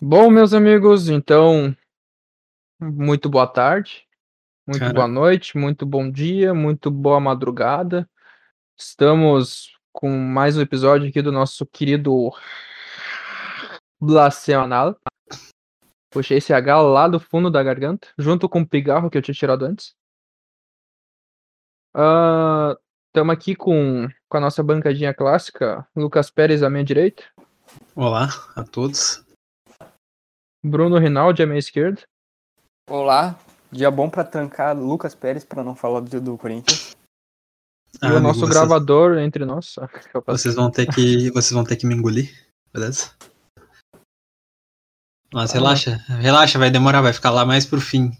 Bom, meus amigos, então, muito boa tarde, muito Cara. boa noite, muito bom dia, muito boa madrugada. Estamos com mais um episódio aqui do nosso querido Blacional. Puxei esse H lá do fundo da garganta, junto com o pigarro que eu tinha tirado antes. Estamos aqui com, com a nossa bancadinha clássica, Lucas Pérez à minha direita, Olá a todos. Bruno Rinaldi à minha esquerda. Olá, dia bom pra tancar Lucas Pérez pra não falar do, do Corinthians. E o Ah, amigo, nosso vocês- gravador entre nós. Ah, que eu faço. Vocês vão ter que, vocês vão ter que me engolir, beleza? Mas Tá bom. relaxa, relaxa, vai demorar, vai ficar lá mais pro fim.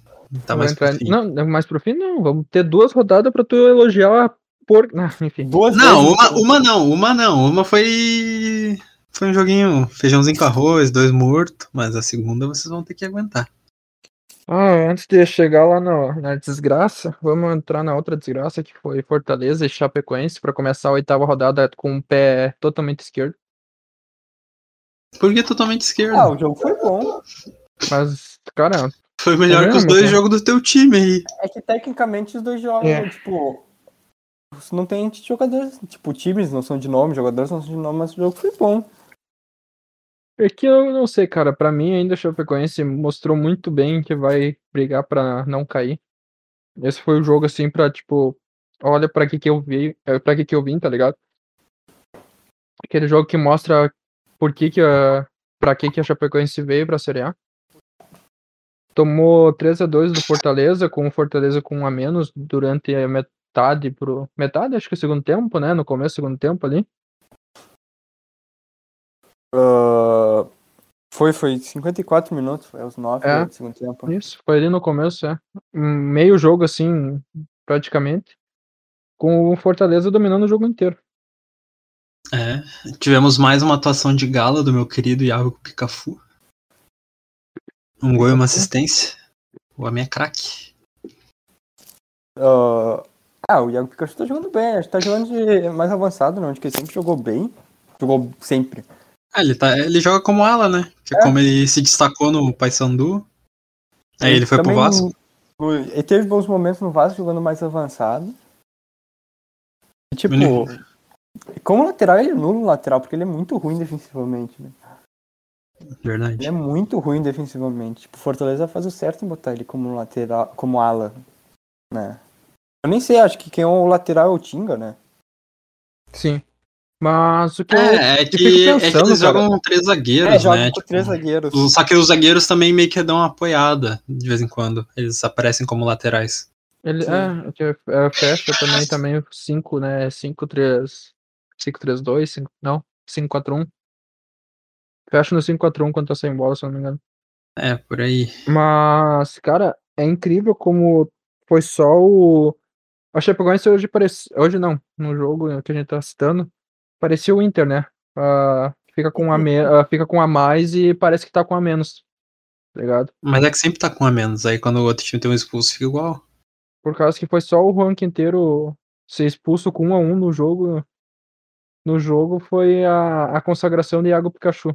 Tá Eu vou mais pro entrar- fim. Não, não, mais pro fim não. Vamos ter duas rodadas pra tu elogiar a por... Ah, enfim. Duas Não, vezes- uma, uma não, uma não, uma foi foi um joguinho, feijãozinho com arroz, dois mortos, mas a segunda vocês vão ter que aguentar. Ah, antes de chegar lá na, na desgraça, vamos entrar na outra desgraça que foi Fortaleza e Chapecoense pra começar a oitava rodada com o pé totalmente esquerdo. Porque é totalmente esquerdo. Ah, o jogo foi bom. Mas, cara, foi melhor que os mesmo, dois tá cara. jogos do teu time aí. É que tecnicamente os dois jogos, É. tipo, não tem jogadores, tipo, times não são de nome, jogadores não são de nome, mas o jogo foi bom. é que eu não sei, cara. Pra mim, ainda a Chapecoense mostrou muito bem que vai brigar pra não cair. Esse foi o jogo, assim, pra, tipo, olha pra que que eu vi, para que que eu vim, tá ligado? Aquele jogo que mostra por que que a, pra que que a Chapecoense veio pra Série A. Tomou 3 a 2 do Fortaleza, com o Fortaleza com um a menos durante a metade pro metade, acho que segundo tempo, né, no começo do segundo tempo ali. Ah, foi, foi 54 minutos, é os 9 É. do segundo tempo. Isso, foi ali no começo, é. Um Meio jogo, assim, praticamente. Com o Fortaleza dominando o jogo inteiro. É, tivemos mais uma atuação de gala do meu querido Iago Picafu. Um gol e uma assistência. O homem é craque. Ah, ah, o Iago Pikachu tá jogando bem, acho que tá jogando de mais avançado, não, de que ele sempre jogou bem. Jogou sempre. Ah, ele, tá, ele joga como ala, né? Que é É. como ele se destacou no Paysandu. Aí ele foi Também pro Vasco. o- Ele teve bons momentos no Vasco jogando mais avançado. E, tipo, Menino. como lateral, ele é nulo lateral, porque ele é muito ruim defensivamente. Né? Ele Verdade. é muito ruim defensivamente. Tipo, Fortaleza faz o certo em botar ele como lateral, como ala. Né? Eu nem sei, acho que quem é o lateral é o Tinga, né? Sim. Mas o que eu. É, é que, fico é que pensando, eles cara. jogam com três zagueiros, É, joga né? com Tipo, três zagueiros. os- só que os zagueiros também meio que dão uma apoiada de vez em quando. Eles aparecem como laterais. Ele, Sim. é, que é, fecha também, também 5, né? 5, 3. 5, 3, 2, 5, não. 5, 4, 1. Fecha no 5, 4, 1 quando tá sem bola, se eu não me engano. É, por aí. Mas, cara, é incrível como foi só o. A Chapecoense hoje parecia. Hoje não, no jogo que a gente tá citando, parecia o Inter, né? Ah, fica, com um a me... ah, fica com um a mais e parece que tá com um a menos. tá Ligado? Mas é que sempre tá com um a menos. Aí quando o outro time tem um expulso, fica igual. Por causa que foi só o Juan inteiro ser expulso com um a um no jogo. No jogo foi a, a consagração de Iago Pikachu.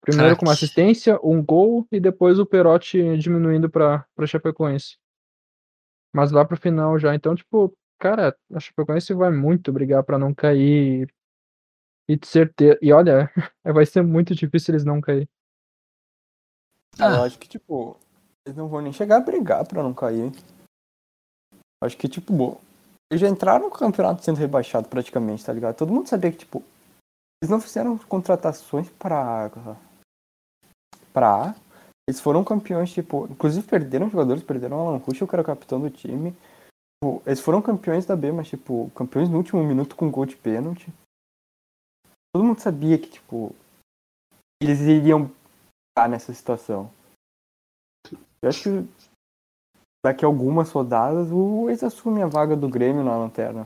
Primeiro com uma Craque. assistência, um gol e depois o Perotti diminuindo para Chapecoense. Mas lá pro final já, então, tipo, cara, a Chapecoense vai muito brigar para não cair. E de certeza. E olha, vai ser muito difícil eles não cair. Ah, Ah. Eu acho que, tipo, eles não vão nem chegar a brigar pra não cair. Acho que, tipo, bom, eles já entraram no campeonato sendo rebaixado praticamente, tá ligado? Todo mundo sabia que, tipo, eles não fizeram contratações pra. pra A. Eles foram campeões, tipo, inclusive perderam jogadores, perderam o Alan Ruschel, que era o capitão do time. Tipo, eles foram campeões da B, mas, tipo, campeões no último minuto com gol de pênalti. Todo mundo sabia que, tipo, eles iriam tá nessa situação. Eu acho que daqui a algumas rodadas o ex assume a vaga do Grêmio na lanterna.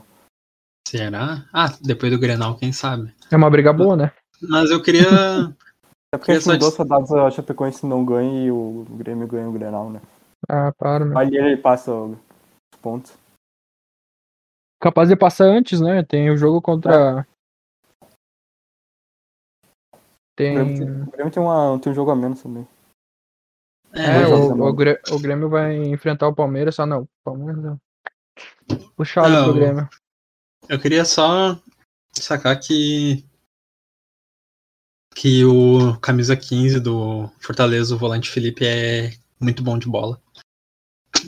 Será? Ah, depois do Grenal, quem sabe? É uma briga boa, né? Mas eu queria. É porque Eu acho que só em duas dis- rodadas a Chapecoense não ganha e o Grêmio ganha o Grenal, né? Ah, para, meu. Ali ele passa os pontos. Capaz de É. passar antes, né? Tem o jogo contra. O Tem. Grêmio tem, o Grêmio tem, uma, tem um jogo a menos também. É, dois jogos a o, o, menos. Grê- o Grêmio vai enfrentar o Palmeiras, só não. Palmeiras é não. Puxado Não. pro Grêmio. Eu queria só sacar que. Que o camisa 15 do Fortaleza, o volante Felipe, é muito bom de bola.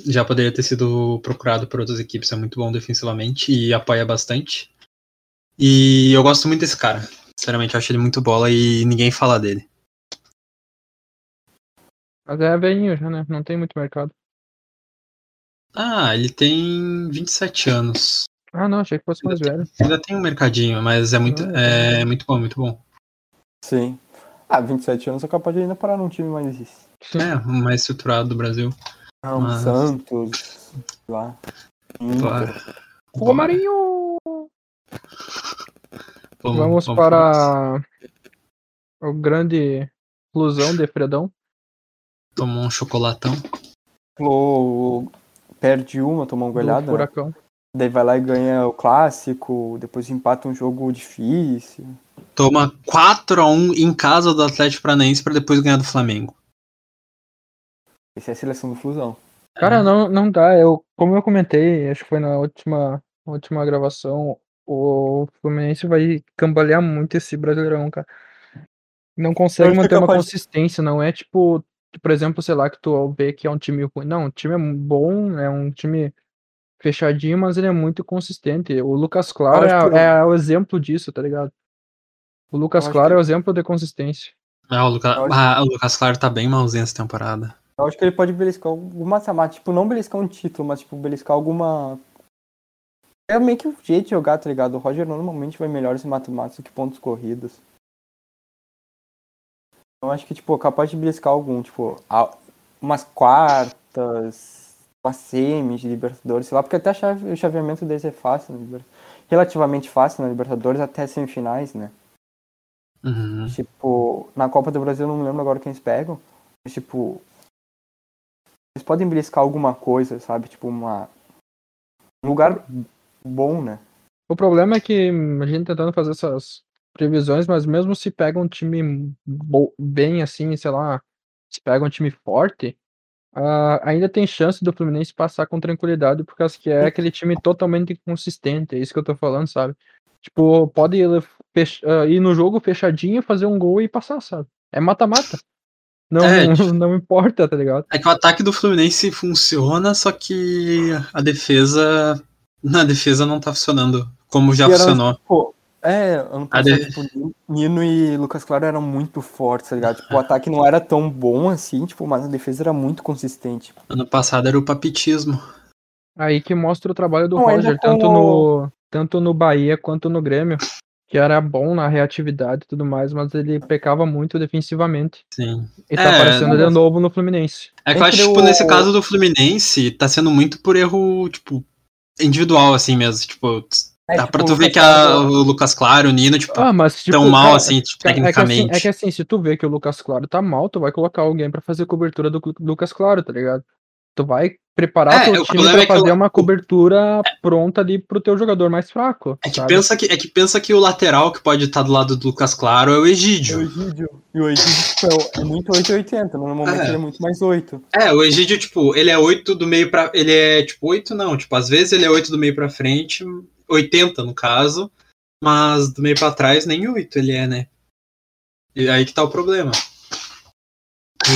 Já poderia ter sido procurado por outras equipes, é muito bom defensivamente e apoia bastante. E eu gosto muito desse cara. Sinceramente, eu acho ele muito bola e ninguém fala dele. Mas é velhinho já, né? Não tem muito mercado. Ah, ele tem 27 anos. Ah, não, achei que fosse mais velho. Ainda tem um mercadinho, mas é muito, é muito bom, muito bom. Sim. Ah, 27 anos é capaz de ainda parar num time mais. É, o mais estruturado do Brasil. Não, Ah, Mas- Santos. sei Lá. Um Inter. Claro. Romarinho! Vamos, Vamos vamos para o grande ilusão de Fredão. Tomou um chocolatão. Falou, perde uma, tomou uma Do goleada. né? furacão. Daí vai lá e ganha o clássico, depois empata um jogo difícil. Toma 4x1 em casa do Atlético Paranaense pra depois ganhar do Flamengo. Essa é a seleção do Flusão. Cara, não, não dá. Eu, como eu comentei, acho que foi na última, última gravação, o Fluminense vai cambalear muito esse Brasileirão, cara. Não consegue acho que é manter uma capaz- consistência, não é tipo, por exemplo, sei lá, que tu vê que é um time ruim. Não, o time é bom, é um time fechadinho, mas ele é muito consistente. O Lucas Claro acho é, que eu- é o exemplo disso, tá ligado? O Lucas acho Claro que- é o exemplo de consistência. Ah, o, Luca- Eu acho- ah, o Lucas Claro tá bem malzinho essa temporada. Eu acho que ele pode beliscar algum mata-mata, tipo, não beliscar um título, mas tipo, beliscar alguma. É meio que o jeito de jogar, tá ligado? O Roger normalmente vai melhor esse mata-mata do que pontos corridos. Eu acho que, tipo, é capaz de beliscar algum, tipo, a- umas quartas, uma semi de Libertadores, sei lá, porque até a chave- o chaveamento deles é fácil, na Liber- relativamente fácil na Libertadores, até as semifinais, né? Uhum. Tipo, na Copa do Brasil, eu não lembro agora quem eles pegam. Mas, tipo, eles podem beliscar alguma coisa, sabe? Tipo, uma... um lugar bom, né? O problema é que a gente tentando fazer essas previsões, mas mesmo se pega um time bo- bem assim, sei lá, se pega um time forte, ah, ainda tem chance do Fluminense passar com tranquilidade, por causa que é aquele time totalmente inconsistente, é isso que eu tô falando, sabe? Tipo, pode ir, fech- ah, ir no jogo fechadinho, fazer um gol e passar, sabe? É mata-mata. Não, É, tipo- não importa, tá ligado? É que o ataque do Fluminense funciona, só que a defesa. Na defesa não tá funcionando como já E era- funcionou. Pô, é, ano Ah, passado, de- tipo, Nino e Lucas Claro eram muito fortes, tá ligado? Tipo, o ataque não era tão bom assim, tipo, mas a defesa era muito consistente. Ano passado era o papitismo. Aí que mostra o trabalho do Não, ainda Roger, com tanto o- no, tanto no Bahia quanto no Grêmio, que era bom na reatividade e tudo mais, mas ele pecava muito defensivamente. Sim. E tá É, aparecendo de mas- novo no Fluminense. É que eu acho, Entre tipo, o- nesse caso do Fluminense, tá sendo muito por erro, tipo, individual, assim mesmo. Tipo, É, dá pra tipo, tu o ver Lucas que a- Claro- o Lucas Claro, o Nino, tipo, Ah, mas tipo, tão mal, cara, assim, tipo, cara, é que assim, tecnicamente. é que assim, se tu vê que o Lucas Claro tá mal, tu vai colocar alguém pra fazer cobertura do Clu- Lucas Claro, tá ligado? Tu vai preparar É, teu time o problema pra é que o- fazer uma cobertura pronta ali pro teu jogador mais fraco, É que, sabe? pensa que, é que pensa que o lateral que pode estar do lado do Lucas Claro é o Egídio. Egídio. E o Egídio tipo, é, é muito 880, normalmente É. ele é muito mais 8. É, o Egídio, tipo, ele é 8 do meio pra. Ele é, tipo, 8 não. Tipo, às vezes ele é 8 do meio pra frente, 80 no caso, mas do meio pra trás nem 8 ele é, né? E aí que tá o problema.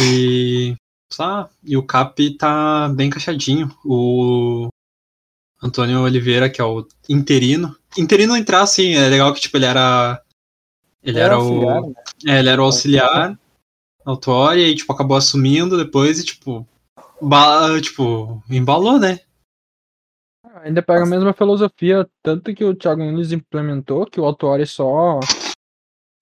E. Só, e o Cap tá bem encaixadinho. O Antônio Oliveira, que é o interino. Interino entrar, assim, é legal que, tipo, ele era. Ele era o. auxiliar, né? É, ele era o auxiliar na Autória e, tipo, acabou assumindo depois e, tipo, ba- tipo, embalou, né? Ainda pega a mesma filosofia, tanto que o Thiago Nunes implementou, que o Autori só. O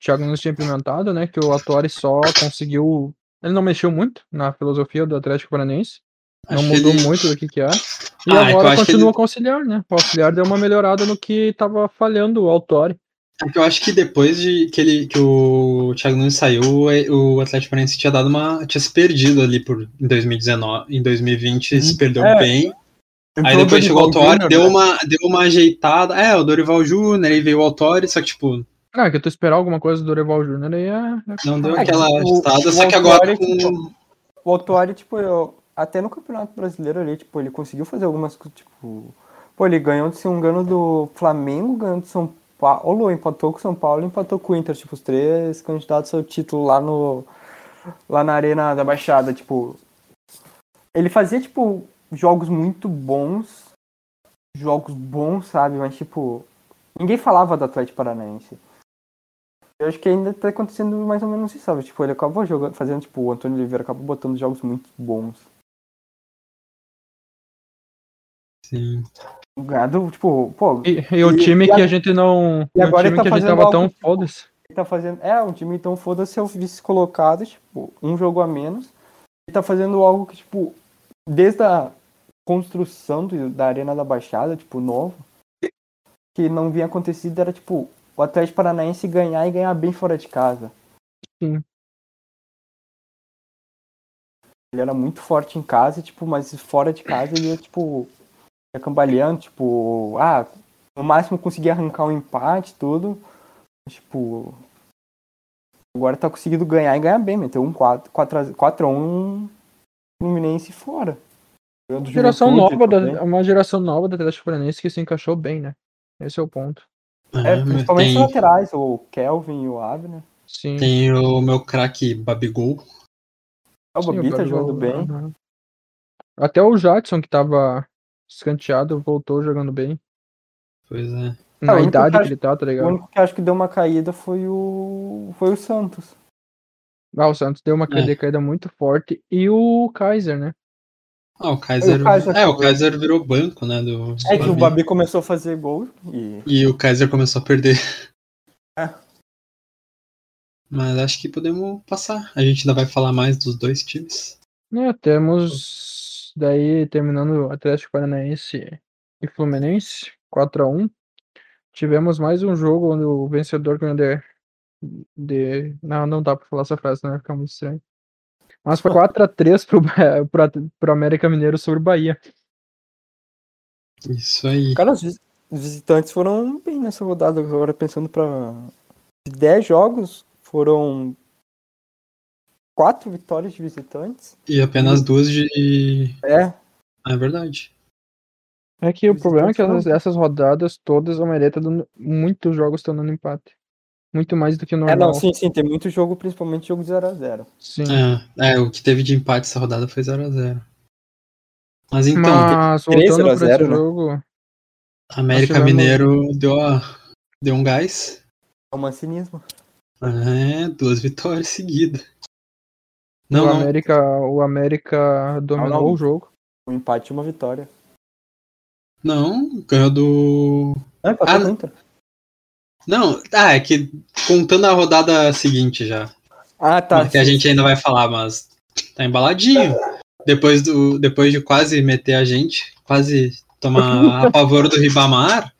Thiago Nunes tinha implementado, né? Que o Autori só conseguiu. Ele não mexeu muito na filosofia do Atlético Paranaense. Não Acho que mudou ele- muito do que, que é. E Ah, é que eu agora acho que continua ele- com o auxiliar, né? O auxiliar deu uma melhorada no que tava falhando o Autori. É que eu acho que depois de que, ele, que o Thiago Nunes saiu, é, o Atlético Paranaense tinha dado uma. tinha se perdido ali por, em 2019. Em 2020 se perdeu É, bem. Aí Entrou depois chegou o né? Dorival Autório, né? Júnior, deu né? uma, deu uma ajeitada. É, o Dorival Júnior, aí veio o Autório, só que, tipo, Não, é que eu tô esperando alguma coisa do Dorival Júnior aí é. é- Não deu É, aquela tipo, estada, o só que agora Altuari, com. O Altuari, tipo, eu- até no Campeonato Brasileiro ali, tipo, ele conseguiu fazer algumas coisas, tipo... Pô, ele ganhou, se não me engano, do Flamengo, ganhou do São Paulo, empatou com o São Paulo, empatou com o Inter, tipo, os três candidatos ao título lá no... Lá na Arena da Baixada, tipo... Ele fazia, tipo, jogos muito bons, jogos bons, sabe? Mas, tipo, ninguém falava do Atlético Paranaense. Eu acho que ainda tá acontecendo mais ou menos isso, sabe? Tipo, ele acabou jogando, fazendo, tipo, o Antônio Oliveira acabou botando jogos muito bons. Sim. Ganhado, tipo, pô, E, e o E- time e a- que a gente não. e o agora time ele tá que a gente fazendo tava algo tão que- foda-se. ele tá fazendo. É, um time então foda-se é o vice-colocado, tipo, um jogo a menos. Ele tá fazendo algo que, tipo, desde a construção do- da Arena da Baixada, tipo, novo, que não vinha acontecido, era, tipo, o Atlético Paranaense ganhar e ganhar bem fora de casa. Sim. Ele era muito forte em casa, tipo, mas fora de casa ele ia, tipo, ia cambaleando, tipo, ah, no máximo conseguia arrancar um empate, tudo. Tipo, agora tá conseguindo ganhar e ganhar bem, meteu um 4 4 a 4 a 1 Fluminense fora. Ganhou do Geração Juventude né? nova também. da, uma geração nova da Atlético Paranaense que se encaixou bem, né? Esse é o ponto. É, Ah, mas principalmente os tem, laterais, o Kelvin e o Abner. Sim. tem o meu craque Babigol. É o sim, Bobi tá Gabigol, jogando bem. aham. Até o Jadson, que tava escanteado, voltou jogando bem. Pois é. Ah, o Na único idade cara- que ele tá, tá O ligado? único que acho que deu uma caída foi o foi o Santos. Ah, o Santos deu uma É. decaída muito forte. E o Kaiser, né? Ah, o Kaiser. o Kaiser é, o também. Kaiser virou banco, né? Do, É que o Babi. Babi começou a fazer gol e E o Kaiser começou a perder. É. Mas acho que podemos passar. A gente ainda vai falar mais dos dois times. É, temos daí terminando o Atlético Paranaense e Fluminense, 4 a 1. Tivemos mais um jogo onde o vencedor ganhou de, de não, não dá pra falar essa frase, né? Fica muito estranho. Mas foi 4 a 3 pro, Ba- pro, At- pro América Mineiro sobre o Bahia. Isso aí. Cara, os vis- os visitantes foram bem nessa rodada agora, pensando pra. De 10 jogos, foram quatro vitórias de visitantes. E apenas duas de. É. Ah, é verdade. É que o Mas problema é que então, essas, essas rodadas todas, a maioria tá dando muitos jogos estão dando empate. Muito mais do que o É, normal. não, sim, sim, tem muito jogo, principalmente jogo 0x0. Sim. É, é, o que teve de empate essa rodada foi 0x0. Mas então, Mas É, três voltando zero a pra esse zero, né? jogo, América Nós tivemos- Mineiro deu, a- deu um gás. É um mancinismo. É, duas vitórias seguidas. Não, o não, América, o América dominou não. o jogo. Um empate e uma vitória. não, ganhou do. Ah, empatou Ah, com o Inter. Não, ah, é que contando a rodada seguinte já. né, Ah, tá. que a gente ainda vai falar, mas tá embaladinho. Depois, do, depois de quase meter a gente, quase tomar a pavor do Ribamar,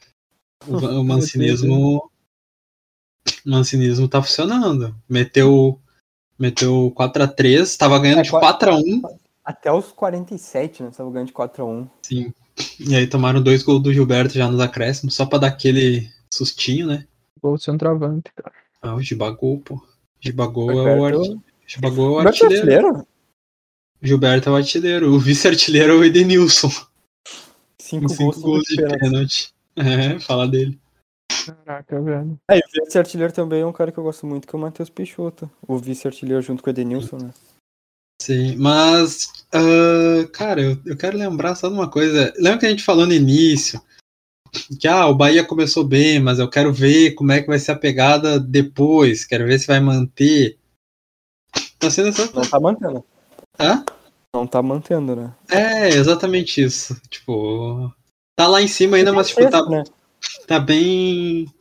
o, o mancinismo. O mancinismo tá funcionando. Meteu, meteu 4x3, tava ganhando É, de qua- 4x1, Até os 47, né? Tava ganhando de 4x1. sim. E aí tomaram dois gols do Gilberto já nos acréscimos, só pra dar aquele sustinho, né? Gol do centroavante, cara. Ah, o Gibagol, pô. Gibagol é o, Gilberto- arti... Gibagol é o Mas é artilheiro. brasileiro? Gilberto é o artilheiro. O vice-artilheiro é o Edenilson. Com Cinco, cinco gols, gols de pênalti. É, fala dele. Caraca, velho. É, e o vice-artilheiro também é um cara que eu gosto muito, que é o Matheus Peixoto. O vice-artilheiro junto com o Edenilson, né? Sim, mas, ah, cara, eu, eu quero lembrar só de uma coisa. Lembra que a gente falou no início que ah, o Bahia começou bem, mas eu quero ver como é que vai ser a pegada depois. Quero ver se vai manter. Tá sendo essa. Não tá mantendo. Hã? Não tá mantendo, né? É, exatamente isso. Tipo, tá lá em cima ainda, mas tipo, tá, né? tá bem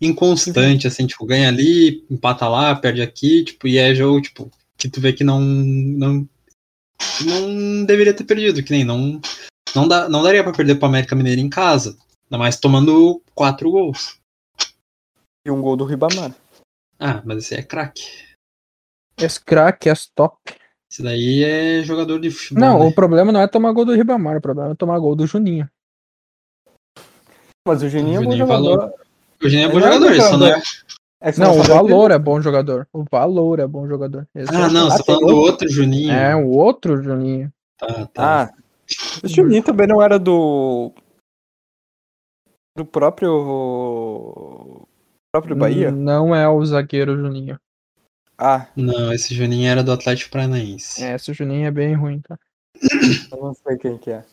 inconstante, assim, tipo, ganha ali, empata lá, perde aqui, tipo, e é jogo, tipo, que tu vê que não não, não deveria ter perdido, que nem não não, dá, não daria pra perder pro América Mineiro em casa, ainda mais tomando quatro gols. E um gol do Ribamar. Ah, mas esse é craque. Esse craque, esse top. Esse daí é jogador de futebol. Não, né? o problema não é tomar gol do Ribamar, o problema é tomar gol do Juninho. Mas o Juninho é um bom Juninho jogador. O Eugênio é bom Ele não é jogador, bom ele só não é, É que você Não, o sabe o Valor é bom jogador. O Valor é bom jogador. Esse Ah, é- não, você Ah, tá tem falando do outro Juninho. É, o outro Juninho. Tá, tá. Ah. O Juninho também não era do. Do próprio. próprio Bahia? Não é o zagueiro Juninho. Ah, Não, esse Juninho era do Atlético Paranaense. É, esse Juninho é bem ruim, tá? eu não sei quem que é.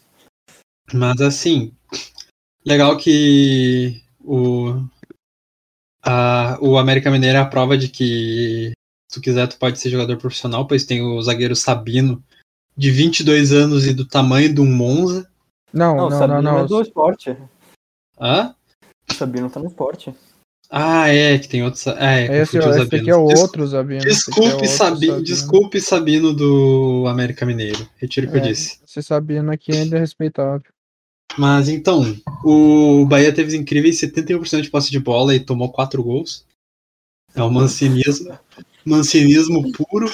Mas assim, legal que o, a, o América Mineira é a prova de que se tu quiser tu pode ser jogador profissional, pois tem o zagueiro Sabino, de 22 anos e do tamanho de um Monza. Não, Não, não, o não, Sabino não. é do esporte. Hã? O Sabino tá no esporte. Ah, é, que tem outro. Sa- Ah, é, Esse, confundi os esse aqui é o Sabinos. Des- outro Sabino. esse aqui é o Desculpe, outro Sabino, desculpe, Sabino do América Mineiro. Retiro o que eu É. disse. Esse Sabino aqui ainda é respeitável. Mas então, o Bahia teve incríveis 71% de posse de bola e tomou 4 gols. É um mancinismo, mancinismo puro.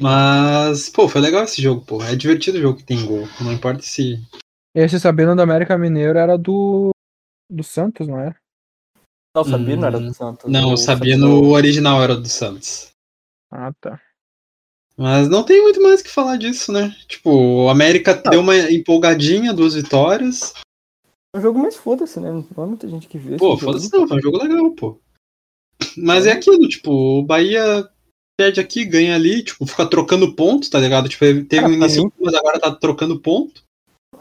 Mas, pô, foi legal esse jogo, pô. É divertido o jogo que tem gol. Não importa se. Esse Sabino do América Mineiro era do. Do Santos, não é? era? Não, o Sabino Hum, era do Santos. Não, o Sabino original era do Santos. Ah, tá. Mas não tem muito mais o que falar disso, né? Tipo, o América deu uma empolgadinha, duas vitórias. É um jogo mais foda-se, né? Não é né? muita gente que vê. Pô, esse jogo. foda-se não, foi um jogo legal, pô. Mas é aquilo, tipo, o Bahia perde aqui, ganha ali, tipo, fica trocando ponto, tá ligado? Tipo, teve Cara, um pra início, mim- ruim, mas agora tá trocando ponto.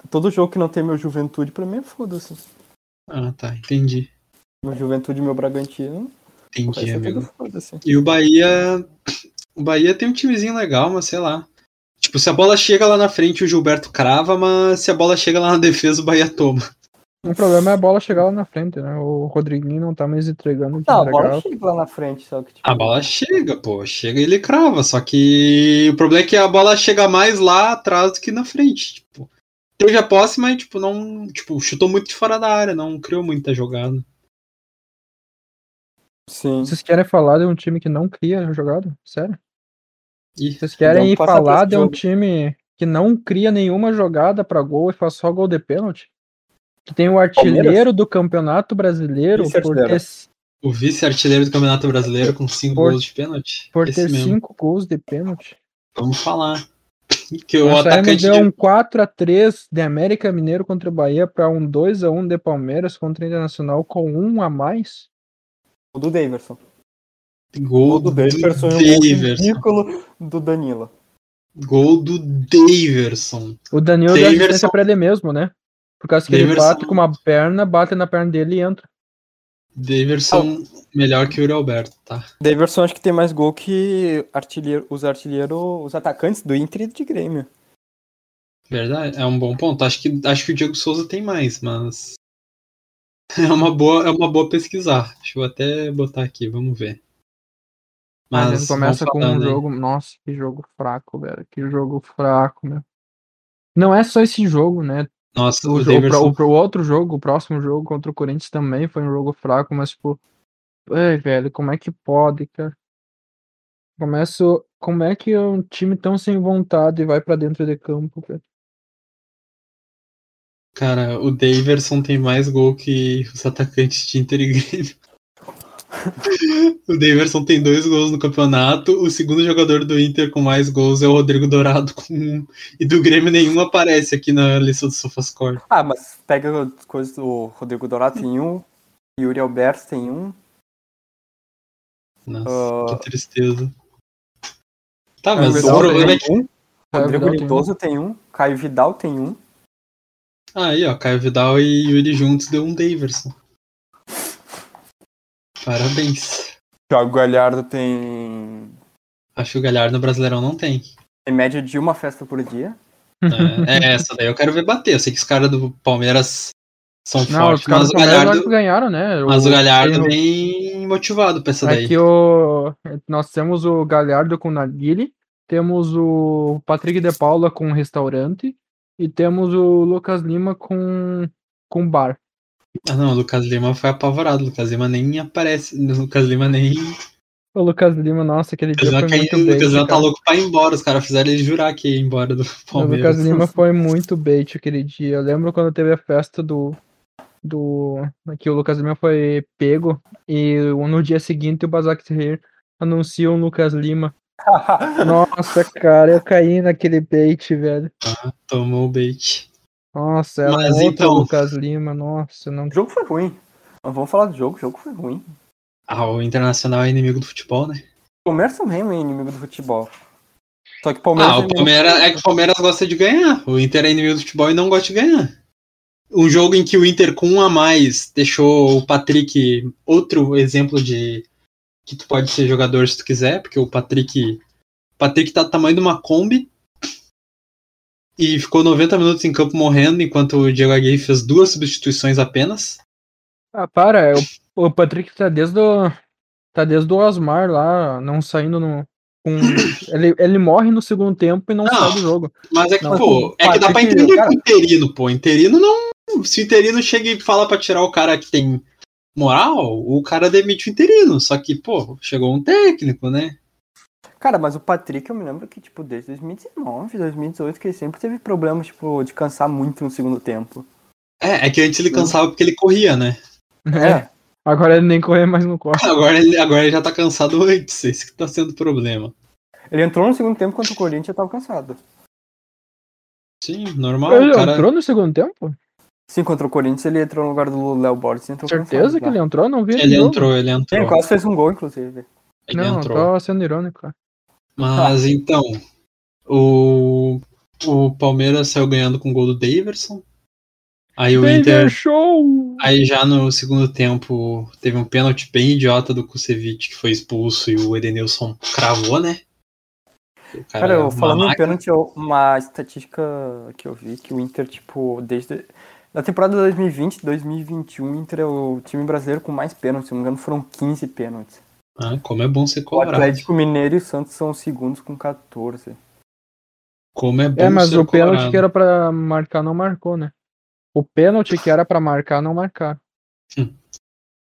Todo jogo que não tem meu Juventude, pra mim é foda-se. Ah, tá, entendi. Meu Juventude e meu Bragantino. Vai Entendi, ser amigo. é tudo foda-se. E o Bahia. O Bahia tem um timezinho legal, mas sei lá. Tipo, se a bola chega lá na frente, o Gilberto crava, mas se a bola chega lá na defesa, o Bahia toma. O problema é a bola chegar lá na frente, né? O Rodriguinho não tá mais entregando o que Não, a entregava. bola chega lá na frente, só que tipo. A bola chega, pô, chega e ele crava, só que o problema é que a bola chega mais lá atrás do que na frente, tipo. Teve a posse, mas tipo, não, tipo, chutou muito de fora da área, não criou muita jogada. Sim. Vocês querem falar de um time que não cria jogada? Sério? Ih. Vocês querem Vamos ir passar pra falar esse de um jogo. time que não cria nenhuma jogada pra gol e faz só gol de pênalti? Que tem o artilheiro Palmeiras? é do Campeonato Brasileiro Esse por artilheiro. ter, O vice-artilheiro do Campeonato Brasileiro com cinco Por- gols de pênalti. por Esse ter mesmo. cinco gols de pênalti. Vamos falar. Que o Nós saímos atacante de um 4x3 de América Mineiro contra o Bahia pra um 2x1 de Palmeiras contra o Internacional com um a mais. O do Daverson. de um gol O do do Daverson é um gol Daverson. ridículo do Danilo. Gol do Daverson. O Danilo deu Daverson. assistência pra ele mesmo, né? Por causa que ele Daverson. bate com uma perna, bate na perna dele e entra. Daverson Ah, melhor que o Yuri Alberto, tá? Daverson acho que tem mais gol que artilheiro, os artilheiros, os atacantes do Inter e de Grêmio. Verdade, é um bom ponto. Acho que, acho que o Diego Souza tem mais, mas. É uma boa, é uma boa pesquisar. Deixa eu até botar aqui, vamos ver. Mas, começa vamos com um falando aí. jogo. Nossa, que jogo fraco, velho. Que jogo fraco, meu. Não é só esse jogo, né? Nossa, O, o, jogo, Daverson. o, o outro jogo, o próximo jogo contra o Corinthians também foi um jogo fraco, mas, tipo. Ai, velho, como é que pode, cara? Começo. Como é que um time tão sem vontade vai pra dentro de campo, cara? Cara, o Daverson tem mais gol que os atacantes de Inter e Grêmio. o Daverson tem dois gols no campeonato. O segundo jogador do Inter com mais gols é o Rodrigo Dourado com um. E do Grêmio nenhum aparece aqui na lista do SofaScore. Ah, mas pega as coisas do Rodrigo Dourado tem um, Yuri Alberto tem um. Nossa, que tristeza. Tá, Caio mas Vidal o Vidal problema é que... tem um, Caio Rodrigo Vidal tem um. Lindoso tem um, Caio Vidal tem um. Ah, Aí, ó, Caio Vidal e Yuri juntos deu um Daverson. Parabéns. Thiago Galhardo tem, Acho que o Galhardo no Brasileirão não tem. tem média de uma festa por dia. É, é, essa daí eu quero ver bater. Eu sei que os caras do Palmeiras são Não, os fortes, caras mas do o Palmeiras eu acho Galhardo, que ganharam, né? mas o Galhardo tem o- bem motivado pra essa daí. Aqui É o... nós temos o Galhardo com Naguile, temos o Patrick de Paula com restaurante e temos o Lucas Lima com, com bar. Ah, não, o Lucas Lima foi apavorado. O Lucas Lima nem aparece. O Lucas Lima nem. O O Lucas Lima, nossa, aquele Lucas dia Lima, foi muito caiu- o bait. Lucas Lima tá cara. louco pra ir embora. Os caras fizeram ele jurar que ia embora o do Lucas Palmeiras. Lima foi muito bait aquele dia. Eu lembro quando teve a festa do do que o Lucas Lima foi pego e no dia seguinte o Basak Terreiro anuncia o Lucas Lima. Nossa, cara, eu caí naquele bait, velho. Ah, tomou o bait. Nossa, era Mas outro então- Lucas Lima, nossa, não. O jogo foi ruim. Mas vamos falar do jogo, o jogo foi ruim. Ah, o Internacional é inimigo do futebol, né? O Palmeiras também é um inimigo do futebol. Só que o Palmeiras. Ah, o inimigo- Palmeiras é que o Palmeiras gosta de ganhar. O Inter é inimigo do futebol e não gosta de ganhar. Um jogo em que o Inter com um a mais deixou o Patrick outro exemplo de que tu pode ser jogador se tu quiser, porque o Patrick Patrick tá do tamanho de uma Kombi e ficou 90 minutos em campo morrendo, enquanto o Diego Aguirre fez duas substituições apenas. Ah, para, é o, o Patrick tá desde o, tá desde o Osmar lá, não saindo no. com- ele, ele morre no segundo tempo e não, Não. sai do jogo. Mas é que, Não, pô, é que dá pra Patrick, entender cara- o interino, pô. Interino não. Se o interino chega e fala pra tirar o cara que tem moral, o cara demite o interino. Só que, pô, chegou um técnico, né? Cara, mas o Patrick, eu me lembro que, tipo, desde 2019, 2018, que ele sempre teve problemas, tipo, de cansar muito no segundo tempo. É, é que antes ele cansava porque ele corria, né? É, agora ele nem correr mais no corre. Agora ele, agora ele já tá cansado antes. Esse que tá sendo o problema. Ele entrou no segundo tempo contra o Corinthians e eu tava cansado. Sim, normal. Ele Ah, o cara... entrou no segundo tempo? Sim, contra o Corinthians ele entrou no lugar do Léo Borges e entrou Certeza que ele entrou? Não vi Ele jogo. entrou, ele entrou. Ele quase fez um gol, inclusive. Ele Não, tá. entrou. tava sendo irônico, cara. Mas então, o, o Palmeiras saiu ganhando com o gol do Daverson. Aí o Inter show! Aí já no segundo tempo teve um pênalti bem idiota do Kusevich que foi expulso e o Edenilson cravou, né? O Cara, é eu, uma falando em máquina. pênalti, eu- uma estatística que eu vi, que o Inter, tipo, desde... Na temporada 2020, 2021, o Inter é o time brasileiro com mais pênaltis. Se não me engano, foram 15 pênaltis. Ah, como é bom ser O cobrado. Atlético Mineiro e o Santos são os segundos com 14. Como é bom É, mas ser o pênalti cobrado. que era pra marcar não marcou, né? O pênalti que era pra marcar não marcaram. Hum.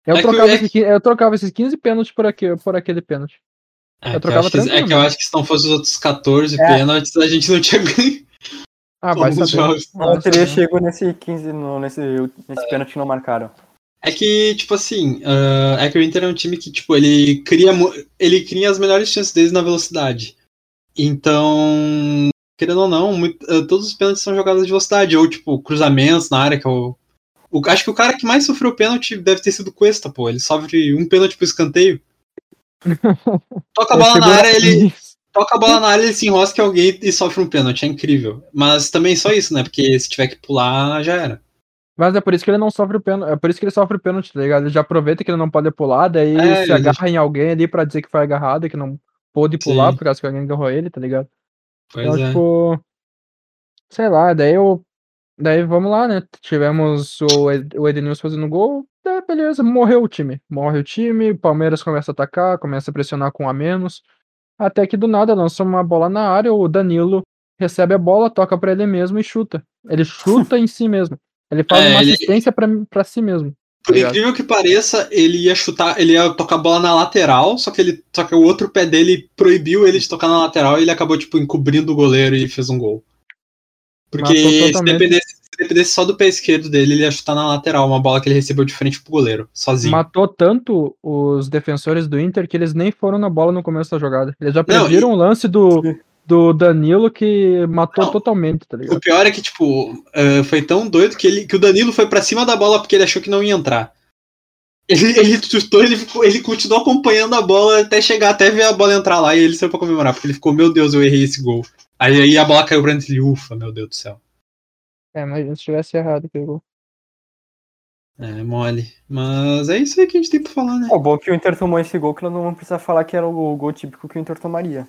Eu, É que- trocava é esse qui- eu trocava esses 15 pênaltis por, aqui, por aquele pênalti. É, eu que eu trocava acho que, é tranquilo. que eu acho que se não fossem os outros 14 É. pênaltis, a gente não tinha ganho Ah, vai todos os saber. jogos. Vai Eu teria saber. chegado nesse 15, no, nesse, nesse pênalti que não marcaram. É que, tipo assim, ah, é que o Inter é um time que, tipo, ele cria, mu- ele cria as melhores chances deles na velocidade. Então, querendo ou não, muito- ah, todos os pênaltis são jogadas de velocidade, ou, tipo, cruzamentos na área, que é o. o- acho que o cara que mais sofreu pênalti deve ter sido o Cuesta, pô. Ele sofre um pênalti pro escanteio. Toca a Ele bola na segura- área, ele, toca a bola na área, ele se enrosca em alguém e sofre um pênalti. É incrível. Mas também só isso, né? Porque se tiver que pular, já era. Mas é por isso que ele não sofre o pênalti. É por isso que ele sofre o pênalti, tá ligado? Ele já aproveita que ele não pode pular, daí É, se ele agarra em alguém ali pra dizer que foi agarrado e que não pôde pular Sim. por causa que alguém agarrou ele, tá ligado? Pois Então, é. tipo. Sei lá, daí eu. Daí vamos lá, né? Tivemos o Ed- o Edenilson fazendo gol. Tá, beleza, morreu o time. Morre o time, o Palmeiras começa a atacar, começa a pressionar com um a menos. Até que do nada lança uma bola na área, o Danilo recebe a bola, toca pra ele mesmo e chuta. Ele chuta em si mesmo. Ele faz É, uma ele- assistência pra, pra si mesmo. Por Obrigado. incrível que pareça, ele ia chutar, ele ia tocar a bola na lateral, só que ele, só que o outro pé dele proibiu ele de tocar na lateral e ele acabou tipo encobrindo o goleiro e fez um gol. Porque Matou se totalmente. dependesse, se dependesse só do pé esquerdo dele, ele ia chutar na lateral, uma bola que ele recebeu de frente pro goleiro, sozinho. Matou tanto os defensores do Inter que eles nem foram na bola no começo da jogada. Eles já Não, previram o lance do, Sim. do Danilo que matou Não. totalmente, tá O ligado? pior é que tipo, ah, foi tão doido que ele que o Danilo foi pra cima da bola porque ele achou que não ia entrar. Ele, ele chutou, ele, ficou, ele continuou acompanhando a bola até chegar, até ver a bola entrar lá e ele saiu pra comemorar, porque ele ficou, meu Deus, eu errei esse gol. Aí, aí a bola caiu pra dentro e ele, ufa, meu Deus do céu. É, imagina se tivesse errado, pegou. É, mole. Mas é isso aí que a gente tem pra falar, né? O bom é que o Inter tomou esse gol que nós não vamos precisar falar que era o gol típico que o Inter tomaria.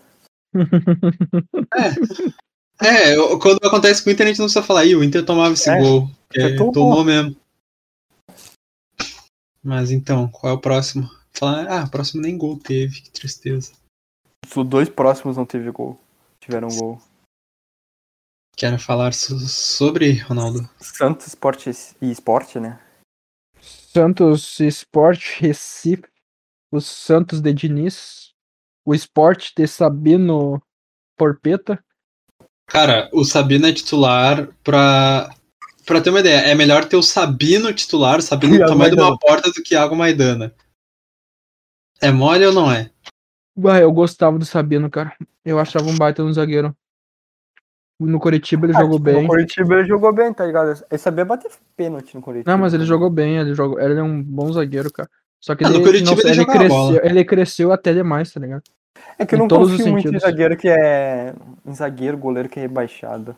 É, eu- quando acontece com o Inter, a gente não precisa falar, aí o Inter tomava esse É, gol. É, Inter tomou. tomou mesmo. Mas então, qual é o próximo? Falar, ah, o próximo nem gol teve, que tristeza. Os dois próximos não teve gol. Tiveram gol. Quero falar so- sobre, Ronaldo. Santos Esporte e Esporte, né? Santos Sport Recife, o Santos de Diniz, o Sport de Sabino Porpeta. Cara, o Sabino é titular pra, Pra ter uma ideia, é melhor ter o Sabino titular, o Sabino E do a tamanho de uma Maidana. porta do que Iago Maidana. É mole ou não é? Bah, eu gostava do Sabino, cara. Eu achava um baita no zagueiro. No Coritiba ele Ah, jogou tipo, bem. No Curitiba ele jogou bem, tá ligado? Ele sabia bater pênalti no Curitiba. Não, mas ele jogou bem, ele jogou. Ele é um bom zagueiro, cara. Só que Ah, ele, no Curitiba não- ele jogava cresceu, bola. ele cresceu até demais, tá ligado? É que eu em não todos confio os muito em sentidos. zagueiro que é. Em zagueiro, goleiro que é rebaixado.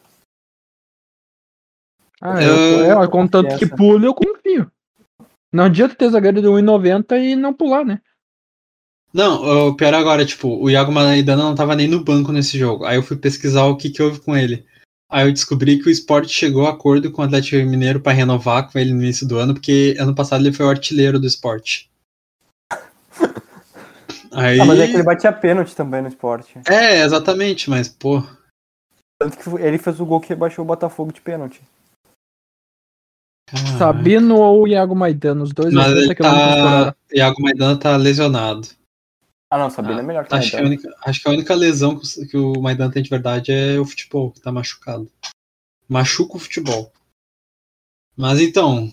Ah, Eu- eu, é, ó, contanto que Essa. pule, eu confio. Não adianta ter zagueiro de 1,90 e não pular, né? Não, o pior agora, tipo, o Iago Maidana não tava nem no banco nesse jogo. Aí eu fui pesquisar o que, que houve com ele. Aí eu descobri que o Sport chegou a acordo com o Atlético Mineiro pra renovar com ele no início do ano, porque ano passado ele foi o artilheiro do Sport. Aí... Ah, mas é que ele batia pênalti também no esporte. É, exatamente, mas, pô. Tanto que ele fez o gol que rebaixou o Botafogo de pênalti. caralho. Sabino ou Iago Maidano, os dois Ah, Mas 80 ele que é eu não tá. considero. Iago Maidana tá lesionado. Ah não, Sabino é melhor que o Acho que, a tá. Maidana. única, acho que a única lesão que o- que o Maidana tem de verdade é o futebol, que tá machucado. Machuca o futebol. Mas então.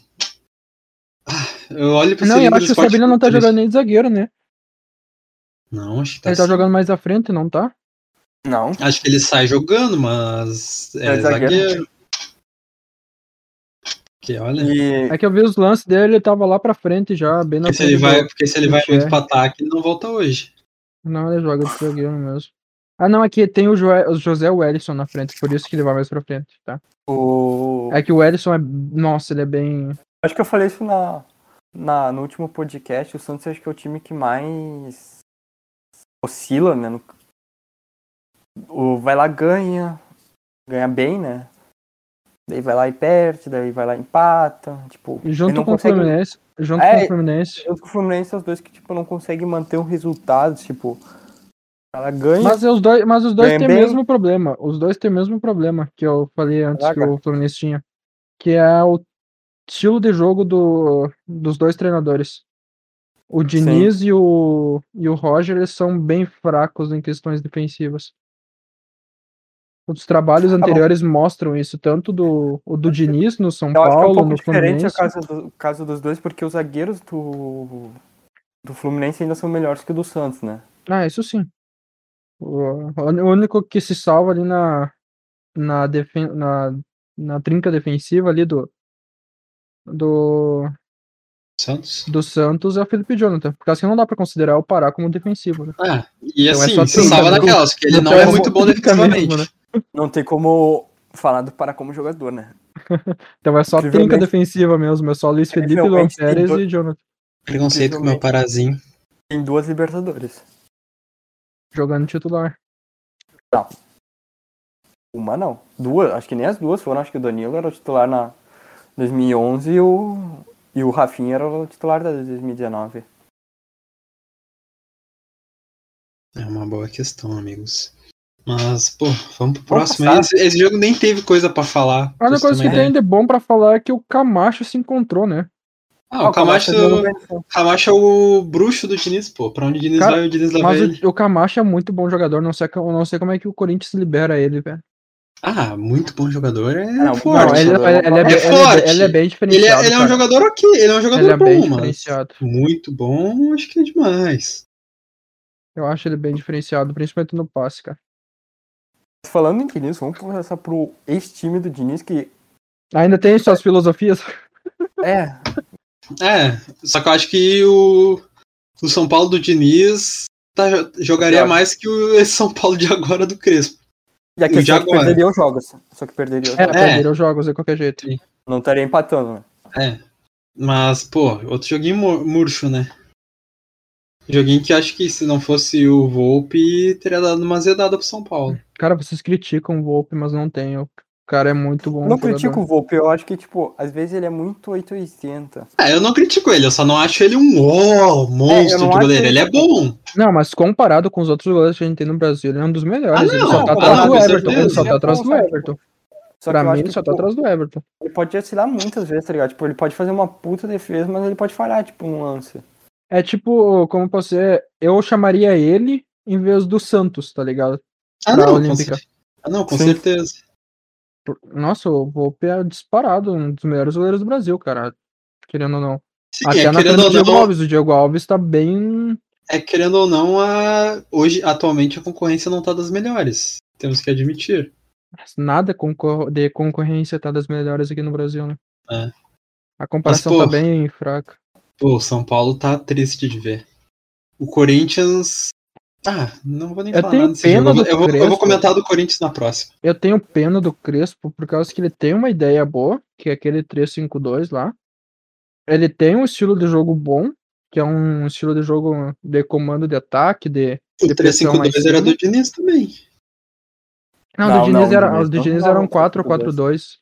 ah, Eu olho pra Não, eu acho que o Sabino não tá jogando nem de zagueiro, né? Não, acho que tá, Ele tá sim. jogando mais à frente, não tá? Não. Acho que ele sai jogando, mas. É, É zagueiro. zagueiro. Porque olha. E É que eu vi os lances dele, ele tava lá pra frente já, bem na Porque se, frente ele do- vai, porque se ele vai Isso muito é. pro ataque, ele não volta hoje. Não, ele joga de zagueiro mesmo. Ah, não, aqui tem o, Joé- o José Wellison na frente, por isso que ele vai mais pra frente, tá? o. É que o Wellison é. Nossa, ele é bem. Acho que eu falei isso na, na, no último podcast. O Santos acho que é o time que mais oscila, né? no- o vai lá, ganha. Ganha bem, né? Daí vai lá e perde, daí vai lá e empata. Tipo, ele Junto não com consegue- o Fluminense. Junto É, com o Fluminense. Junto com o Fluminense, são os dois que tipo, não conseguem manter o resultado. Tipo, ela ganha. Mas é os dois, mas os dois Ganha têm o bem. mesmo problema. Os dois têm o mesmo problema que eu falei antes que Caraca. o Fluminense tinha. Que é o estilo de jogo do, dos dois treinadores. O Diniz e o, e o Roger eles são bem fracos em questões defensivas. Os trabalhos Tá bom. anteriores mostram isso, tanto do, o do Diniz no São Eu acho que é um Paulo, pouco no diferente o Fluminense. caso, do, o caso dos dois, porque os zagueiros do, do Fluminense ainda são melhores que o do Santos, né? Ah, isso sim. O, o único que se salva ali na, na, defen na, na trinca defensiva ali do, do, Santos. do Santos é o Felipe Jonathan. Porque assim não dá pra considerar o Pará como defensivo, né? Ah, e Então é assim, só se trinca, salva né? naquelas, que ele Não não tem é como- muito bom trinca mesmo, defensivamente. né? Não tem como falar do Pará como jogador, né? Então é só trinca Incrivelmente- defensiva mesmo, é só Luiz Felipe, Luan Incrivelmente tem Pérez dois- e Jonathan Preconceito com o meu parazinho. Tem duas Libertadores. jogando titular. Uma não. Duas, acho que nem as duas foram. Acho que o Danilo era o titular na 2011 e o, e o Rafinha era o titular da 2019. É uma boa questão, amigos. Mas, pô, vamos pro Vamos próximo. passar. Esse, esse jogo nem teve coisa pra falar. A pra única você coisa ter que uma tem ideia. de bom pra falar é que o Camacho se encontrou, né? Ah, o Camacho, jogou bem. Camacho é o bruxo do Diniz, pô. Pra onde o Diniz Cara, vai, o Diniz leva ele. Mas o, o Camacho é muito bom jogador, não sei, co- não sei como é que o Corinthians libera ele, velho. Ah, muito bom jogador. É não, forte. Não, ele, jogador. ele- ele é, É bem- ele é bem- forte. ele é bem diferenciado. Ele é, ele é cara. um jogador ok, ele é um jogador Ele é bem bom, mas diferenciado. muito bom, acho que é demais. Eu acho ele bem diferenciado, principalmente no passe, cara. Falando em Diniz, vamos começar pro ex-time do Diniz, que Ainda tem suas filosofias? é, É, só que eu acho que o, o São Paulo do Diniz tá- jogaria Thiago. mais que o, esse São Paulo de agora do Crespo. E a E já questão é que agora? perderia os jogos. Só que perderia os É, jogos. perderam os jogos de qualquer jeito. Não estaria empatando, né? É. Mas, pô, outro joguinho mur- murcho, né? Joguinho que acho que se não fosse o Volpe, teria dado uma zedada pro São Paulo. Cara, vocês criticam o Volpe, mas não tem. O cara é muito bom. não jogador. critico o Volpe, eu acho que, tipo, às vezes ele é muito 880. É, eu não critico ele, eu só não acho ele um ó, É, eu monstro não de acho goleiro. ele- Ele é bom. Não, mas comparado com os outros goleiros que a gente tem no Brasil, ele é um dos melhores. Ah, não, ele só tá não, atrás do com Everton. Ele certeza. só Ele tá é atrás bom, do sabe? Everton. Só Pra que eu mim, acho ele que, só tá tipo, atrás do Everton. ele pode oscilar muitas vezes, tá ligado? Tipo, ele pode fazer uma puta defesa, mas ele pode falhar, tipo, um lance. É tipo, como posso dizer, eu chamaria ele em vez do Santos, tá ligado? Ah, pra não, com Olímpica. cer- ah, não, com Sim. certeza. Nossa, o Volpe é disparado um dos melhores goleiros do Brasil, cara. Querendo ou não. Sim, Até é, na frente querendo do ou Diego não, Alves. O Diego Alves tá bem. é querendo ou não, a... hoje, atualmente, a concorrência não tá das melhores. Temos que admitir. Nada concor- de concorrência tá das melhores aqui no Brasil, né? É. A comparação Mas, pô, tá bem fraca. Pô, o São Paulo tá triste de ver. O Corinthians. Ah, não vou nem Eu falar tenho nada desse É pena jogo. do Eu vou, eu vou Crespo. comentar do Corinthians na próxima. Eu tenho pena do Crespo por causa que ele tem uma ideia boa, que é aquele 3-5-2 lá. Ele tem um estilo de jogo bom, que é um estilo de jogo de comando de ataque, de. O Depressão mais 352 era do Diniz também. Não, Não, do Diniz não, era, não, os do não, Diniz não, um eram não, 4-4-2.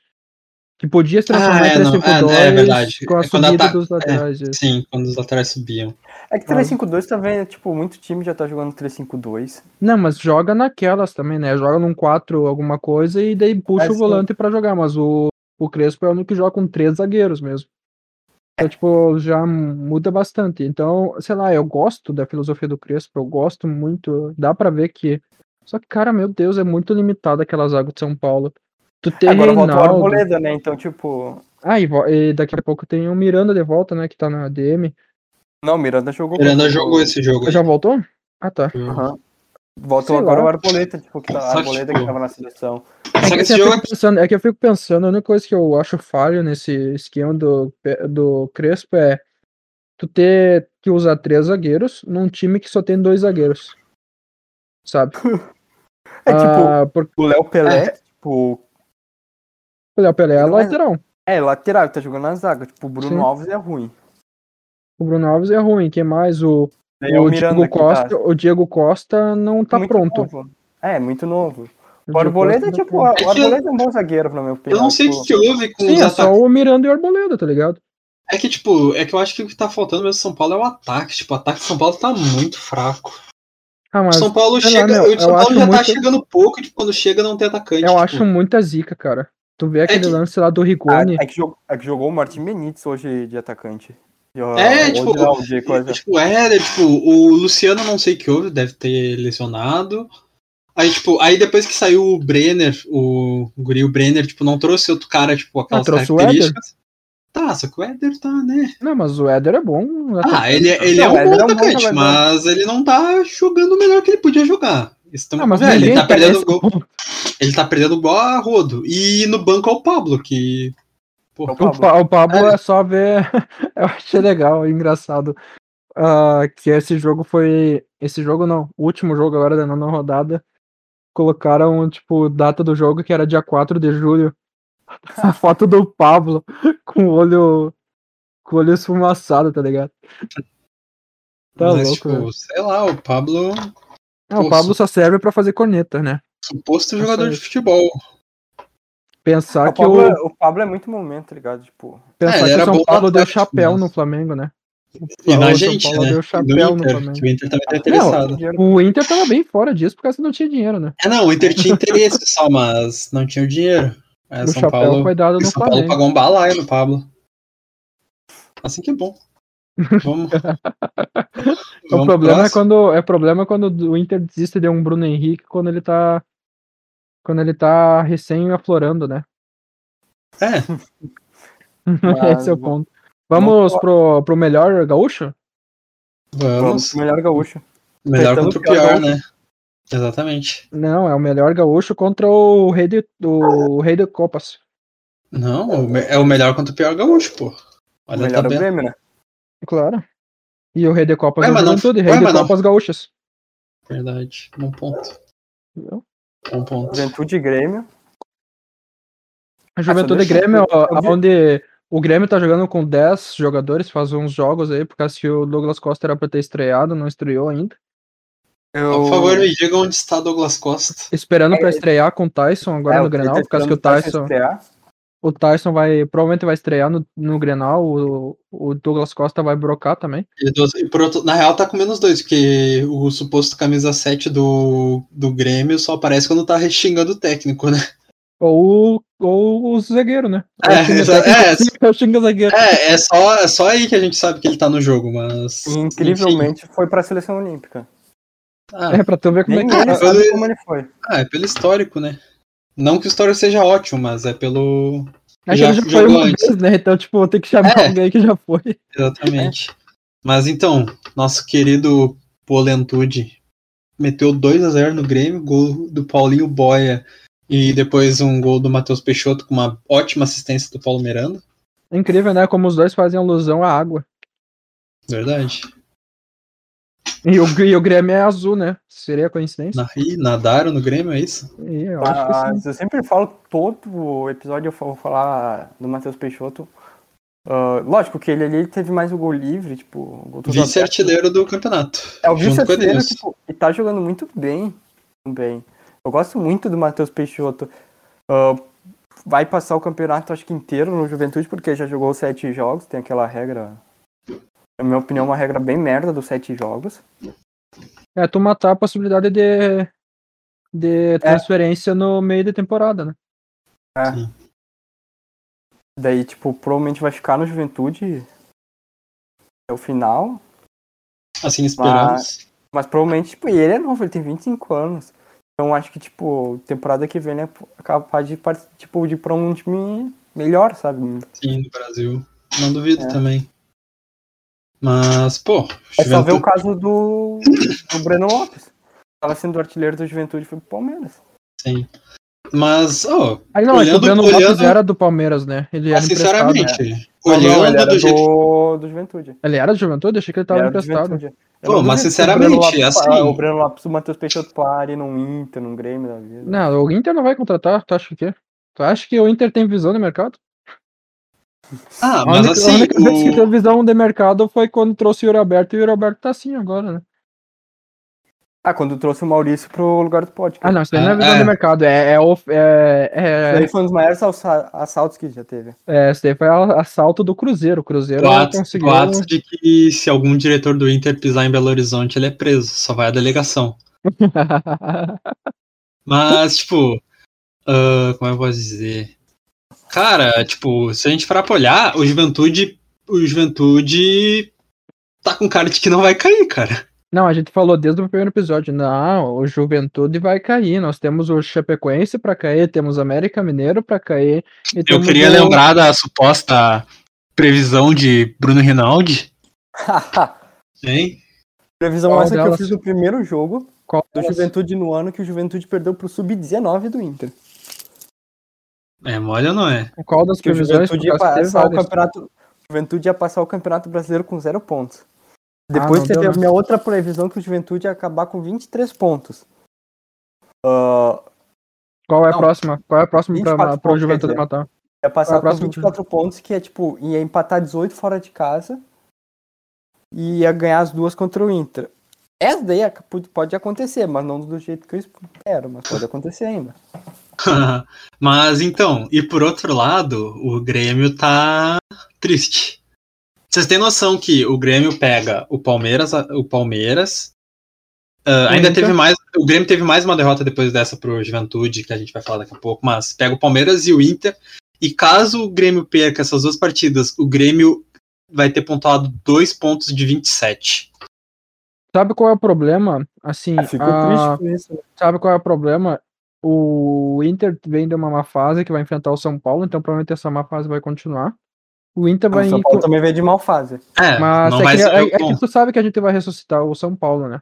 Que podia se transformar Ah, em é, não, 3-5-2 é, é verdade. com a É quando subida ataca- dos laterais. isso. Sim, quando os laterais subiam. É que Ah. 3-5-2 também, tipo, muito time já tá jogando 3-5-2. Não, mas joga naquelas também, né? Joga num 4 alguma coisa e daí puxa É, o sim. volante pra jogar. Mas o, o Crespo é o único que joga com três zagueiros mesmo. Então, tipo, já muda bastante. Então, sei lá, eu gosto da filosofia do Crespo, eu gosto muito. Dá pra ver que. Só que, cara, meu Deus, é muito limitado aquela zaga de São Paulo. Tu tem Agora voltou o Reinaldo. Arboleda, né? Então, tipo. Ah, e, vo- e daqui a pouco tem o Miranda de volta, né? Que tá na DM. Não, o Miranda jogou. Miranda jogou esse jogo. aí. Já voltou? Ah, tá. Aham. Sei Voltou agora lá. o Arboleta, tipo, que tá, Só que, Arboleta que tipo, tava na seleção. É que, Só que assim, esse eu jogo fico pensando, é que eu fico pensando, a única coisa que eu acho falho nesse esquema do, Pe- do Crespo é tu ter que usar três zagueiros num time que só tem dois zagueiros. Sabe? É tipo, Ah, porque o Léo É. Pelé, tipo. o Léo Pelé é Não, mas- lateral. É, lateral, tá jogando na zaga. Tipo, o Bruno Sim. Alves é ruim. O Bruno Alves é ruim. Quem mais? O, Daí é o Miranda Diego que Costa. tá O Diego Costa não tá muito pronto. novo. É, muito novo. O O Diego Costa Arboleda, não tá tipo, o pronto. que- Arboleda é um bom zagueiro, pra meu opinião. Eu não sei o tipo, que, que houve com os Sim, é ataques. só o Miranda e o Arboleda, tá ligado? É que, tipo, é que eu acho que o que tá faltando mesmo no São Paulo é o ataque. Tipo, o ataque do São Paulo tá muito fraco. Ah, O mas São Paulo sei lá, chega. meu, o São eu Paulo acho já tá muito- chegando pouco, tipo, quando chega não tem atacante. eu tipo. é acho muita zica, cara. Tu vê aquele que- lance lá do ah, Rigoni. é, que jogou, é que jogou o Martin Benítez hoje de atacante. É, tipo, de E, coisa. Tipo, é, né, tipo, o Luciano não sei o que houve, deve ter lesionado. Aí, tipo, aí depois que saiu o Brenner, o guri, o Brenner, tipo, não trouxe outro cara, tipo, aquelas Ah, trouxe o características. Tá, só que o Éder tá, né? Não, mas o Éder é bom. Ah, ele, ele Não, é o um Éder bom é um bom atacante, jogador. mas ele não tá jogando o melhor que ele podia jogar. Estamos, Ah, mas velho, ele ninguém tá pega perdendo esse gol. ponto. Ele tá perdendo gol a rodo. E no banco é o Pablo, que. Pô, Opa. É O, Pa- o Pablo é só ver. Eu achei legal, é engraçado. ah, que esse jogo foi. Esse jogo não, o último jogo agora da nona rodada. Colocaram, tipo, data do jogo que era dia 4 de julho. A foto do Pablo com o olho. Com o olho esfumaçado, tá ligado? Tá mas, louco, velho. tipo, sei lá, o Pablo, Ah, o Pablo só serve pra fazer corneta, né? suposto Nossa, jogador de isso. futebol. Pensar O que o, Pablo, é- o Pablo é muito momento, tá ligado? Tipo, pensar É, ele que o era São bom Paulo deu atacante, chapéu no mas- Flamengo, né? E na O São gente, Paulo né? deu E chapéu no no Inter, Flamengo. que o Inter também tá não, interessado. É, O Inter tava bem fora disso porque você não tinha dinheiro, né? É, não, o Inter tinha interesse só, mas não tinha o dinheiro. É, O São chapéu Paulo, foi dado no São Paulo Flamengo. pagou um balaio no Pablo. Assim que é bom. Vamos. o problema é quando é problema é quando o Inter desiste de um Bruno Henrique quando ele tá quando ele tá recém aflorando, né? é Ah, Mas Esse é o vamos- ponto. Vamos vamos- pro, pro melhor gaúcho? vamos. vamos, melhor gaúcho. Melhor Tentando contra o pior, pior, né? Exatamente. Não, é o melhor gaúcho contra o rei de, o rei de copas. Não, o me- é o melhor contra o pior gaúcho, pô. O Olha a melhor é o tabela. Grêmio, né? Claro. E o rei de copas Ué, é o mas não- Juventude, ué, rei de mas não- copas gaúchas. Verdade. Bom ponto. Entendeu? Bom ponto. Juventude e Grêmio. A Juventude deixa eu- Grêmio, eu vi- onde o Grêmio tá jogando com 10 jogadores, faz uns jogos aí, por causa que o Douglas Costa era pra ter estreado, não estreou ainda. Eu... é Por favor, me diga onde está Douglas Costa. Esperando pra estrear com o Tyson agora É, no ele tá Grenal, por causa que o esperando Tyson, estrear. o Tyson vai, provavelmente vai estrear no, no Grenal, o, o Douglas Costa vai brocar também. E do- e por outro- na real tá com menos dois, porque o suposto camisa 7 do, do Grêmio só aparece quando tá xingando o técnico, né? Ou, ou o zagueiro, né? Ou É, o time exa- técnico, é, sim, eu xingo o zagueiro. É, é só, é só aí que a gente sabe que ele tá no jogo, mas. enfim. Incrivelmente foi pra seleção olímpica. Ah, É, pra tu ver como é Nem que ele mas sabe ele- como ele foi. ah, é pelo histórico, né? Não que o Story seja ótimo, mas é pelo. Acho Já É que já foi jogou uma antes. vez, né? Então, tipo, vou ter que chamar É. alguém que já foi. Exatamente. Mas então, nosso querido Polentude meteu 2 a 0 no Grêmio, gol do Paulinho Boia e depois um gol do Matheus Peixoto com uma ótima assistência do Paulo Miranda. É incrível, né? Como os dois fazem alusão à água. Verdade. E o, e o Grêmio é azul, né? Seria coincidência? Na- Ih, nadaram no Grêmio, é isso? E eu acho que sim. Mas Ah, eu sempre falo, todo episódio eu vou falar do Matheus Peixoto. Ah, lógico que ele ali ele teve mais o gol livre, tipo, o gol todo aberto. Vice-artilheiro do campeonato. É o junto com o vice-artilheiro, Edenilson. tipo, e tá jogando muito bem também. Eu gosto muito do Matheus Peixoto. Ah, vai passar o campeonato, acho que inteiro no Juventude, porque já jogou sete jogos, tem aquela regra. Na minha opinião, uma regra bem merda dos sete jogos. É tu matar a possibilidade de, de transferência no meio da temporada, né? É. Sim. Daí, tipo, provavelmente vai ficar no Juventude até o final. Assim esperamos. Mas provavelmente, tipo, ele é novo, ele tem 25 anos. Então acho que, tipo, temporada que vem ele é capaz de partir, tipo, de ir pra um time melhor, sabe? Sim, no Brasil. Não duvido É. também. Mas, pô, É só ver o Juventude caso do, do Breno Lopes. Tava sendo artilheiro do Juventude foi pro Palmeiras. sim. Mas, ó, Aí não, é que o Olhando- Breno Lopes olhando- Ah, era do Palmeiras, né? Ele era emprestado. né? sinceramente, Não, olhando não, ele era do jeito do, do Juventude. Ele era de juventude? Achei que ele Ele tava era do emprestado. Juventude. Pô, Eu não mas duvido que sinceramente, o Breno Lopes, assim- ah, O Breno Lopes, o Matheus Peixoto pare num Inter, num Grêmio da vida. Não, o Inter não vai contratar, tu acha que quê? Tu acha que o Inter tem visão de mercado? Ah, a mas única, a assim, única vez que teve visão de mercado foi quando trouxe o Yuri Alberto e o Yuri Alberto tá assim agora, né? Ah, quando trouxe o Maurício pro lugar do podcast. Ah, não, isso daí não é Ah, visão é. de mercado, é. é, of- é, é, Ele foi um dos maiores alça- assaltos que já teve. é, isso daí foi a- assalto do Cruzeiro. O Cruzeiro boatos, conseguiu. boatos de que se algum diretor do Inter pisar em Belo Horizonte, ele é preso, só vai a delegação. Mas, tipo, ah, como eu posso dizer? Cara, tipo, se a gente parar pra olhar, o Juventude, o Juventude tá com cara de que não vai cair, cara. Não, a gente falou desde o primeiro episódio. Não, o Juventude vai cair. Nós temos o Chapecoense pra cair, temos América Mineiro pra cair. e Eu temos queria o- lembrar da suposta previsão de Bruno Rinaldi, hein? Previsão Qual essa que eu delas? fiz o primeiro jogo Qual do delas? Juventude no ano que o Juventude perdeu pro Sub-19 do Inter. É mole ou não é? Qual das Que o previsões? Juventude ia Por causa que teve passar o várias. campeonato. Juventude ia passar o campeonato brasileiro com zero pontos. Ah, Depois não teve deu, a né? minha outra previsão que o Juventude ia acabar com 23 pontos. Ah, Qual é a Não. próxima? Qual é a próxima 24 pra, pro pontos, Juventude quer dizer. matar? ia passar com Ah, próximo. 24 pontos, que é tipo, ia empatar 18 fora de casa e ia ganhar as duas contra o Inter. Essa daí é- pode acontecer, mas não do jeito que eu espero, mas pode acontecer ainda. Mas então, e por outro lado, o Grêmio tá triste. Vocês têm noção que o Grêmio pega o Palmeiras, o Palmeiras. ah, ainda Inter. teve mais, o Grêmio teve mais uma derrota depois dessa pro Juventude, que a gente vai falar daqui a pouco, mas pega o Palmeiras e o Inter. E caso o Grêmio perca essas duas partidas, o Grêmio vai ter pontuado dois pontos de 27. Sabe qual é o problema? Assim, Ficou a- Ah, triste com isso. né? sabe qual é o problema? O Inter vem de uma má fase que vai enfrentar o São Paulo, então provavelmente essa má fase vai continuar. O Inter O vai. São Paulo também veio de mal fase. É, Mas não é, vai que, ser é- o é que bom. tu sabe que a gente vai ressuscitar o São Paulo, né?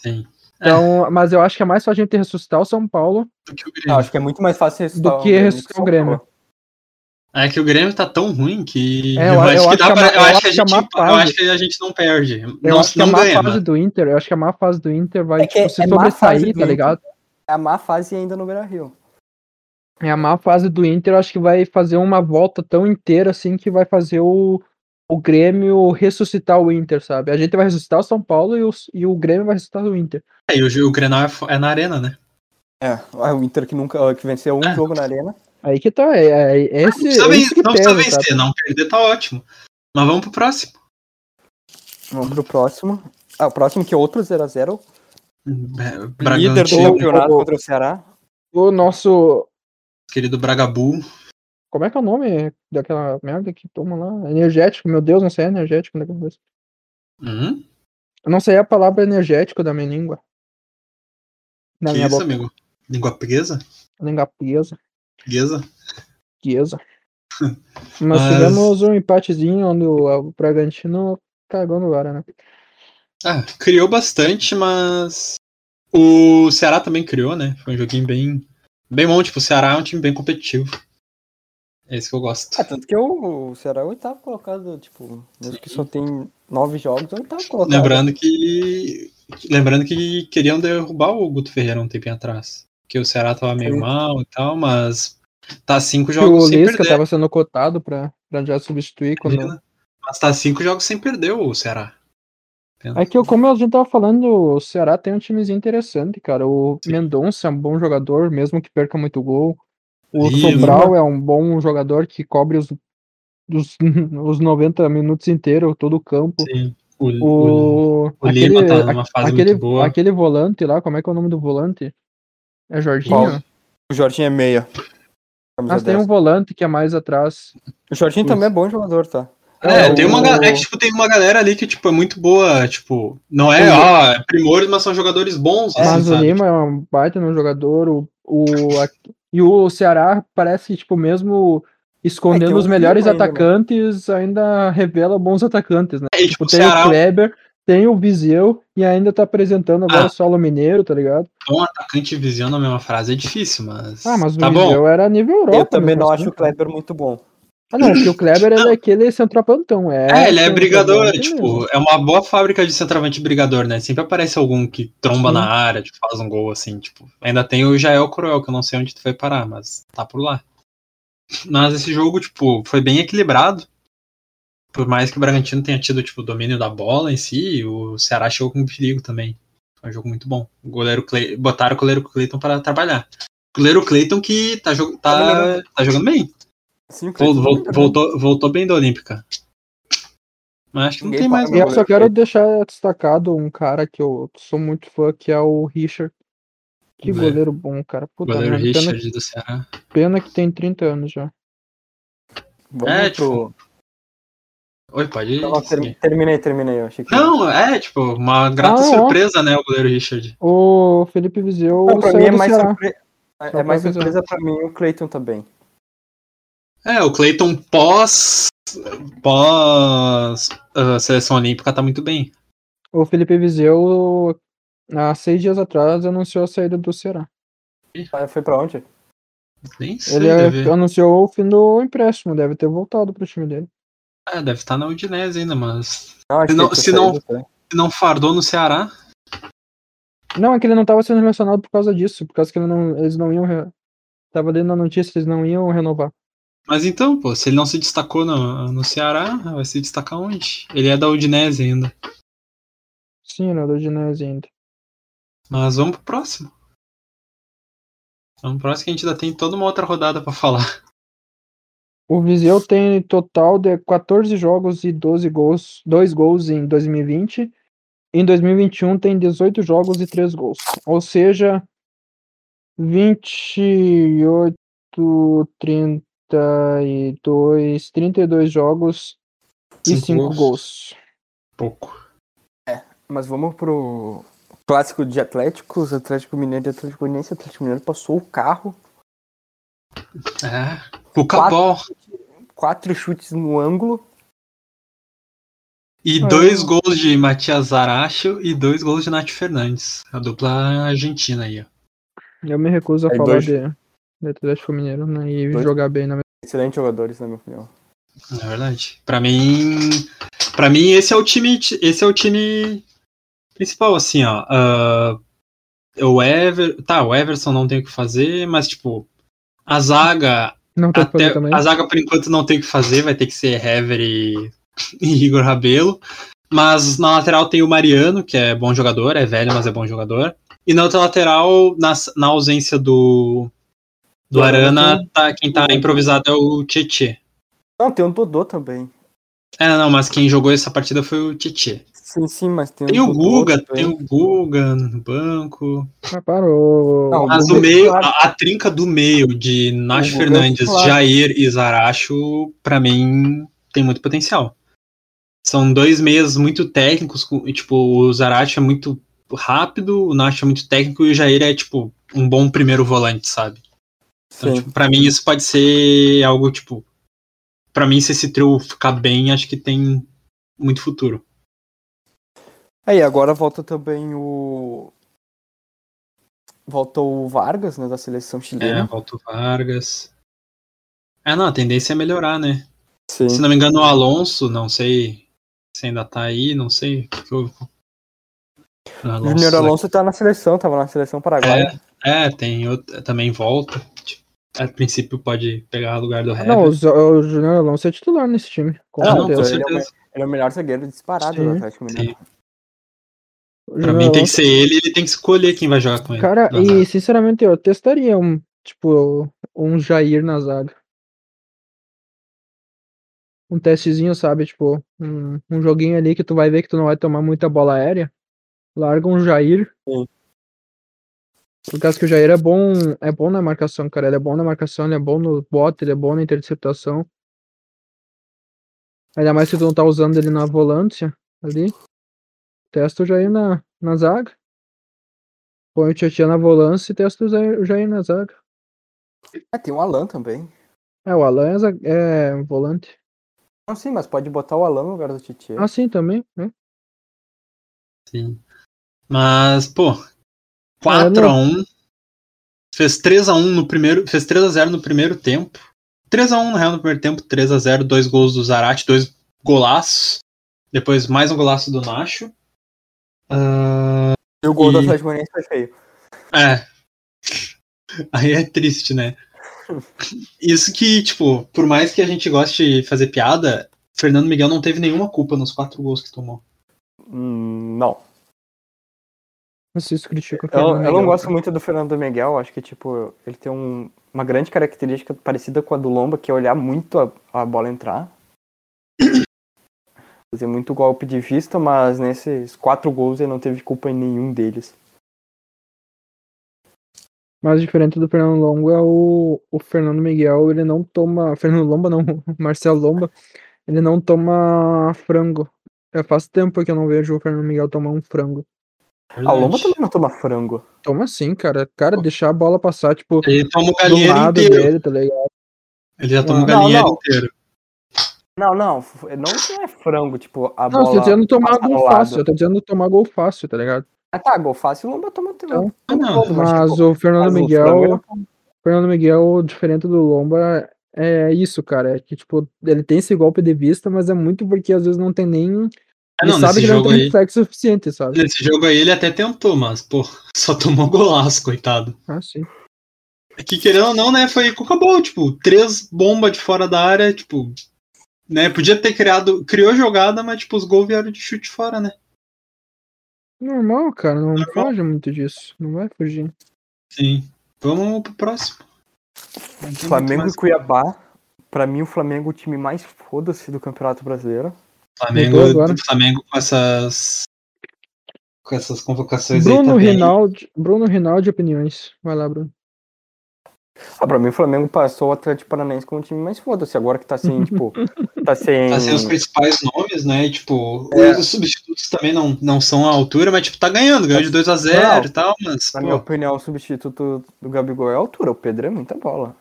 Sim. Então, mas eu acho que é mais fácil a gente ressuscitar o São Paulo. do que o Eu Ah, Grêmio. acho que é muito mais fácil ressuscitar Do que o Grêmio ressuscitar São o Grêmio. Paulo. É que o Grêmio tá tão ruim que É, eu- eu eu, acho que acho que dá a pra. má- Eu eu acho acho que a que a gente- má eu fase- acho que a gente não perde. Eu não acho que a não má ganha, né? fase mas- do Inter, eu acho que a má fase do Inter vai É que tipo, se é má fase sobressair, do tá Inter. ligado? É a má fase ainda no Beira Rio. É a má fase do Inter, eu acho que vai fazer uma volta tão inteira assim que vai fazer o, o Grêmio ressuscitar o Inter, sabe? A gente vai ressuscitar o São Paulo e o, e o Grêmio vai ressuscitar o Inter. É, e o, o Grenal é, fo- é na arena, né? É, o Inter que nunca que venceu um jogo na arena. Aí que tá, é, é- é esse, Não precisa, é ven- isso que não precisa pesa, vencer, sabe? não perder tá ótimo. Mas vamos pro próximo. Vamos pro próximo. Ah, o próximo que é outro 0x0. É, Líder do Bragantino, campeonato contra o Ceará. O nosso, querido Bragabu. como é que é o nome daquela merda que toma lá? Energético, meu Deus, não sei, energético, né? Eu Hum, não sei a palavra energético da minha língua. Na que minha isso, boca. amigo? Língua presa? Língua presa. Presa? Chiesa. Mas Mas- tivemos um empatezinho onde o o Bragantino cagou no vara, né? Ah, criou bastante, mas. O Ceará também criou, né? Foi um joguinho bem. Bem bom, tipo, o Ceará é um time bem competitivo. É isso que eu gosto. Ah, tanto que o, o Ceará é o oitavo colocado, tipo, acho que só tem nove jogos, é o oitavo colocado. Lembrando que. Lembrando que queriam derrubar o Guto Ferreira um tempinho atrás. Que o Ceará tava meio Sim. mal e tal, mas. Tá cinco Que o jogos sem Lisca perder. tava sendo cotado pra, pra já substituir quando. né? Mas tá cinco jogos sem perder o Ceará. É que, como a gente tava falando, o Ceará tem um timezinho interessante, cara. O Sim. Mendonça é um bom jogador, mesmo que perca muito gol. O Ih, Sobral é um bom jogador que cobre os, os, os 90 minutos inteiros, todo o campo. Sim. O, o- O, o aquele, Lima tá numa fase aquele, muito boa. aquele volante lá, como é que é o nome do volante? É Jorginho? Qual? O Jorginho é meia. Camisa Mas tem 10. um volante que é mais atrás. O Jorginho também é bom jogador, tá? É, o- tem uma, ga- é que, tipo, tem uma galera ali que, tipo, é muito boa, tipo, não é, O- ó, é primores, mas são jogadores bons, assim, Mas o sabe? Lima é um baita no jogador. O, o, a- e o Ceará parece, tipo, mesmo É, escondendo tem os o melhores Lima ainda, né? atacantes, ainda revela bons atacantes, né? É, e, tipo, o tem Ceará o Kleber, tem o Viseu e ainda tá apresentando agora Ah. só o Mineiro, tá ligado? é um atacante vizinho na mesma frase, é difícil, mas, Ah, mas o tá Viseu bom. era nível Europa. eu também né, não mas- acho o Kleber muito bom. Ah, não, porque o Kleber ele é aquele centroavantão. É, É, ele é brigador, centroavante mesmo. tipo, é uma boa fábrica de centroavante brigador, né? Sempre aparece algum que tromba Sim. na área, tipo, faz um gol, assim, tipo, ainda tem o Jael Cruel, que eu não sei onde tu vai parar, mas tá por lá. Mas esse jogo, tipo, foi bem equilibrado. Por mais que o Bragantino tenha tido, tipo, o domínio da bola em si, o Ceará chegou com perigo também. Foi um jogo muito bom. O goleiro Cle... Botaram o goleiro Cleiton para trabalhar. O goleiro Cleiton que tá, jo- tá... tá jogando bem. Sim, o Vol- Cleiton vol- muito bom. voltou, voltou bem da Olímpica. Mas acho que não Ninguém tem mais. para E nada. eu só quero deixar destacado um cara que eu sou muito fã, que é o Richard. Que Goleiro. goleiro bom, cara. Puta Goleiro merda. Pena, Richard do Ceará. pena que tem 30 anos já. Vamos É, pro- Oi, pode Não, ter- seguir. Terminei, terminei, eu achei que... Não, é, tipo, uma grata Ah, ó. surpresa, né, o goleiro Richard. O Felipe Viseu Não, pra saiu mim é do mais, Ceará. surpre... é é pra mais avisar. surpresa pra mim o Cleiton também. É, o Clayton pós. pós. ah, seleção olímpica tá muito bem. um- O Felipe Viseu, há seis dias atrás, anunciou a saída do Ceará. Ah, Foi pra onde? Nem sei, Ele é deve. anunciou o fim do empréstimo, deve ter voltado pro time dele. É, deve estar na Udinese ainda, mas. Não, acho Se não- que ele se tá não- saindo, tá? Se não fardou no Ceará. Não, é que ele não tava sendo relacionado por causa disso, por causa que ele não- eles não iam. Re... Tava lendo a notícia, eles não iam renovar. Mas então, pô, se ele não se destacou no, no Ceará, vai se destacar onde? Ele é da Udinese ainda. Sim, ele é do Udinese ainda. Mas vamos pro próximo. Vamos pro próximo que a gente ainda tem toda uma outra rodada pra falar. O Viseu tem total de 14 jogos e 12 gols, 2 gols em 2020. Em 2021 tem 18 jogos e 3 gols. Ou seja, 28, 32, 32 jogos e Cinco 5 gols. gols. Pouco. Mas vamos pro clássico de Atléticos, Atlético Mineiro e Atlético Goianiense. Atlético Mineiro passou o carro, É. O Cabol. quatro chutes no ângulo. E É. dois gols de Matias Zaracho e dois gols de Nath Fernandes. A dupla argentina aí, ó. Eu me recuso a É, Aí falar dois- de, de Atlético Mineiro né, e Dois- jogar bem na Excelentes jogadores, na minha opinião. Na é verdade. Pra mim. para mim, esse é o time. Esse é o time principal, assim, ó. Ah, o Ever. Tá, o Everson não tem o que fazer, mas, tipo, a zaga, Não tem o que Até- fazer também. a zaga, por enquanto, não tem o que fazer, vai ter que ser Hever e, e Igor Rabelo. Mas na lateral tem o Mariano, que é bom jogador, é velho, mas é bom jogador. E na outra lateral, na, na ausência do, do Do Arana, Arana, tá- quem tá improvisado é o Tietê. Não, tem o Dodô também. É, não, mas quem jogou essa partida foi o Tietê. Sim, sim, mas tem, Tem o Dodô Guga, né? também. tem o Guga no banco. Ah, parou. Não, Mas Guga o é meio, titular. a, a trinca do meio de Nath Guga é Fernandes, titular. Jair e Zaracho, pra mim, tem muito potencial. São dois meias muito técnicos, com- e, tipo, o Zaracho é muito rápido, o Nacho é muito técnico e o Jair é, tipo, um bom primeiro volante, sabe? Então, Sim. tipo, pra mim isso pode ser algo, tipo. Pra mim, se esse trio ficar bem, acho que tem muito futuro. Aí agora volta também o. Volta o Vargas, né, da seleção É, chilena. volta o Vargas. É, não, a tendência é melhorar, né? Sim. Se não me engano, o Alonso, não sei se ainda tá aí, não sei. o que que houve com- O O Júnior Alonso tá na seleção, tava na seleção paraguaia. É, tem outra, também volta. Tipo, a princípio pode pegar o lugar do Hever. Ah, Não, o, Z- o Junior Alonso é titular nesse time. Com Ah, certeza. não, com ele é o certeza. Ele é o melhor zagueiro disparado Sim. do Atlético Mineiro. O Pra Júnior mim tem que Alonso- ser ele, ele tem que escolher quem vai jogar com ele. Cara, na e zaga. sinceramente eu testaria um, tipo, um Jair na zaga. Um testezinho, sabe? Tipo, um, um joguinho ali que tu vai ver que tu não vai tomar muita bola aérea. Larga um Jair. Sim. Por causa que o Jair é bom, é bom na marcação, cara. Ele é bom na marcação, ele é bom no bote, ele é bom na interceptação. Ainda mais se tu não tá usando ele na volância ali. Testa o Jair na, na zaga. Põe o Tietchan na volância e testa o Zé- o Jair na zaga. Ah, tem o Alan também. É, o Alan é, za- é um volante. Não, sim, mas pode botar o Alan no lugar do Tietchan. Ah, sim, também, né? Sim. Mas, pô, É, 4x1. Fez 3x1 no primeiro. Fez 3x0 no primeiro tempo. 3x1, na real, no primeiro tempo, 3x0, dois gols do Zarate, dois golaços. Depois mais um golaço do Nacho. E o gol do E- Atlético Mineiro foi feio. É. Aí é triste, né? Isso que, tipo, por mais que a gente goste de fazer piada, Fernando Miguel não teve nenhuma culpa nos quatro gols que tomou. Hum, não. Vocês criticam o Eu, Fernando eu não Miguel. gosto muito do Fernando Miguel, acho que tipo, ele tem um- uma grande característica parecida com a do Lomba, que é olhar muito a, a bola entrar. Fazer muito golpe de vista, mas nesses quatro gols ele não teve culpa em nenhum deles. Mas diferente do Fernando Longo é o, o Fernando Miguel, ele não toma. Fernando Lomba não, Marcelo Lomba, ele não toma frango. Já faz tempo que eu não vejo o Fernando Miguel tomar um frango. Ah, A Ah, Lomba também não toma frango. Toma sim, cara. Cara, deixar a bola passar, tipo, Ele toma o do galinheiro lado inteiro. dele, tá ligado? Ele já toma o Não, galinheiro não. inteiro. Não, não, f- não que é frango, tipo, a Não, bola. eu tô dizendo tomar passa no gol lado. fácil, eu tô dizendo tomar gol fácil, tá ligado? Ah, tá, gol fácil, o Lomba toma também. Não, Ah, não. Mas, Mas tipo, o Fernando mas o Miguel. frango ele não- Fernando Miguel, diferente do Lomba, é isso, cara. É que, tipo, ele tem esse golpe de vista, mas é muito porque às vezes não tem nem. Ah, ele não, sabe nesse que não jogo tem aí. reflexo suficiente, sabe? Nesse jogo aí ele até tentou, mas, pô, só tomou golaço, coitado. Ah, sim. É Que querendo ou não, né, foi acabou, tipo, três bombas de fora da área, tipo, né, podia ter criado, criou jogada, mas, tipo, os gols vieram de chute fora, né? Normal, cara. Não Normal. foge muito disso. Não vai fugir. Sim. Vamos pro próximo. Não tem muito Flamengo mais e Cuiabá. Pra mim, o Flamengo é o time mais foda-se do Campeonato Brasileiro. Mudou Flamengo, agora. Flamengo com essas com essas convocações Bruno aí também. Rinaldi. Bruno Rinaldi Opiniões. Vai lá, Bruno. Ah, pra mim o Flamengo passou o Atlético Paranaense como um time mais foda-se. Agora que tá sem, tipo, tá sem. Tá sendo os principais nomes, né? E, Tipo, É. os substitutos também não, não são à altura, mas tipo, tá ganhando, ganhou de 2 a 0 Não. e tal, mas Na pô. minha opinião, o substituto do Gabigol é a altura. O Pedro é muita bola.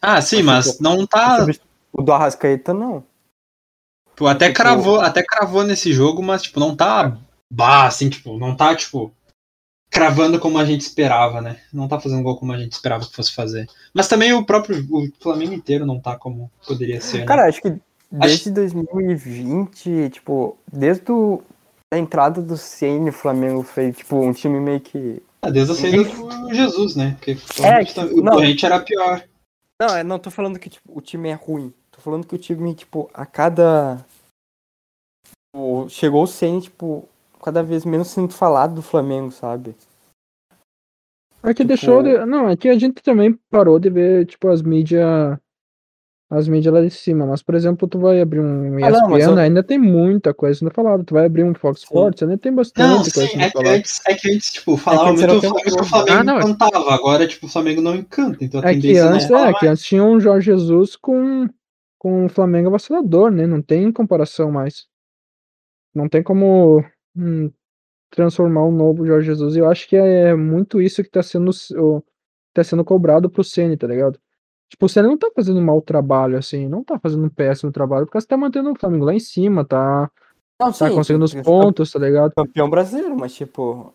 Ah, sim, Mas, mas tipo, não O, tá, substitu- o do Arrascaeta, não. tu até tipo- cravou, até cravou nesse jogo, mas tipo, não tá bah, assim, tipo, não tá tipo cravando como a gente esperava, né? Não tá fazendo gol como a gente esperava que fosse fazer. Mas também o próprio o Flamengo inteiro não tá como poderia ser. né? Cara, acho que desde 2020, tipo, desde o- a entrada do Ceni, o Flamengo fez, tipo, um time meio que. Ah, desde a saída do Jesus, né? Porque É, o- tipo, o não. corrente era pior. Não, eu não tô falando que tipo, o time é ruim. Tô falando que o time, tipo, a cada. o- Chegou o Senna, tipo, cada vez menos sendo falado do Flamengo, sabe? É que Tipo- deixou de... Não, é que a gente também parou de ver, tipo, as mídias. As mídias lá de cima, mas por exemplo, tu vai abrir um ESPN, Ah, não, mas eu- ainda tem muita coisa sendo falada. Tu vai abrir um Fox Sports, ainda tem bastante Não, coisa sim, sendo é que, falada. antes, é que antes, tipo, falava antes muito era o o tempo Flamengo, o todo. Flamengo Ah, não, é- encantava. Agora, tipo, o Flamengo não encanta. Então a É que tendência não é antes, falar é, mais. que antes tinha um Jorge Jesus com, com o Flamengo vacilador, né? Não tem comparação mais. Não tem como hum, transformar o novo Jorge Jesus. E eu acho que é muito isso que tá sendo, o- tá sendo cobrado pro Ceni, tá ligado? Tipo, o Ceni não tá fazendo um mau trabalho, assim, não tá fazendo um péssimo trabalho, porque você tá mantendo o Flamengo lá em cima, tá, Não, tá sim, conseguindo os ele foi pontos, tá ligado? Campeão brasileiro, mas tipo,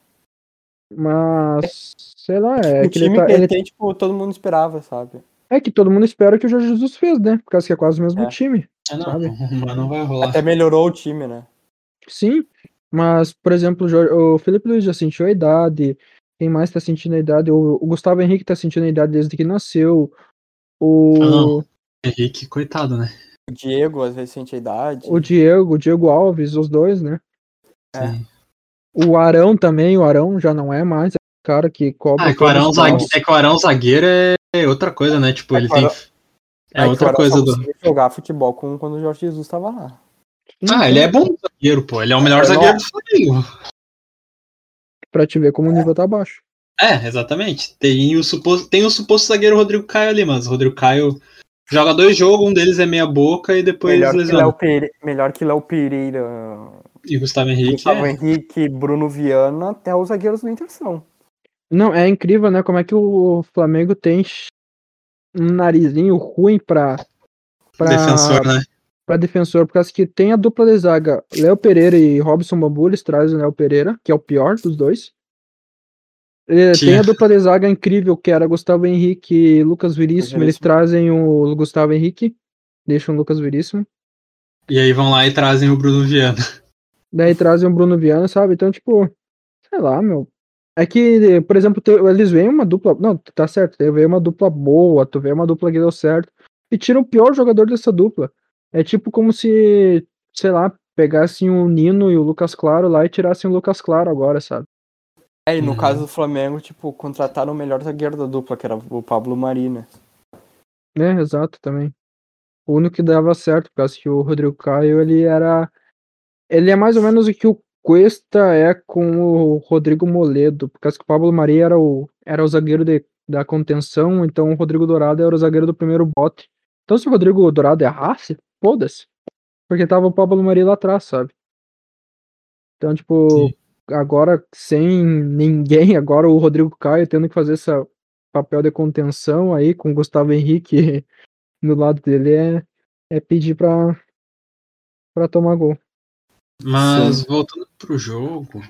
Mas, sei lá, é o que ele time tá- que ele ele- tem, tipo, todo mundo esperava, sabe? é que todo mundo espera o que o Jorge Jesus fez, né? Por causa que é quase o mesmo É. time. Ah, não, Sabe? mas não vai rolar. Até melhorou o time, né? Sim, mas, por exemplo, o Jor- o Felipe Luiz já sentiu a idade, quem mais tá sentindo a idade? O, o Gustavo Henrique tá sentindo a idade desde que nasceu, o, não. Henrique, coitado, né? O Diego, às vezes, sente a idade. o Diego, o Diego Alves, os dois, né? É. Sim. O Arão também, o Arão já não é mais o cara que cobra... Ah, é que o todos Arão os lados. zague- é que o Arão zagueiro é outra coisa, né? Tipo, É ele que o tem. Arão- É que o outra Arão um coisa só do. conseguiu jogar futebol com, quando o Jorge Jesus tava lá. Sim, Ah, sim, ele é bom zagueiro, pô. Ele é o melhor Eu zagueiro do Flamengo. Pra te ver como o nível tá baixo. É, exatamente. Tem o, suposto, tem o suposto zagueiro Rodrigo Caio ali, mas o Rodrigo Caio joga dois jogos, um deles é meia boca e depois Melhor que, lesiona. Léo Pereira, melhor que Léo Pereira, E Gustavo Henrique. Gustavo é. Henrique, Bruno Viana, até os zagueiros do Inter são. Não, é incrível, né? Como é que o Flamengo tem um narizinho ruim pra... pra Defensor, Ah. né? para defensor, por causa que tem a dupla de zaga, Léo Pereira e Robson Bambu, eles trazem o Léo Pereira, que é o pior dos dois. Eh, Sim. Tem a dupla de zaga incrível, que era Gustavo Henrique e Lucas Veríssimo, eles Veríssimo. trazem o Gustavo Henrique, deixam o Lucas Veríssimo, E aí vão lá e trazem o Bruno Viana. daí trazem o Bruno Viana, sabe? Então, tipo, sei lá, meu. É que, por exemplo, te- eles veem uma dupla, não, tá certo, tu vê uma dupla boa, tu vê uma dupla que deu certo, e tira o pior jogador dessa dupla. É tipo como se, sei lá, pegassem o Nino e o Lucas Claro lá e tirassem o Lucas Claro agora, sabe? É, e no Uhum. caso do Flamengo, tipo, contrataram o melhor zagueiro da dupla, que era o Pablo né? Marina. É, exato, também. O único que dava certo, por causa que o Rodrigo Caio, ele era. Ele é mais ou menos o que o Cuesta é com o Rodrigo Moledo, por causa que o Pablo Maria era o, era o zagueiro de, da contenção, então o Rodrigo Dourado era o zagueiro do primeiro bote. Então se o Rodrigo Dourado errasse, foda-se. Porque tava o Pablo Maria lá atrás, sabe? Então, tipo, Sim. agora sem ninguém, agora o Rodrigo Caio tendo que fazer esse papel de contenção aí com o Gustavo Henrique no lado dele é, é pedir pra, pra tomar gol. Mas Sim. voltando pro jogo,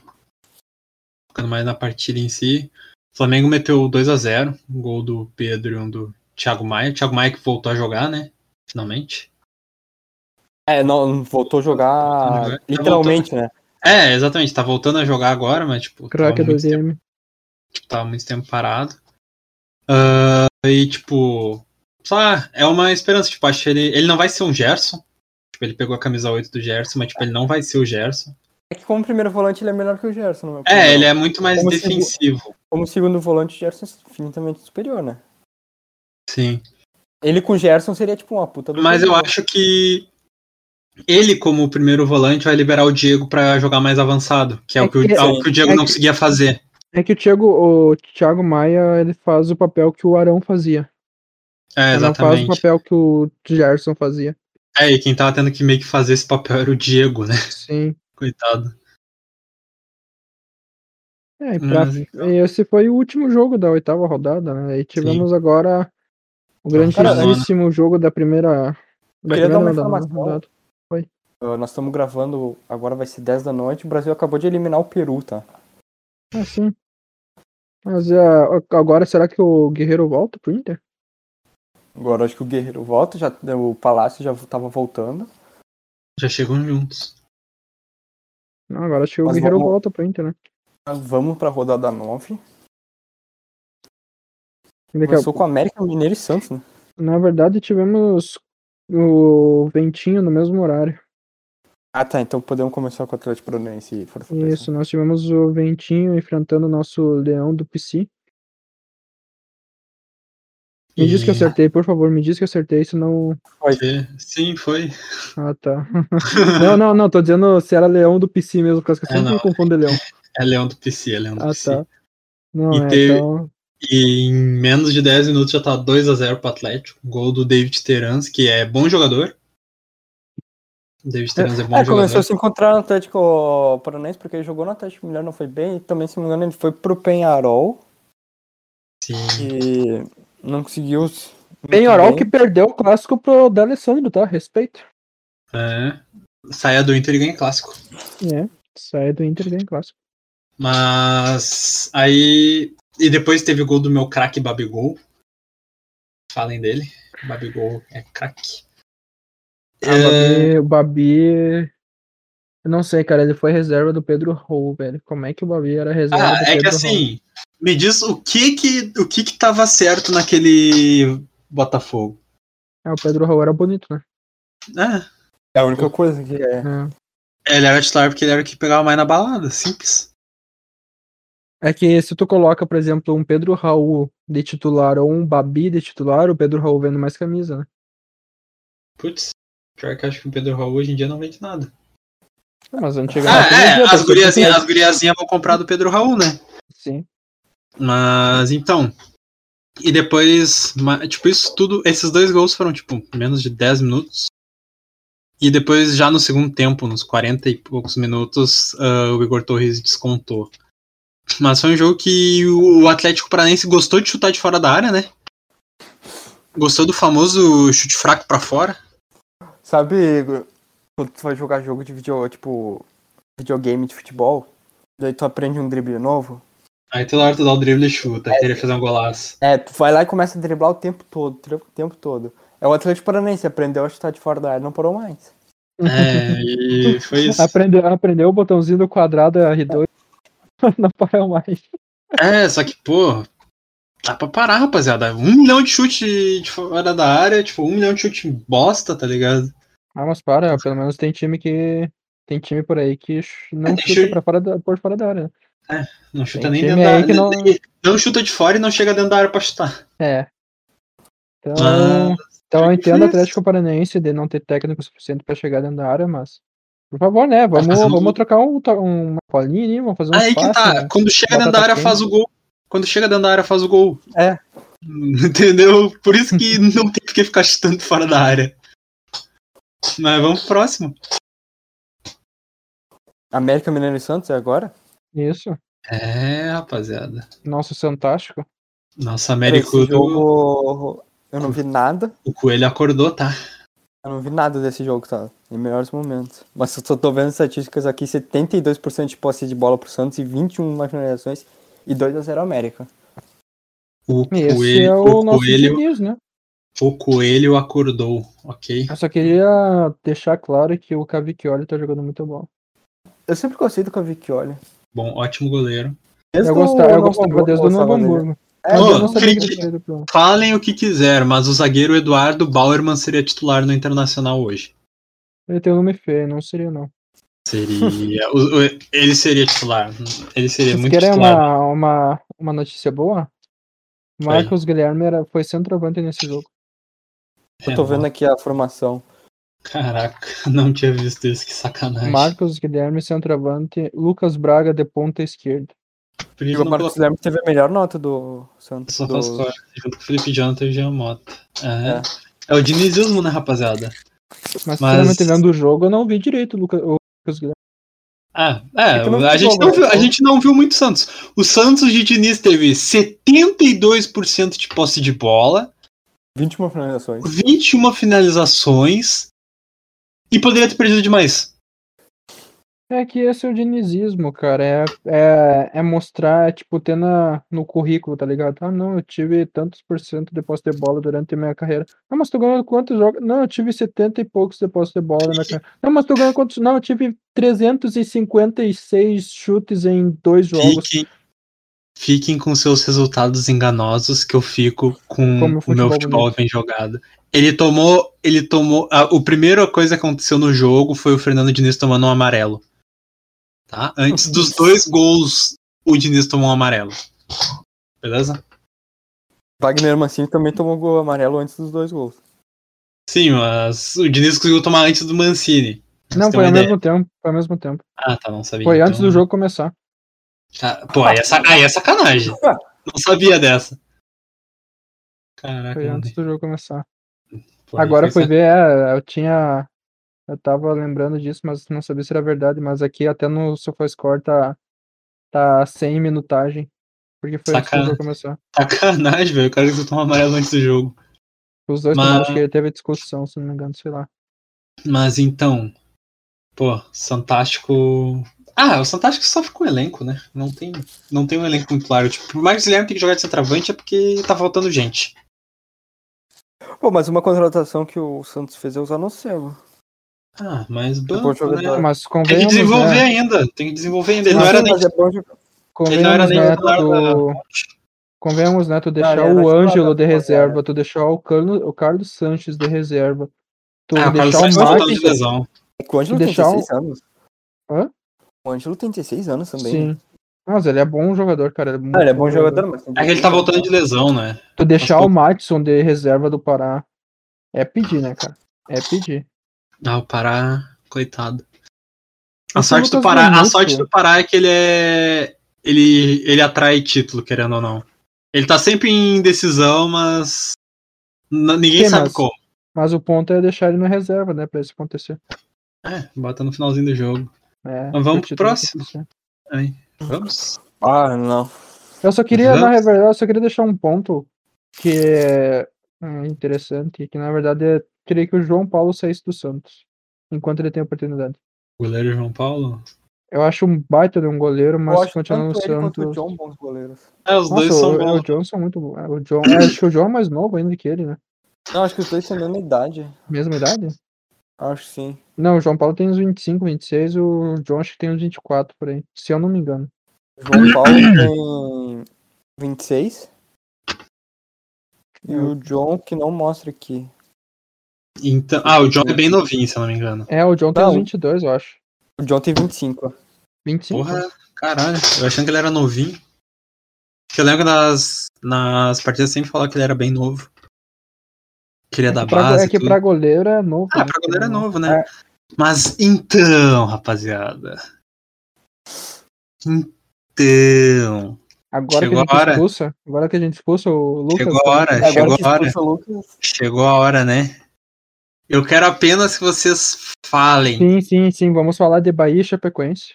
ficando mais na partida em si, o Flamengo meteu 2 a 0 um gol do Pedro e um do Thiago Maia. O Thiago Maia que voltou a jogar, né? Finalmente. É, não, voltou a jogar Uhum. Voltou a jogar. literalmente, né? É, exatamente, tá voltando a jogar agora, mas tipo, tava Craque do muito, tempo, DM. tava muito tempo parado. Ah, e tipo, sei lá, é uma esperança, tipo, acho que ele, ele não vai ser um Gerson. Tipo, ele pegou a camisa 8 do Gerson, mas tipo, ele não vai ser o Gerson. É que como primeiro volante ele é melhor que o Gerson, no meu ponto. É, ele é muito mais Como se- defensivo. Como segundo volante, o Gerson é infinitamente superior, né? Sim. Ele com o Gerson seria tipo uma puta do Uhum. Mas eu jogo. acho que ele, como o primeiro volante, vai liberar o Diego pra jogar mais avançado, que é, É o, que o, que- algo que o Diego é não que- conseguia fazer. É que o Thiago, o Thiago Maia ele faz o papel que o Arão fazia. É, Ele não faz o exatamente. papel que o Gerson fazia. É, e quem tava tendo que meio que fazer esse papel era o Diego, né? Sim. Coitado. É, e pra- Mas, então- e esse foi o último jogo da oitava rodada, né? E tivemos agora o Então, Cara, né? grandíssimo jogo da primeira. Da Queria dar uma primeira da nona informação. rodada. Uh, Nós estamos gravando, agora vai ser 10 da noite. O Brasil acabou de eliminar o Peru, tá? Ah, sim. Mas ah, agora será que o Guerreiro volta pro Inter? Agora acho que o Guerreiro volta, já, o Palácio já tava voltando. Já chegam juntos. Não, agora acho que o Mas Guerreiro vamos- volta pro Inter, né? Nós vamos pra rodada 9. Daqui a- Começou com América Mineiro e Santos, né? Na verdade, tivemos o Ventinho no mesmo horário. Ah tá, então podemos começar com o Atlético Paranaense e Fortaleza. Isso, nós tivemos o Ventinho enfrentando o nosso Leão do PC. Me diz que E- acertei, por favor, me diz que acertei, senão. Sim, foi. Ah, tá. não, não, não, tô dizendo se era Leão do PC mesmo, por causa que eu É, sempre não. me confundo de Leão. É Leão do PC, é Leão do Ah, PC. tá. Não, E é, teve- então. E em menos de 10 minutos já tá 2 a 0 pro Atlético. Gol do David Terans, que é bom jogador. David Terence é bom É, começou a jogador. se encontrar no Atlético Paranaense, porque ele jogou no Atlético Mineiro, não foi bem. E também, se não me engano, ele foi pro Penharol Sim. e não conseguiu. se- muito Penharol bem. que perdeu o clássico pro D'Alessandro, tá? Respeito. É. Saia do Inter e ganha clássico. É, sai do Inter e ganha clássico. Mas aí. E depois teve o gol do meu craque Babigol. Falem dele. Babigol é craque. Ah, o Babi- É. o Babi. Eu não sei, cara, ele foi reserva do Pedro Rou, velho. Como é que o Babi era reserva Ah, do é Pedro que assim, me diz o que que, o que que tava certo naquele Botafogo. Rou? É, o Pedro Rou era bonito, né? É, É a única coisa que é. É. ele era titular porque ele era o que pegava mais na balada, simples. É que se tu coloca, por exemplo, um Pedro Raul de titular ou um Babi de titular, o Pedro Raul vendo mais camisa, né? Putz, pior que eu acho que o Pedro Raul hoje em dia não vende nada. Mas Ah, antigamente. é, vendia, as porque- guriazinhas as guriazinha vão comprar do Pedro Raul, né? Sim. Mas então. E depois, ma- tipo, isso tudo. Esses dois gols foram, tipo, menos de 10 minutos. E depois, já no segundo tempo, nos 40 e poucos minutos, ah, o Igor Torres descontou. Mas foi um jogo que o Atlético Paranense gostou de chutar de fora da área, né? Gostou do famoso chute fraco pra fora. Sabe quando tu vai jogar jogo de video, tipo, videogame de futebol? Daí tu aprende um drible novo? Aí toda hora tu dá o drible e chuta, queria fazer um golaço. É, tu vai lá e começa a driblar o tempo todo, tri- o tempo todo. É o Atlético Paranaense, aprendeu a chutar de fora da área, não parou mais. É, e foi isso. Aprendeu, aprendeu o botãozinho do quadrado R2. Não parou mais. É, só que, pô, dá pra parar, rapaziada. Um milhão de chute de fora da área, tipo, um milhão de chute bosta, tá ligado? Ah, mas para, pelo menos tem time que. Tem time por aí que ch- não tem chuta time- pra fora da, por fora da área. né? Não Tem chuta nem time dentro da aí que área. não- Não... chuta de fora e não chega dentro da área pra chutar. É. Então, Ah, então eu é entendo o difícil. Atlético Paranaense de não ter técnico suficiente pra chegar dentro da área, mas. Por favor, né? Vamos, mas o- vamos trocar um, to- uma bolinha ali, vamos fazer um Aí que passe, tá. né? Quando chega dentro da Batata área, quente. faz o gol. Quando chega dentro da área, faz o gol. É. Entendeu? Por isso que não tem por que ficar chutando de fora da área. Mas vamos pro próximo. América Mineiro e Santos é agora? Isso. É, rapaziada. Nosso fantástico. Nossa, Esse Américo, do... jogo eu não vi nada. o Coelho acordou, tá? Eu não vi nada desse jogo, tá? Em melhores momentos. Mas eu só tô vendo estatísticas aqui, 72% de posse de bola pro Santos e 21 nas finalizações e 2x0 América. O Esse Coelho, é o, o nosso Coelho Diniz, né? O coelho acordou, ok? Eu só queria deixar claro que o Cavicchioli tá jogando muito bol. Eu sempre gostei do Cavicchioli. Bom, ótimo goleiro. Eu, gostava, eu gostava desde o Novo Hamburgo. É, Mas Ô, eu não sabia que ele crítica. tinha ido pro- Falem o que quiser, mas o zagueiro Eduardo Bauerman seria titular no Internacional hoje. Ele tem um nome feio, não seria não. Seria. o- o- ele seria titular. Ele seria Vocês muito querem titular. uma, uma, uma notícia boa? Marcos Guilherme era, foi centroavante nesse jogo. Eu tô vendo aqui a formação. É, Caraca, não tinha visto isso, que sacanagem. Marcos Guilherme, centroavante. Lucas Braga, de ponta esquerda. Por E isso o não Marcos colocou Guilherme teve a melhor nota do Santos. só do- faz fora, junto com o Felipe Jonathan e o Jean Mota. É. É o dinizismo, né, rapaziada? Mas, Mas- finalmente, vendo o jogo, eu não vi direito o Lucas, o Lucas Guilherme. Ah, é, É que não a, viu gente jogo, não né? viu, a gente não viu muito Santos. O Santos de Diniz teve 72% de posse de bola, 21 finalizações. 21 finalizações e poderia ter perdido demais. É que esse é o dinizismo, cara. É, é, é mostrar, é, tipo, ter na, no currículo, tá ligado? Ah, não, eu tive tantos por cento de posse de bola durante a minha carreira. Não, mas tu ganhou quantos jogos? Não, eu tive 70 e poucos de posse de bola na minha carreira. Não, mas tu ganhou quantos? Não, eu tive 356 chutes em dois jogos. Fiquem, fiquem com seus resultados enganosos que eu fico com Como o o futebol meu futebol bem jogado. Ele tomou, ele tomou, a, o primeira coisa que aconteceu no jogo foi o Fernando Diniz tomando um amarelo. Tá? Antes dos dois gols, o Diniz tomou um amarelo. Beleza? Wagner Mancini também tomou gol amarelo antes dos dois gols. Sim, mas o Diniz conseguiu tomar antes do Mancini. Vocês Não, têm foi uma ao ideia? mesmo tempo. Foi ao mesmo tempo. Ah, tá, não sabia. Foi então. antes do jogo começar. Ah, pô, aí é, sa- aí é sacanagem. Não sabia dessa. Caraca, Foi não antes dei. do jogo começar. Pô, aí né? Agora foi sac- ver, é, eu tinha. Eu tava lembrando disso, mas não sabia se era verdade. Mas aqui até no SofaScore tá, tá sem minutagem. Porque foi antes que o Sacana. jogo começar. Sacanagem, velho. O cara que tomou amarelo antes do jogo. Os dois Mas- mas... acho que teve discussão, se não me engano, sei lá. Mas então. Pô, Santástico. Ah, o Santástico sofre com o elenco, né? Não tem, não tem um elenco muito claro. Tipo, por mais que o Guilherme tem que jogar de centroavante é porque tá faltando gente. Pô, mas uma contratação que o Santos fez é usar no Anselmo. Ah, mas bom banco, jogador. né? Claro. Mas Tem que convenhamos, desenvolver né? ainda. Tem que desenvolver ainda. Ele Mas não era sim, nem. mas é bom jogar. Ele não era Convenhamos, nem né, titular da tu... Convenhamos, né? Tu deixar Cara, era o titular Ângelo da de Copa, reserva, tu deixar o, Cano, o Carlos Sanches de reserva, tu Ah, o Carlos deixar Santos o Marques- voltando Marques. de lesão. É que o Ângelo tem Deixar o- 16 anos. Hã? O Ângelo tem 16 anos também. né? Sim. Mas ele é bom jogador, cara. Ele é, Ah, muito ele é bom jogador, mas tem É que ele tá 16 voltando anos. de lesão, né? Tu deixar Mas, pô- o Matson de reserva do Pará é pedir, né, cara? É pedir. Ah, o Pará, coitado. A Mas o sorte Lucas do Pará, a Venuto- sorte do Pará é que ele é ele ele atrai título, querendo ou não. Ele tá sempre em decisão, mas n- ninguém Sim, sabe mas- como. Mas o ponto é deixar ele na reserva, né? Pra isso acontecer. É, bota no finalzinho do jogo. É, Mas vamos pro pro título próximo. acontecer. Vamos. Ah, não. Eu só queria, na Vamos. verdade, eu só queria deixar um ponto que é é interessante, que na verdade eu queria que o João Paulo saísse do Santos, enquanto ele tem oportunidade. Goleiro João Paulo. Eu acho um baita de um goleiro, eu mas acho continua no tanto ele quanto o Santos. John bons goleiros. É, os Nossa, dois são o, o bons. John são muito bons. O John, é, acho que o John é mais novo ainda que ele, né? Não, acho que os dois têm a mesma idade. Mesma idade? Acho que sim. Não, o João Paulo tem uns 25, 26, o John acho que tem uns 24 por aí, se eu não me engano. O João Paulo tem 26. E o Hum. John, que não mostra aqui. Então, ah, o John é bem novinho, se eu não me engano. É, o John tem uns Não. 22, eu acho. O John tem 25. 25? Porra, é caralho. Eu achando que ele era novinho. Que eu lembro nas, nas partidas sempre falava que ele era bem novo. Que ele é da é que, pra, base. é que tudo. pra goleiro é novo. Ah, né, pra cara? goleiro é novo, né? Mas então, rapaziada. Então. Agora Chegou que a a gente hora. expulsa, agora que a gente expulsa o Lucas. né? Chegou a hora, também. É, chegou Agora a que hora, expulsa o Lucas. chegou a hora, né? Eu quero apenas que vocês falem. Sim, sim, sim. Vamos falar de Bahia e Chapecoense.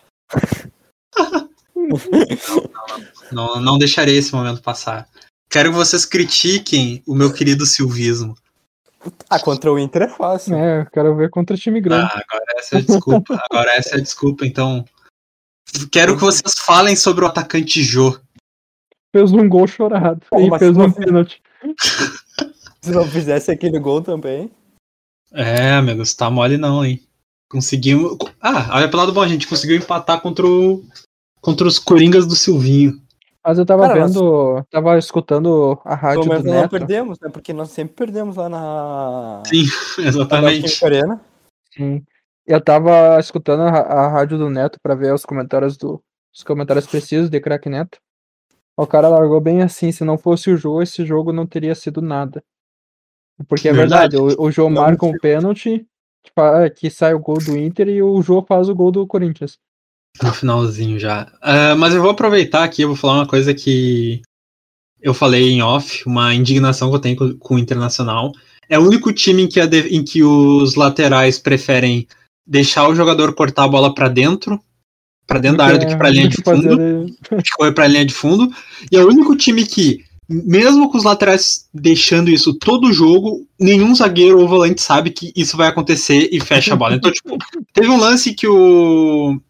Não, não deixarei esse momento passar. Quero que vocês critiquem o meu querido silvismo. Ah, contra o Inter é fácil. É, eu quero ver contra o time grande. Ah, agora essa é a desculpa. Agora essa é a desculpa, então. Quero que vocês falem sobre o atacante Jô. Fez um gol chorado. Pô, e mas fez como um assim? pênalti. Se não fizesse aquele gol também. É, amigos, tá mole não, hein? Conseguimos. Ah, olha pelo lado bom, a gente conseguiu empatar contra o. Contra os Coringas do Silvinho. Mas eu tava Cara, mas- vendo, tava escutando a rádio Pelo do menos nós não Neto. perdemos, né? Porque nós sempre perdemos lá na. Sim, Exatamente. Na Arena. Sim. Eu tava escutando a, a rádio do Neto pra ver os comentários do os comentários precisos de Crack Neto. O cara largou bem assim, se não fosse o Jô, esse jogo não teria sido nada. Porque é verdade, Verdade. o, o Jô Não, marca um não pênalti que, fa- que sai o gol do Inter e o Jô faz o gol do Corinthians. No finalzinho já. Ah, mas eu vou aproveitar aqui, eu vou falar uma coisa que eu falei em off, uma indignação que eu tenho com, com o Internacional. É o único time em que, a de- em que os laterais preferem deixar o jogador cortar a bola pra dentro, pra dentro da área do que pra linha de É, Fazer- fundo. que foi pra linha de fundo. E é o único time que, mesmo com os laterais deixando isso todo jogo, nenhum zagueiro ou volante sabe que isso vai acontecer e fecha a bola. Então, tipo, teve um lance que o,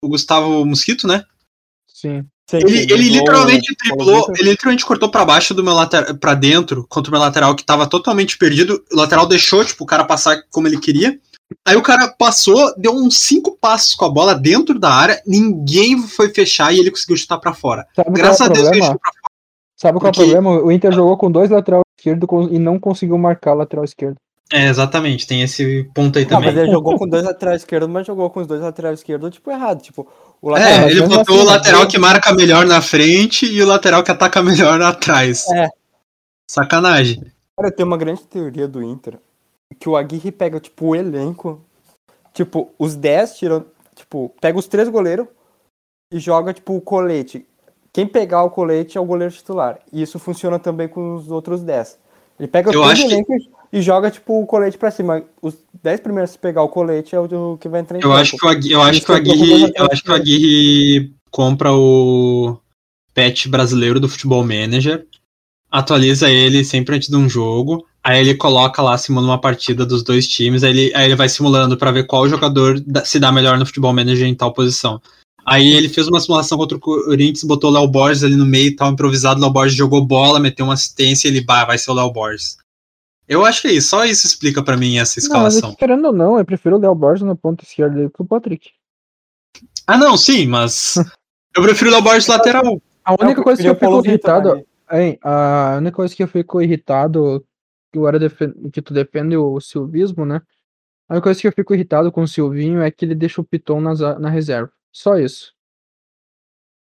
o Gustavo Mosquito, né? Sim. Sem Ele, que ele gol, literalmente triplou, Vitor. ele literalmente cortou pra baixo do meu lateral, pra dentro, contra o meu lateral que tava totalmente perdido. O lateral deixou, tipo, o cara passar como ele queria. Aí o cara passou, deu uns cinco passos com a bola dentro da área, ninguém foi fechar e ele conseguiu chutar pra fora. Sabe Graças qual a é o Deus que problema? ele chutou Sabe qual é o porque- problema? O Inter jogou com dois lateral esquerdo com- e não conseguiu marcar o lateral esquerdo. É, exatamente, tem esse ponto aí Ah, mas também. ele jogou com dois laterais esquerdos, mas jogou com os dois laterais esquerdos, tipo, errado. Tipo, o Ah, É, mas ele mesmo botou assim, o né? lateral que marca melhor na frente e o lateral que ataca melhor atrás. É. Sacanagem. Cara, tem uma grande teoria do Inter. Que o Aguirre pega, tipo, o elenco. Tipo, os 10 tirando. Tipo, pega os três goleiros e joga, tipo, o colete. Quem pegar o colete é o goleiro titular. E isso funciona também com os outros 10. Ele pega Eu todo o acho que- elenco e joga, tipo, o colete pra cima. Os 10 primeiros a pegar o colete é o que vai entrar em Eu campo. acho que o Agui- eu acho que é o Aguirre, eu acho que o Aguirre compra o patch brasileiro do Futebol Manager, atualiza ele sempre antes de um jogo, aí ele coloca lá, simula uma partida dos dois times, aí ele, aí ele vai simulando pra ver qual jogador dá- se dá melhor no Futebol Manager em tal posição. Aí ele fez uma simulação contra o Corinthians, botou o Léo Borges ali no meio e tal, improvisado, o Léo Borges jogou bola, meteu uma assistência e ele, bah, vai ser o Léo Borges. Eu acho que é isso, só isso explica pra mim essa Não, mas é escalação. que, querendo ou não, eu prefiro o Léo Borges na ponta esquerda do que o Patrick. Ah, não, sim, mas. Eu prefiro o Léo Borges lateral. A É, única coisa que eu queria o fico Paulo Vitor né? irritado. ali. Hein, a única coisa que eu fico irritado, que eu era defen- que tu defende o silvismo, né? A única coisa que eu fico irritado com o Silvinho é que ele deixa o Piton na, za- na reserva. Só isso. É, a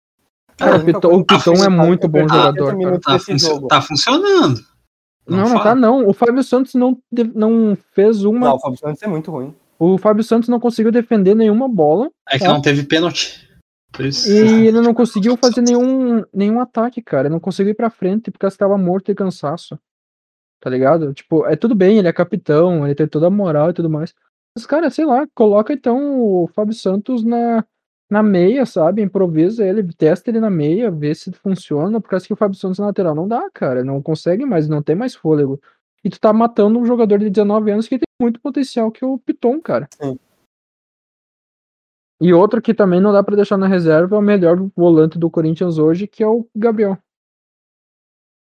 Cara, o Ah, única Piton, coisa o Piton que é eu muito bom perdi jogador. 80 cara. minutos Tá, desse funcio- jogo. tá funcionando. Não, não tá fala. não. O Fábio Santos não, de- não fez uma. Não, o Fábio Santos é muito ruim. O Fábio Santos não conseguiu defender nenhuma bola É que não teve pênalti. Por isso. e ele não conseguiu fazer nenhum, nenhum ataque, cara. Ele não conseguiu ir pra frente porque estava morto e cansaço. Tá ligado? Tipo, é tudo bem, ele é capitão, ele tem toda a moral e tudo mais. Mas, cara, sei lá, coloca então o Fábio Santos na, na meia, sabe? Improvisa ele, testa ele na meia, vê se funciona, porque acho que o Fábio Santos na lateral não dá, cara. Não consegue mais, não tem mais fôlego. E tu tá matando um jogador de 19 anos que tem muito potencial, que é o Piton, cara. Sim. E outro que também não dá pra deixar na reserva é o melhor volante do Corinthians hoje, que é o Gabriel.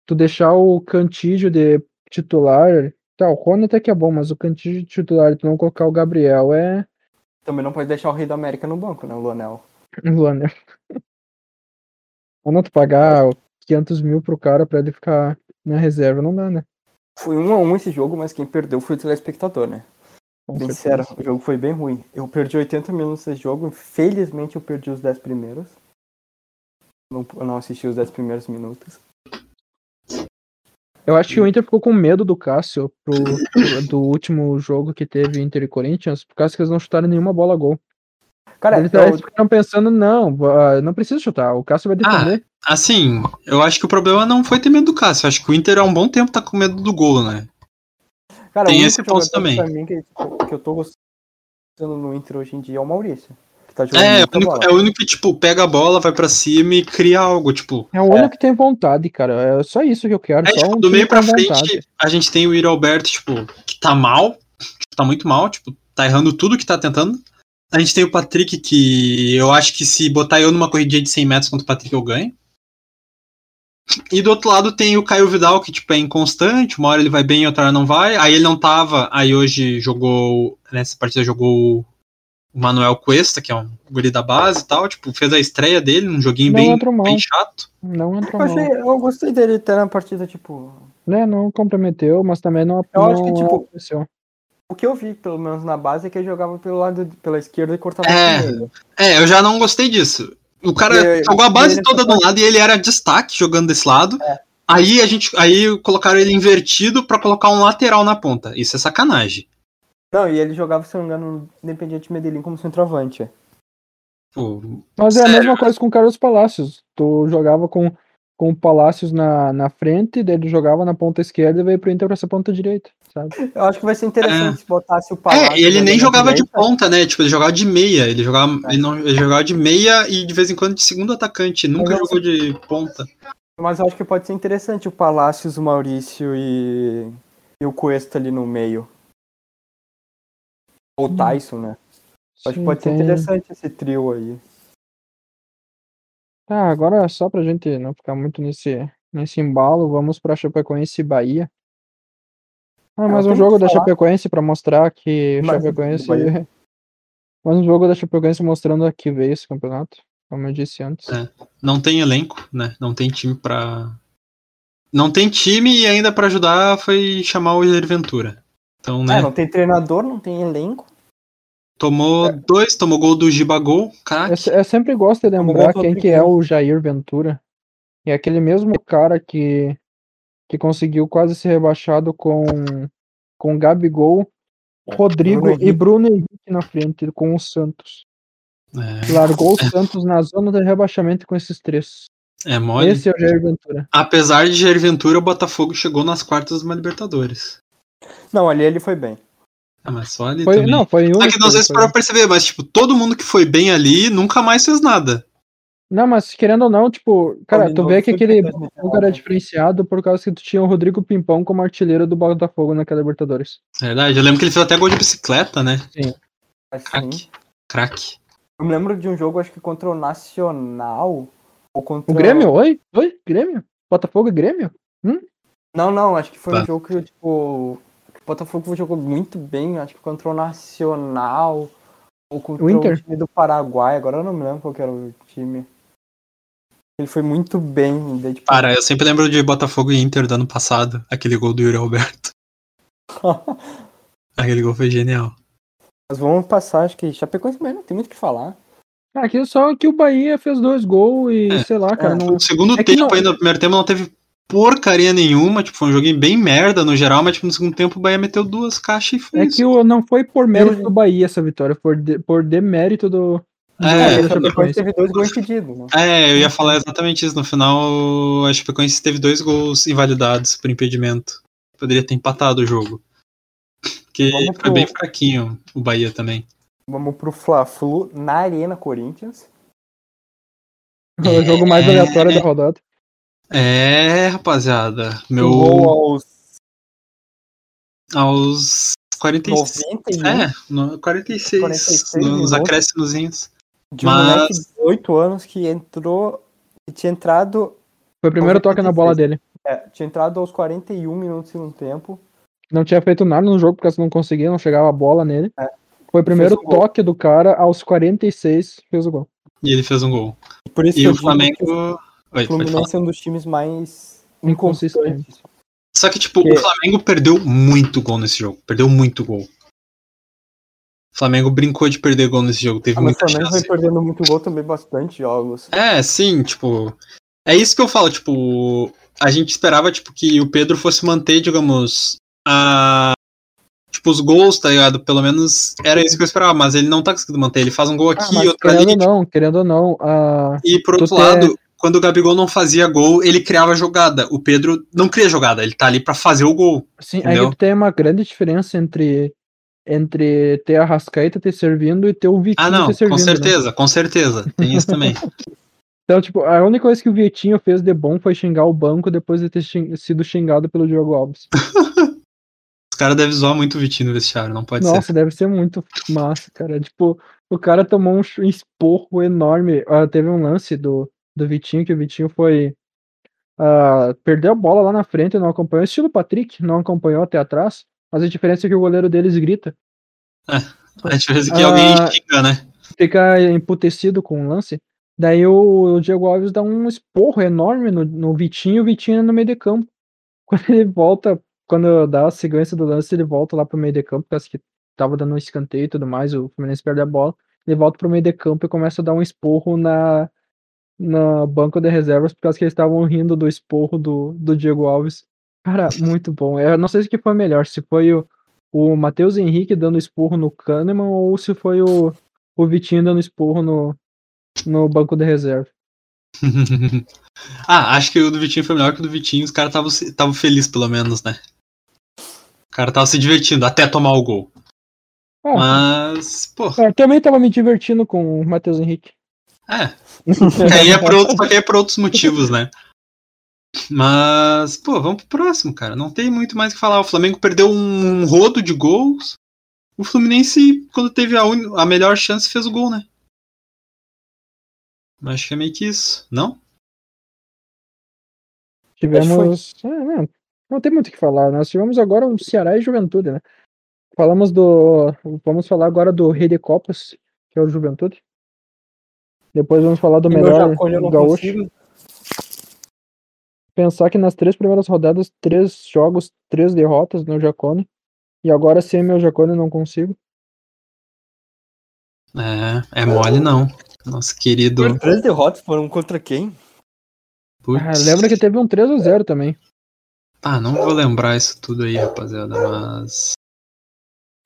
Tu deixar o Cantígio de titular. Tá, o Rony até que é bom, mas o Cantígio de titular, e tu não colocar o Gabriel é. Também não pode deixar o Rei da América no banco, né, o Lonel? Lanner. um Ou não, tu pagar 500 mil pro cara pra ele ficar na reserva, não dá, né? Foi um a um esse jogo, mas quem perdeu foi o telespectador, né? Com Bem certeza. sincero, o jogo foi bem ruim. Eu perdi 80 minutos nesse jogo, infelizmente eu perdi os 10 primeiros. Não, eu não assisti os 10 primeiros minutos. Eu acho que o Inter ficou com medo do Cássio pro, pro- do último jogo que teve Inter e Corinthians, por causa que eles não chutaram nenhuma bola a gol. Cara, é eles, eu- eles ficaram pensando, não, ah, não precisa chutar, o Cássio vai defender. Assim, eu acho que o problema não foi ter medo do Cássio. Eu acho que o Inter há um bom tempo tá com medo do gol, né? cara, tem o único esse ponto jogador também. pra mim que, tipo, que eu tô gostando no Inter hoje em dia é o Maurício. Que tá jogando É, é o muita único, bola. é o único que, tipo, pega a bola, vai pra cima e cria algo. Tipo, É o único que tem vontade, cara. É só isso que eu quero. é, só tipo, um do time meio pra com frente, vontade. a gente tem o Iro Alberto, tipo, que tá mal, tipo, tá muito mal, tipo, tá errando tudo que tá tentando. A gente tem o Patrick, que eu acho que se botar eu numa corridinha de 100 metros contra o Patrick, eu ganho. E do outro lado tem o Caio Vidal, que tipo, é inconstante, uma hora ele vai bem, outra hora não vai. Aí ele não tava, aí hoje jogou, nessa partida jogou o Manuel Cuesta, que é um guri da base e tal, tipo, fez a estreia dele, um joguinho Não bem, entrou mal. bem chato. Não entrou Eu, mal. achei- eu gostei dele ter na partida, tipo. Né, não comprometeu, mas também não Eu acho que, não tipo, aconteceu. O que eu vi, pelo menos na base, é que ele jogava pelo lado, pela esquerda e cortava É. pro meio. É, eu já não gostei disso. O cara E aí, jogou a base ele- toda de um lado e ele era destaque jogando desse lado. Aí a gente, aí colocaram ele invertido pra colocar um lateral na ponta. Isso é sacanagem. Não, e ele jogava, se não me engano, no Independiente Medellín como centroavante. Pô, Mas é a Sério? mesma coisa com o Carlos Palacios. Tu jogava com, com o Palacios na, na frente, daí ele jogava na ponta esquerda e veio pro Inter pra essa ponta direita, sabe? Eu acho que vai ser interessante se botasse o Palácio. é, ele nem jogava de ponto. ponta, né? Tipo, ele jogava de meia, ele jogava, ele não, ele jogava de meia e de vez em quando de segundo atacante, nunca Mas eu- jogou de ponta. Mas eu acho que pode ser interessante o Palácios, o Maurício e, e o Cuesta ali no meio. Ou Hum. o Tyson, né? Eu Acho que Sim, pode ser tem- interessante esse trio aí. Tá, agora só pra gente não ficar muito nesse, nesse embalo, vamos pra Chapecoense e Bahia. Ah, mais eu tenho um que jogo da falar. Chapecoense pra mostrar que o Mais um Chapecoense. do Bahia. Mais um jogo da Chapecoense mostrando a que veio esse campeonato, como eu disse antes. É. Não tem elenco, né? Não tem time pra. não tem time e ainda pra ajudar foi chamar o Jair Ventura. Então, né? É, não tem treinador, não tem elenco. Tomou dois, tomou gol do Eu, Gibagol, É, caraca. É se- eu sempre gosto de Vamos lembrar voltar quem pro que é o Jair Ventura. É aquele mesmo cara que, que conseguiu quase ser rebaixado com, com Gabigol, Rodrigo Bruno e Bruno Henrique na frente, com o Santos. É, Largou o Santos na zona de rebaixamento com esses três. é mole. Esse é o Jair Ventura. Apesar de Jair Ventura, o Botafogo chegou nas quartas de uma Libertadores. Não, ali ele foi bem. Ah, mas só ali Foi, também. não, foi em Só Unicamp, É que não sei se foi- um para perceber, mas tipo, todo mundo que foi bem ali nunca mais fez nada. Não, mas querendo ou não, tipo, cara, tu vê que aquele Botafogo era diferenciado por causa que tu tinha o Rodrigo Pimpão como artilheiro do Botafogo naquela Libertadores. Na É verdade, eu lembro que ele fez até gol de bicicleta, né? Assim, Crack. Crack. eu me lembro de um jogo, acho que contra o Nacional. Ou contra O Grêmio, oi? Oi? Grêmio? Botafogo e Grêmio? Não, não, acho que foi Tá. um jogo que, tipo, que o Botafogo jogou muito bem, acho que contra o Nacional ou contra O o, Inter? time do Paraguai, agora eu não me lembro qual que era o time. Ele foi muito bem, daí, tipo, Cara, eu sempre lembro de Botafogo e Inter do ano passado, aquele gol do Yuri Alberto. Aquele gol foi genial. mas vamos passar, acho que Chapecoense também não tem muito o que falar. Ah, Aqui só que o Bahia fez dois gols e É. sei lá, cara, É. não. No segundo É que tempo, não- ainda no primeiro tempo, não teve porcaria nenhuma. Tipo, foi um joguinho bem merda no geral, mas tipo, no segundo tempo o Bahia meteu duas caixas e foi É isso. que o- não foi por mérito Eu- do Bahia essa vitória, foi de- por demérito do. do É, Bahia da a Chapecoense Chapecoense. teve dois gols impedidos, né? É, eu ia falar exatamente isso. No final, a Chapecoense teve dois gols invalidados por impedimento. Poderia ter empatado o jogo. Que Vamos foi pro- bem fraquinho o Bahia também. Vamos pro Fla-Flu na Arena Corinthians. o jogo mais É. aleatório da rodada. É, rapaziada. Um Gol Meu. aos Aos 46. 91 É, no, 46, 46 nos minutos. acréscimozinhos. de um mas- moleque de 8 anos que entrou, que tinha entrado Foi o primeiro toque na bola dele. É, tinha entrado aos 41 minutos do segundo tempo. Não tinha feito nada no jogo porque não conseguia, não chegava a bola nele. É. Foi o primeiro Fez o gol. toque do cara aos 46, fez o gol. E ele fez um gol. E por isso E que eu o digo que o Flamengo. Oi, pode falar. um Fluminense é um dos times mais Inconsistente. inconstantes. Só que, tipo, Que- o Flamengo perdeu muito gol nesse jogo. Perdeu muito gol. O Flamengo brincou de perder gol nesse jogo. Teve Ah, mas o muita Flamengo chance. vem perdendo muito gol também, bastante jogos. É, sim, tipo. É isso que eu falo, tipo. A gente esperava, tipo, que o Pedro fosse manter, digamos, a. Tipo, os gols, tá ligado? Pelo menos era isso que eu esperava, mas ele não tá conseguindo manter. Ele faz um gol Ah, aqui, mas outro ali. querendo ou não, querendo ou não, a... E por outro Tu tem- lado, quando o Gabigol não fazia gol, ele criava jogada. O Pedro não cria jogada, ele tá ali pra fazer o gol. Sim, aí Entendeu? tu assim, tem uma grande diferença entre, entre ter a Rascaeta ter servindo e ter o Vitinho Ah, não, ter servindo. com né? certeza, com certeza. Tem isso também. Então, tipo, a única coisa que o Vitinho fez de bom foi xingar o banco depois de ter xing- sido xingado pelo Diogo Alves. Os caras devem zoar muito o Vitinho no vestiário, não pode Nossa, ser. deve ser muito massa, cara. Tipo, o cara tomou um chu- esporro enorme. Ah, teve um lance do, do Vitinho, que o Vitinho foi. ah, perdeu a bola lá na frente e não acompanhou. Estilo Patrick, não acompanhou até atrás. Mas a diferença é que o goleiro deles grita. A gente vê que Ah. alguém xinga, né? Fica emputecido com o lance. Daí o, o Diego Alves dá um esporro enorme no, no Vitinho, o Vitinho é no meio de campo. Quando ele volta, quando dá a sequência do lance, ele volta lá pro meio de campo, parece que tava dando um escanteio e tudo mais, o Fluminense perde a bola, ele volta pro meio de campo e começa a dar um esporro na no banco de reservas, por causa que eles estavam rindo do esporro do, do Diego Alves. Cara, muito bom. Eu não sei se que foi melhor, se foi o, o Matheus Henrique dando esporro no Kahneman ou se foi o, o Vitinho dando esporro no, no banco de reserva. ah, acho que o do Vitinho foi melhor que o do Vitinho. Os caras estavam se- estavam felizes, pelo menos, né? O cara tava se divertindo até tomar o gol. Ah. Mas, pô, Eu é, também tava me divertindo com o Matheus Henrique. é. Que aí é por outros, só que aí é por outros motivos, né? Mas, pô, vamos pro próximo, cara. Não tem muito mais o que falar. O Flamengo perdeu um rodo de gols. O Fluminense, quando teve a, uni- a melhor chance, fez o gol, né? Acho que é meio que isso, não? Tivemos. Ah, não, não tem muito o que falar. Nós tivemos agora um Ceará e Juventude, né? Falamos do. Vamos falar agora do Rei de Copas, que é o Juventude. Depois vamos falar do E meu melhor Jacone eu não gaúcho. consigo. Pensar que nas três primeiras rodadas, três jogos, três derrotas no Jacone. E agora sem meu Jacone não consigo. É, é mole não. Nosso querido. Três derrotas foram contra quem? Putz. Ah, lembra que teve um 3x0 também. Ah, não vou lembrar isso tudo aí, rapaziada, mas.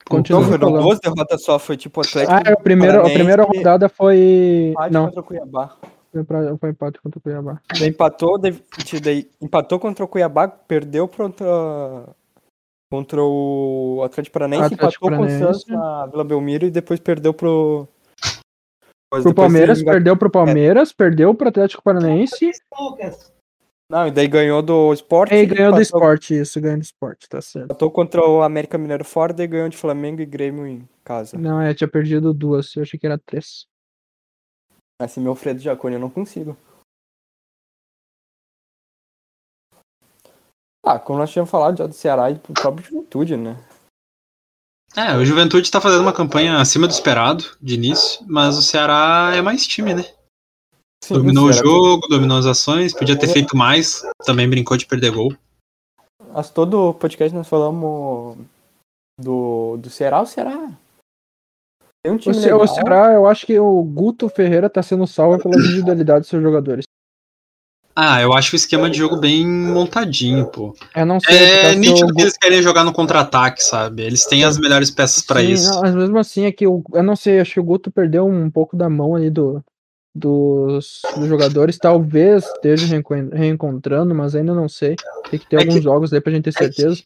Continua. Não, Não, foram falando. duas derrotas só, foi tipo Ah, Atlético é, o primeiro, a Paranaense, primeira rodada foi. empate Não, contra o Cuiabá. foi pra- foi empate contra o Cuiabá. tipo, Daí empatou, daí, daí empatou contra o Cuiabá, perdeu contra Contra o Atlético Paranaense, Atlético empatou com o Paranaense. Santos na Vila Belmiro e depois perdeu pro. Depois Pro ele Palmeiras, enga- perdeu pro Palmeiras, perdeu pro Atlético Paranaense Poucas. Não, e daí ganhou do Sport. É, e ganhou do empatou- esporte, isso, ganhou do esporte, tá certo. Empatou contra o América Mineiro fora, daí ganhou de Flamengo e Grêmio em casa. Não, é, tinha perdido duas, eu achei que era três. Assim, meu Fredo Jacone, eu não consigo. Ah, como nós tínhamos falado já do Ceará e do próprio Juventude, né? É, o Juventude tá fazendo uma campanha acima do esperado, de início, mas o Ceará é mais time, né? Sim, Dominou o Ceará. jogo, dominou as ações, podia É. ter feito mais, também brincou de perder gol. Nós, todo podcast nós falamos do, do Ceará, o Ceará. Tem um O, time Ce legal. o Ceará, eu acho que o Guto Ferreira tá sendo salvo pela individualidade dos seus jogadores. Ah, eu acho o esquema de jogo bem montadinho, pô. Eu não sei É se nítido que eles querem jogar no contra-ataque, sabe? Eles têm as melhores peças pra Sim, isso. não, mas mesmo assim é que o- eu não sei, acho que o Guto perdeu um pouco da mão ali do, dos, dos jogadores. Talvez esteja reencon- reencontrando, mas ainda não sei. Tem que ter É alguns que- jogos aí pra gente ter é que- certeza.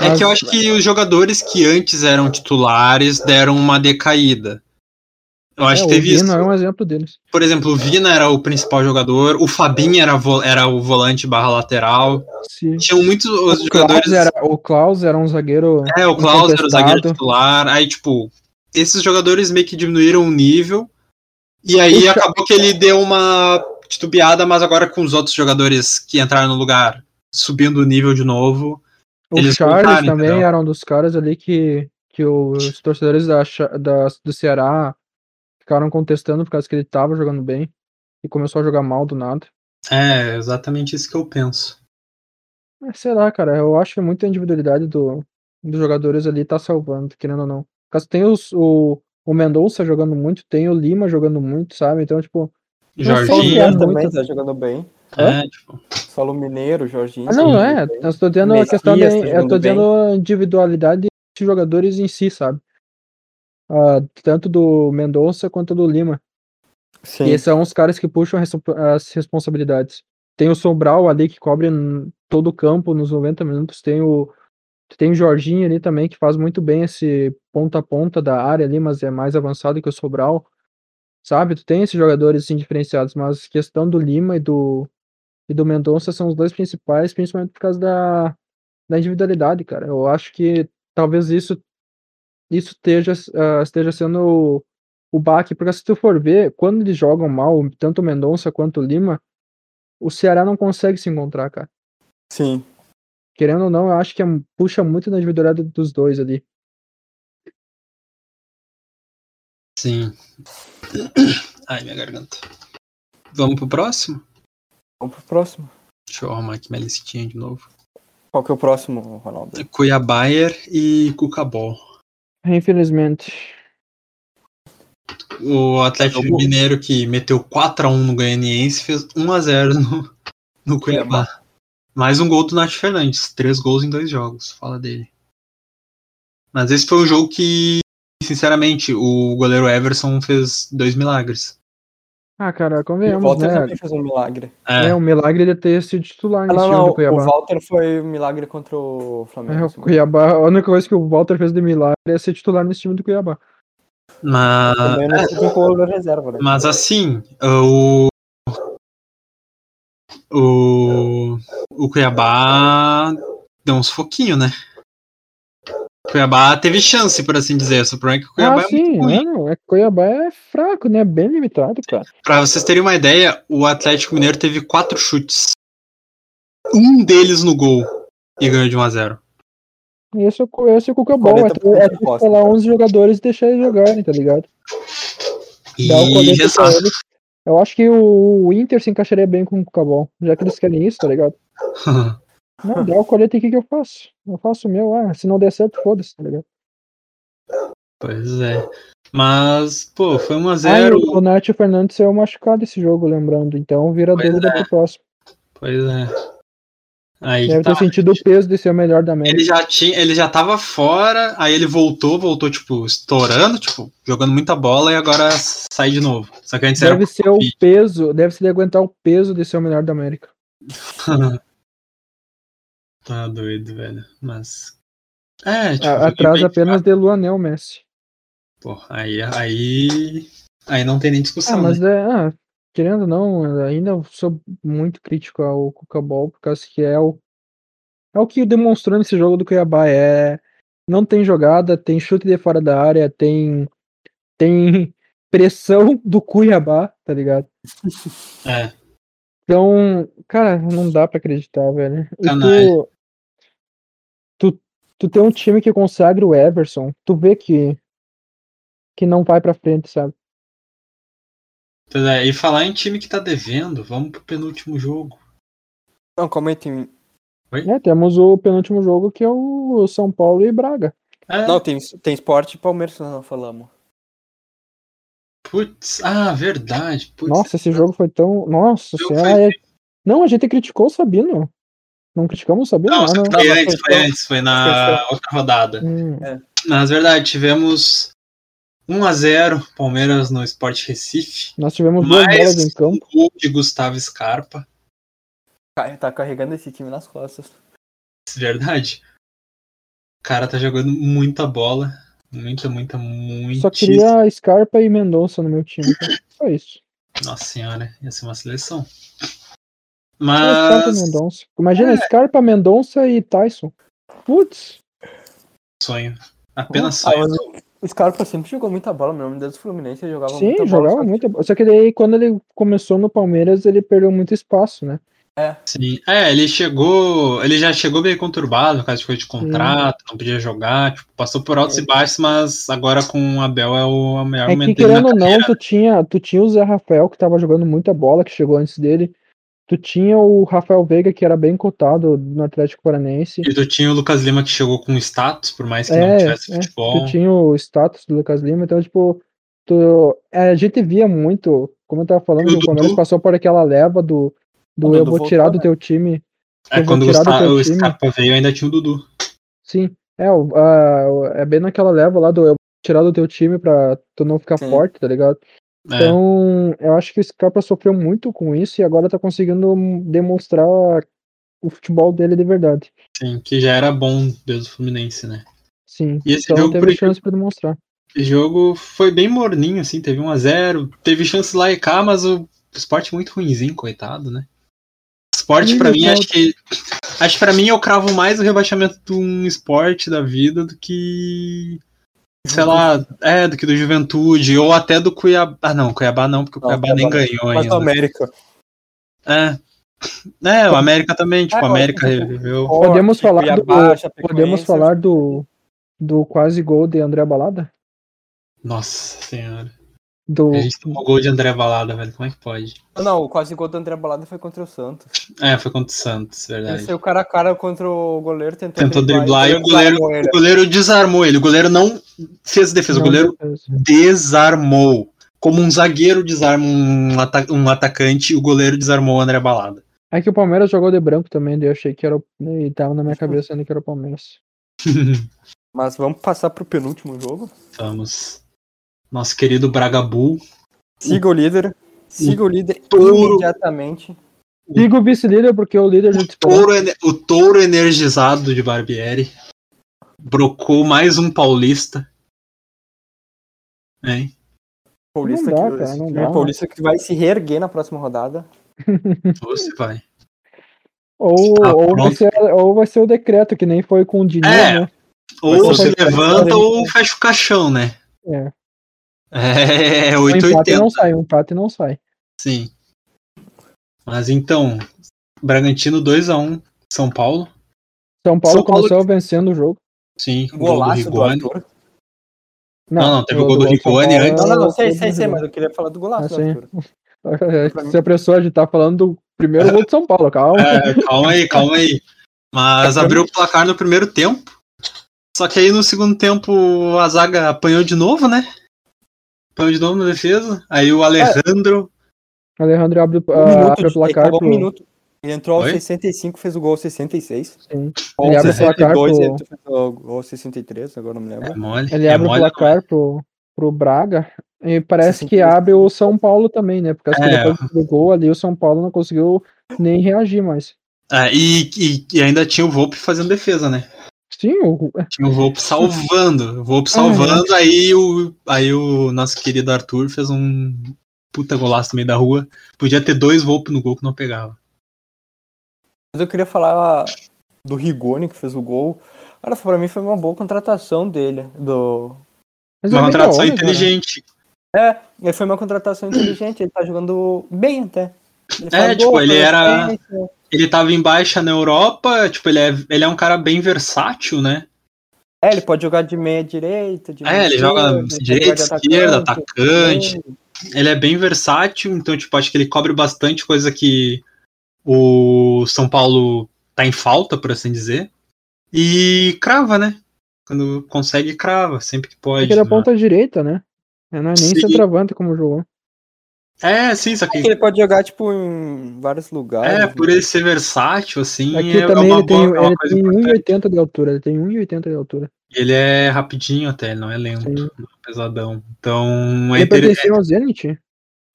É Mas- que eu acho que os jogadores que antes eram titulares deram uma decaída. Eu acho é, que teve o Vino isso. é um exemplo deles. Por exemplo, o Vina era o principal jogador, o Fabinho era, vo- era o volante barra lateral. Se- Tinham muitos os o, jogadores. Klaus era, o Klaus era um zagueiro. É, o Klaus era o zagueiro incontestado. titular. Aí, tipo, esses jogadores meio que diminuíram o nível. E aí Puxa. acabou que ele deu uma titubeada, mas agora com os outros jogadores que entraram no lugar subindo o nível de novo. O Eles Charles voltaram, também entendeu? era um dos caras ali que, que os torcedores da, Cha- da- do Ceará ficaram contestando por causa que ele tava jogando bem e começou a jogar mal do nada. É, exatamente isso que eu penso. Mas É, sei lá, cara, eu acho que muita individualidade do, dos jogadores ali tá salvando, querendo ou não. Caso tem os- o, o Mendonça jogando muito, tem o Lima jogando muito, sabe? Então, tipo. Não sei né? Só o Jorginho. Mineiro Muito. também tá jogando bem. É, tipo, Só o Mineiro, o Jorginho. Ah, não, tá é. jogando bem. Eu estou dizendo a Messias questão de. tá Eu tô jogando bem. dizendo a individualidade dos jogadores em si, sabe? Ah, tanto do Mendonça quanto do Lima. Sim. E esses são os caras que puxam as respo- as responsabilidades. Tem o Sobral ali que cobre n- todo o campo nos 90 minutos. Tem o, tem o Jorginho ali também que faz muito bem esse ponta a ponta da área ali, mas é mais avançado que o Sobral. Sabe? Tu tem esses jogadores assim, diferenciados, mas questão do Lima e do, e do Mendonça são os dois principais, principalmente por causa da, da individualidade, cara. Eu acho que talvez isso, isso esteja, ah, esteja sendo o baque, porque se tu for ver, quando eles jogam mal, tanto o Mendonça quanto o Lima, o Ceará não consegue se encontrar, cara. Sim. Querendo ou não, eu acho que é- puxa muito da individualidade dos dois ali. sim. Ai, minha garganta. Vamos pro próximo? Vamos pro próximo. Deixa eu arrumar aqui minha listinha de novo. Qual que é o próximo, Ronaldo? Cuiabaier e Cucabol. É, Infelizmente. O Atlético Acabou. Mineiro que meteu 4x1 no Goianiense fez 1x0 no, no Cuiabá. Mais um gol do Nath Fernandes. Três gols em dois jogos. Fala dele. Mas esse foi um jogo que, sinceramente, o goleiro Everson fez dois milagres. Ah, cara, o convenhamos, Walter né? também fez um milagre. É, É um milagre de ter sido titular Ah, nesse não, time não. do O Cuiabá. Walter foi um milagre contra o É, Flamengo. assim, o Cuiabá, a única coisa que o Walter fez de milagre é ser titular nesse time do Cuiabá. mas, Também não é tipo sei quem colocou na reserva, né? mas assim, o, o, o Cuiabá deu uns foquinhos, né? O Cuiabá teve chance, por assim dizer. Só o problema é que o Cuiabá ah, é muito sim, ruim. né? não, é que Cuiabá é fraco, né? Bem limitado, cara. Pra vocês terem uma ideia, o Atlético Mineiro teve quatro chutes. Um deles no gol e ganhou de 1x0. E Esse, é o- esse é o Cuca Ball, é tu, é tu 40% escalar então. 11 jogadores e deixar eles jogarem, tá ligado? Dá o E colete pra resultado. ele. Eu acho que o o Inter se encaixaria bem com o Cabal, já que eles querem isso, tá ligado? Hum. Não, dá o colete aqui que eu faço. Eu faço o meu, ah, se não der certo, foda-se, tá ligado? pois é. Mas, pô, foi Ah, e 1x0. o Nath Fernandes saiu machucado esse jogo, lembrando. Então vira Pois é. dúvida pro próximo. Pois é. Aí Deve que tá. ter sentido o peso de ser o melhor da Ele América. já, tinha, ele já tava fora, aí ele voltou, voltou, tipo, estourando, tipo, jogando muita bola e agora sai de novo. Só que antes era. Deve ser o peso, deve se ele aguentar o peso de ser o melhor da América. tá doido, velho. Mas É, tipo, A- Atrás bem- apenas de Luanel Messi. Pô, aí, aí, aí não tem nem Ah, discussão, né? mas é. ah, querendo ou não, ainda eu sou muito crítico ao Cucabol, por causa que é o. É o que demonstrou nesse jogo do Cuiabá. É. Não tem jogada, tem chute de fora da área, tem. Tem pressão do Cuiabá, tá ligado? É, Então, cara, não dá pra acreditar, velho. E Sacanagem. tu, tu, tu tem um time que consagra o Everson, tu vê que que não vai pra frente, sabe? pois é, E falar em time que tá devendo, vamos pro penúltimo jogo. Não, comenta em mim. É, temos o penúltimo jogo que é o São Paulo e Braga. É, Não, tem, tem esporte e Palmeiras que nós não falamos. putz, ah, verdade. Putz, Nossa, esse jogo foi tão. Nossa Não foi senhora. é- Não, a gente criticou o Sabino. Não criticamos o Sabino, Não, não, né? foi Não, antes, mas foi foi- antes, foi na outra rodada. Hum, Mas verdade, tivemos 1x0 Palmeiras no Sport Recife. nós tivemos duas bolas Mais em campo. um gol de Gustavo Scarpa. Cara, Tá carregando esse time nas costas. Verdade. O cara tá jogando muita bola. Muita, muita, Só muitíssima. queria Scarpa e Mendonça no meu time. tá? Só isso. Nossa senhora, ia ser uma seleção. Scarpa e Mas. é. Mendonça. Imagina Scarpa, Mendonça e Tyson. Putz, Sonho. Apenas Ah, sonho. mas o Scarpa sempre jogou muita bola, meu nome desde o Fluminense ele jogava sim, muita jogava bola. só que- muita bola. Só que daí, quando ele começou no Palmeiras, ele perdeu muito espaço, né? Sim. É, ele chegou. Ele já chegou meio conturbado por causa de coisa de contrato, não podia jogar. tipo, passou por altos e baixos, mas agora com o Abel é o a melhor É que, momento dele na querendo ou não, carreira. tu tinha, tu tinha o Zé Rafael, que tava jogando muita bola, que chegou antes dele. Tu tinha o Rafael Veiga, que era bem cotado no Atlético Paranense. E tu tinha o Lucas Lima que chegou com status, por mais que não É, tivesse é. futebol. Tu tinha o status do Lucas Lima, então, tipo, tu, é, a gente via muito, como eu tava falando, E o que o Palmeiras Dudu? passou por aquela leva do, do O eu Dudu vou voltou, tirar do né? teu time. É, eu vou quando o, tirar do Gustavo, teu o time. Scarpa veio, ainda tinha o Dudu. Sim, é, o- a- o- é bem naquela leva lá do eu tirar do teu time pra tu não ficar Sim. forte, tá ligado? É. Então, eu acho que o Scarpa sofreu muito com isso e agora tá conseguindo demonstrar o futebol dele de verdade. Sim, que já era bom desde o Fluminense, né? Sim, E esse então jogo, por teve enquanto, chance pra demonstrar. esse jogo foi bem morninho, assim, teve 1x0, teve chances lá e cá, mas o esporte é muito ruinzinho, coitado, né? Esporte, Ih, pra meu mim, é Deus. acho que. Acho que pra mim eu cravo mais o rebaixamento de um esporte da vida do que. Sei lá, é, do que do Juventude, ou até do Cuiabá. Ah, não, Cuiabá não, porque o Não, Cuiabá, nem Cuiabá não. ganhou Mas o ainda. América. É. É, o América também, tipo, É, o eu América acho que- reviveu. Podemos falar do- Cuiabá, Chapecoense, Podemos falar do, do quase gol de André Balada? Nossa senhora. Do, A gente tomou gol de André Balada, velho. Como é que pode? Não, o quase gol do André Balada foi contra o Santos. É, foi contra o Santos, Ele verdade. saiu cara a cara contra o goleiro, tentou, É. Tentou driblar e o goleiro, desarmou ele. o goleiro desarmou ele. O goleiro não fez a não, defesa, o goleiro desarmou. Como um zagueiro desarma um, ata- um atacante, o goleiro desarmou o André Balada. É que o Palmeiras jogou de branco também, daí eu achei que era o. E tava Uhum. na minha cabeça ainda que era o Palmeiras. Mas vamos passar pro penúltimo jogo. Vamos. Nosso querido Bragabu. Siga o líder. Siga o líder touro. imediatamente. Digo vice-líder porque o líder já te O touro, ene- o touro energizado de Barbieri. Brocou mais um paulista. Hein? Paulista, Não dá, que, cara, não esse dá. Paulista que vai se reerguer na próxima rodada. Você vai. Ou, Ah, ou, vai pronto. ser, ou vai ser o decreto, que nem foi com o Diniz, É. né? Ou Mas se você levanta tá- ou fecha o caixão, né? É. É, O empate 880, não sai, o empate não sai. sim. Mas então, Bragantino 2x1, São Paulo. São Paulo São Paulo- começou vencendo o jogo. Sim, gol do Golaço do Rigoni. Arthur. Não, não, teve o gol do São Paulo Rigoni antes. Não, não, é o não, sei, gol do sei, sei, Rigoni. mas eu queria falar do golaço Ah, do sim. Arthur. pra mim. É, Se a pessoa já tá falando do primeiro gol de São Paulo, calma. É, calma aí, calma aí. Mas abriu o placar no primeiro tempo. Só que aí no segundo tempo a zaga apanhou de novo, né? Apanhou de novo na defesa. Aí o Alejandro. Alejandro abre, o- Um ah, minuto, abre o gente, placar acabou pro. um minuto. Ele entrou aos Oi? 65, fez o gol aos 66. sim. Ou Ele abre o 62, placar pro- ele fez o gol aos 63, agora não me lembro. É mole. Ele é abre o mole, placar pro, pro Braga. E parece Sim, que sim. abre o São Paulo também, né? Porque É. depois do gol ali, o São Paulo não conseguiu nem reagir mais. É, Ah, e, e- e ainda tinha o Volpe fazendo defesa, né? Sim, o, Tinha o Volpe salvando. O Volpe salvando, aí o, aí o nosso querido Arthur fez um puta golaço no meio da rua. Podia ter dois Volpe no gol que não pegava. Mas eu queria falar do Rigoni, que fez o gol. Cara, pra mim foi uma boa contratação dele. Do... mas é Uma bem da contratação hora, cara. um inteligente. É, ele foi uma contratação inteligente, ele tá jogando bem até. Ele É, faz tipo, ele faz era- assistência. Ele tava em baixa na Europa, tipo, ele é, ele é um cara bem versátil, né? É, ele pode jogar de meia direita, de meia É, ele joga esquerda, direita, pode esquerda, atacante, atacante. Ele é bem versátil, então, tipo, acho que ele cobre bastante coisa que o São Paulo tá em falta, por assim dizer. E crava, né? Quando consegue, crava, sempre que pode. Ele era né? ponta direita, né? Não é nem Sim. centroavante como jogou. É, sim, só É que que. Ele pode jogar, tipo, em vários lugares. É, né? por ele ser versátil, assim, Aqui é, é também uma ele tem, um- boa. é uma ele coisa tem importante. 1,80 de altura. Ele tem 1,80 de altura. E Ele é rapidinho até, ele não é lento, Sim. não é pesadão. Então, é Ele inter- pertenceu ao Zenit?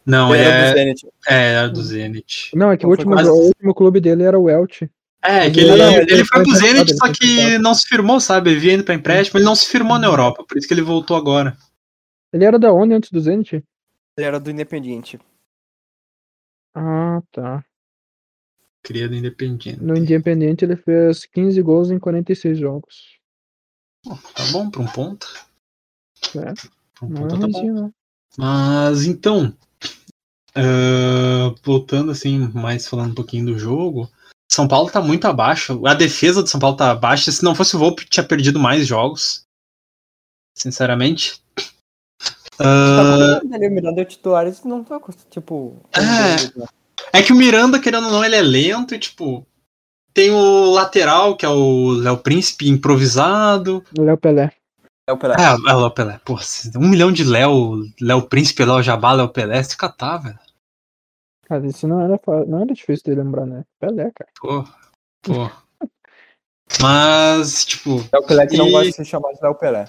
Não, Ele era é, do Zenit. é, era do Zenit. Não, é que o Não, foi último, quase- o último clube dele era o Elche. É, Mas que ele ele, era- ele ele foi foi pro Zenit, emprestado, só ele foi que emprestado. não se firmou, sabe? Ele vinha indo pra empréstimo, ele não se firmou na Europa, por isso que ele voltou agora. Ele era da onde antes do Zenit? Ele era do Independiente. Ah, tá. Cria do Independiente. No Independiente ele fez 15 gols em 46 jogos. Tá bom pra um ponto? É. Pra um Não é ponto tá bom. ruimzinho, não. Mas então, ah, voltando assim, mais falando um pouquinho do jogo, São Paulo tá muito abaixo. A defesa do São Paulo tá abaixo. Se não fosse o Volpe, tinha perdido mais jogos. Sinceramente. Ah, Tá bom, ele, o Miranda é o titular, isso não tá, tipo... É. é que o Miranda, querendo ou não, ele é lento e tipo. Tem o lateral, que é o Léo Príncipe improvisado. O Léo Pelé. É o Pelé. Ah, é o Léo Pelé. Porra, um milhão de Léo, Léo Príncipe, Léo Jabá, Léo Pelé, se catar, velho. Cara, isso não era, fa- não era difícil de lembrar, né? Pelé, cara. Pô, pô. Mas, tipo, É o Pelé que não E- gosta de ser chamado de Léo Pelé.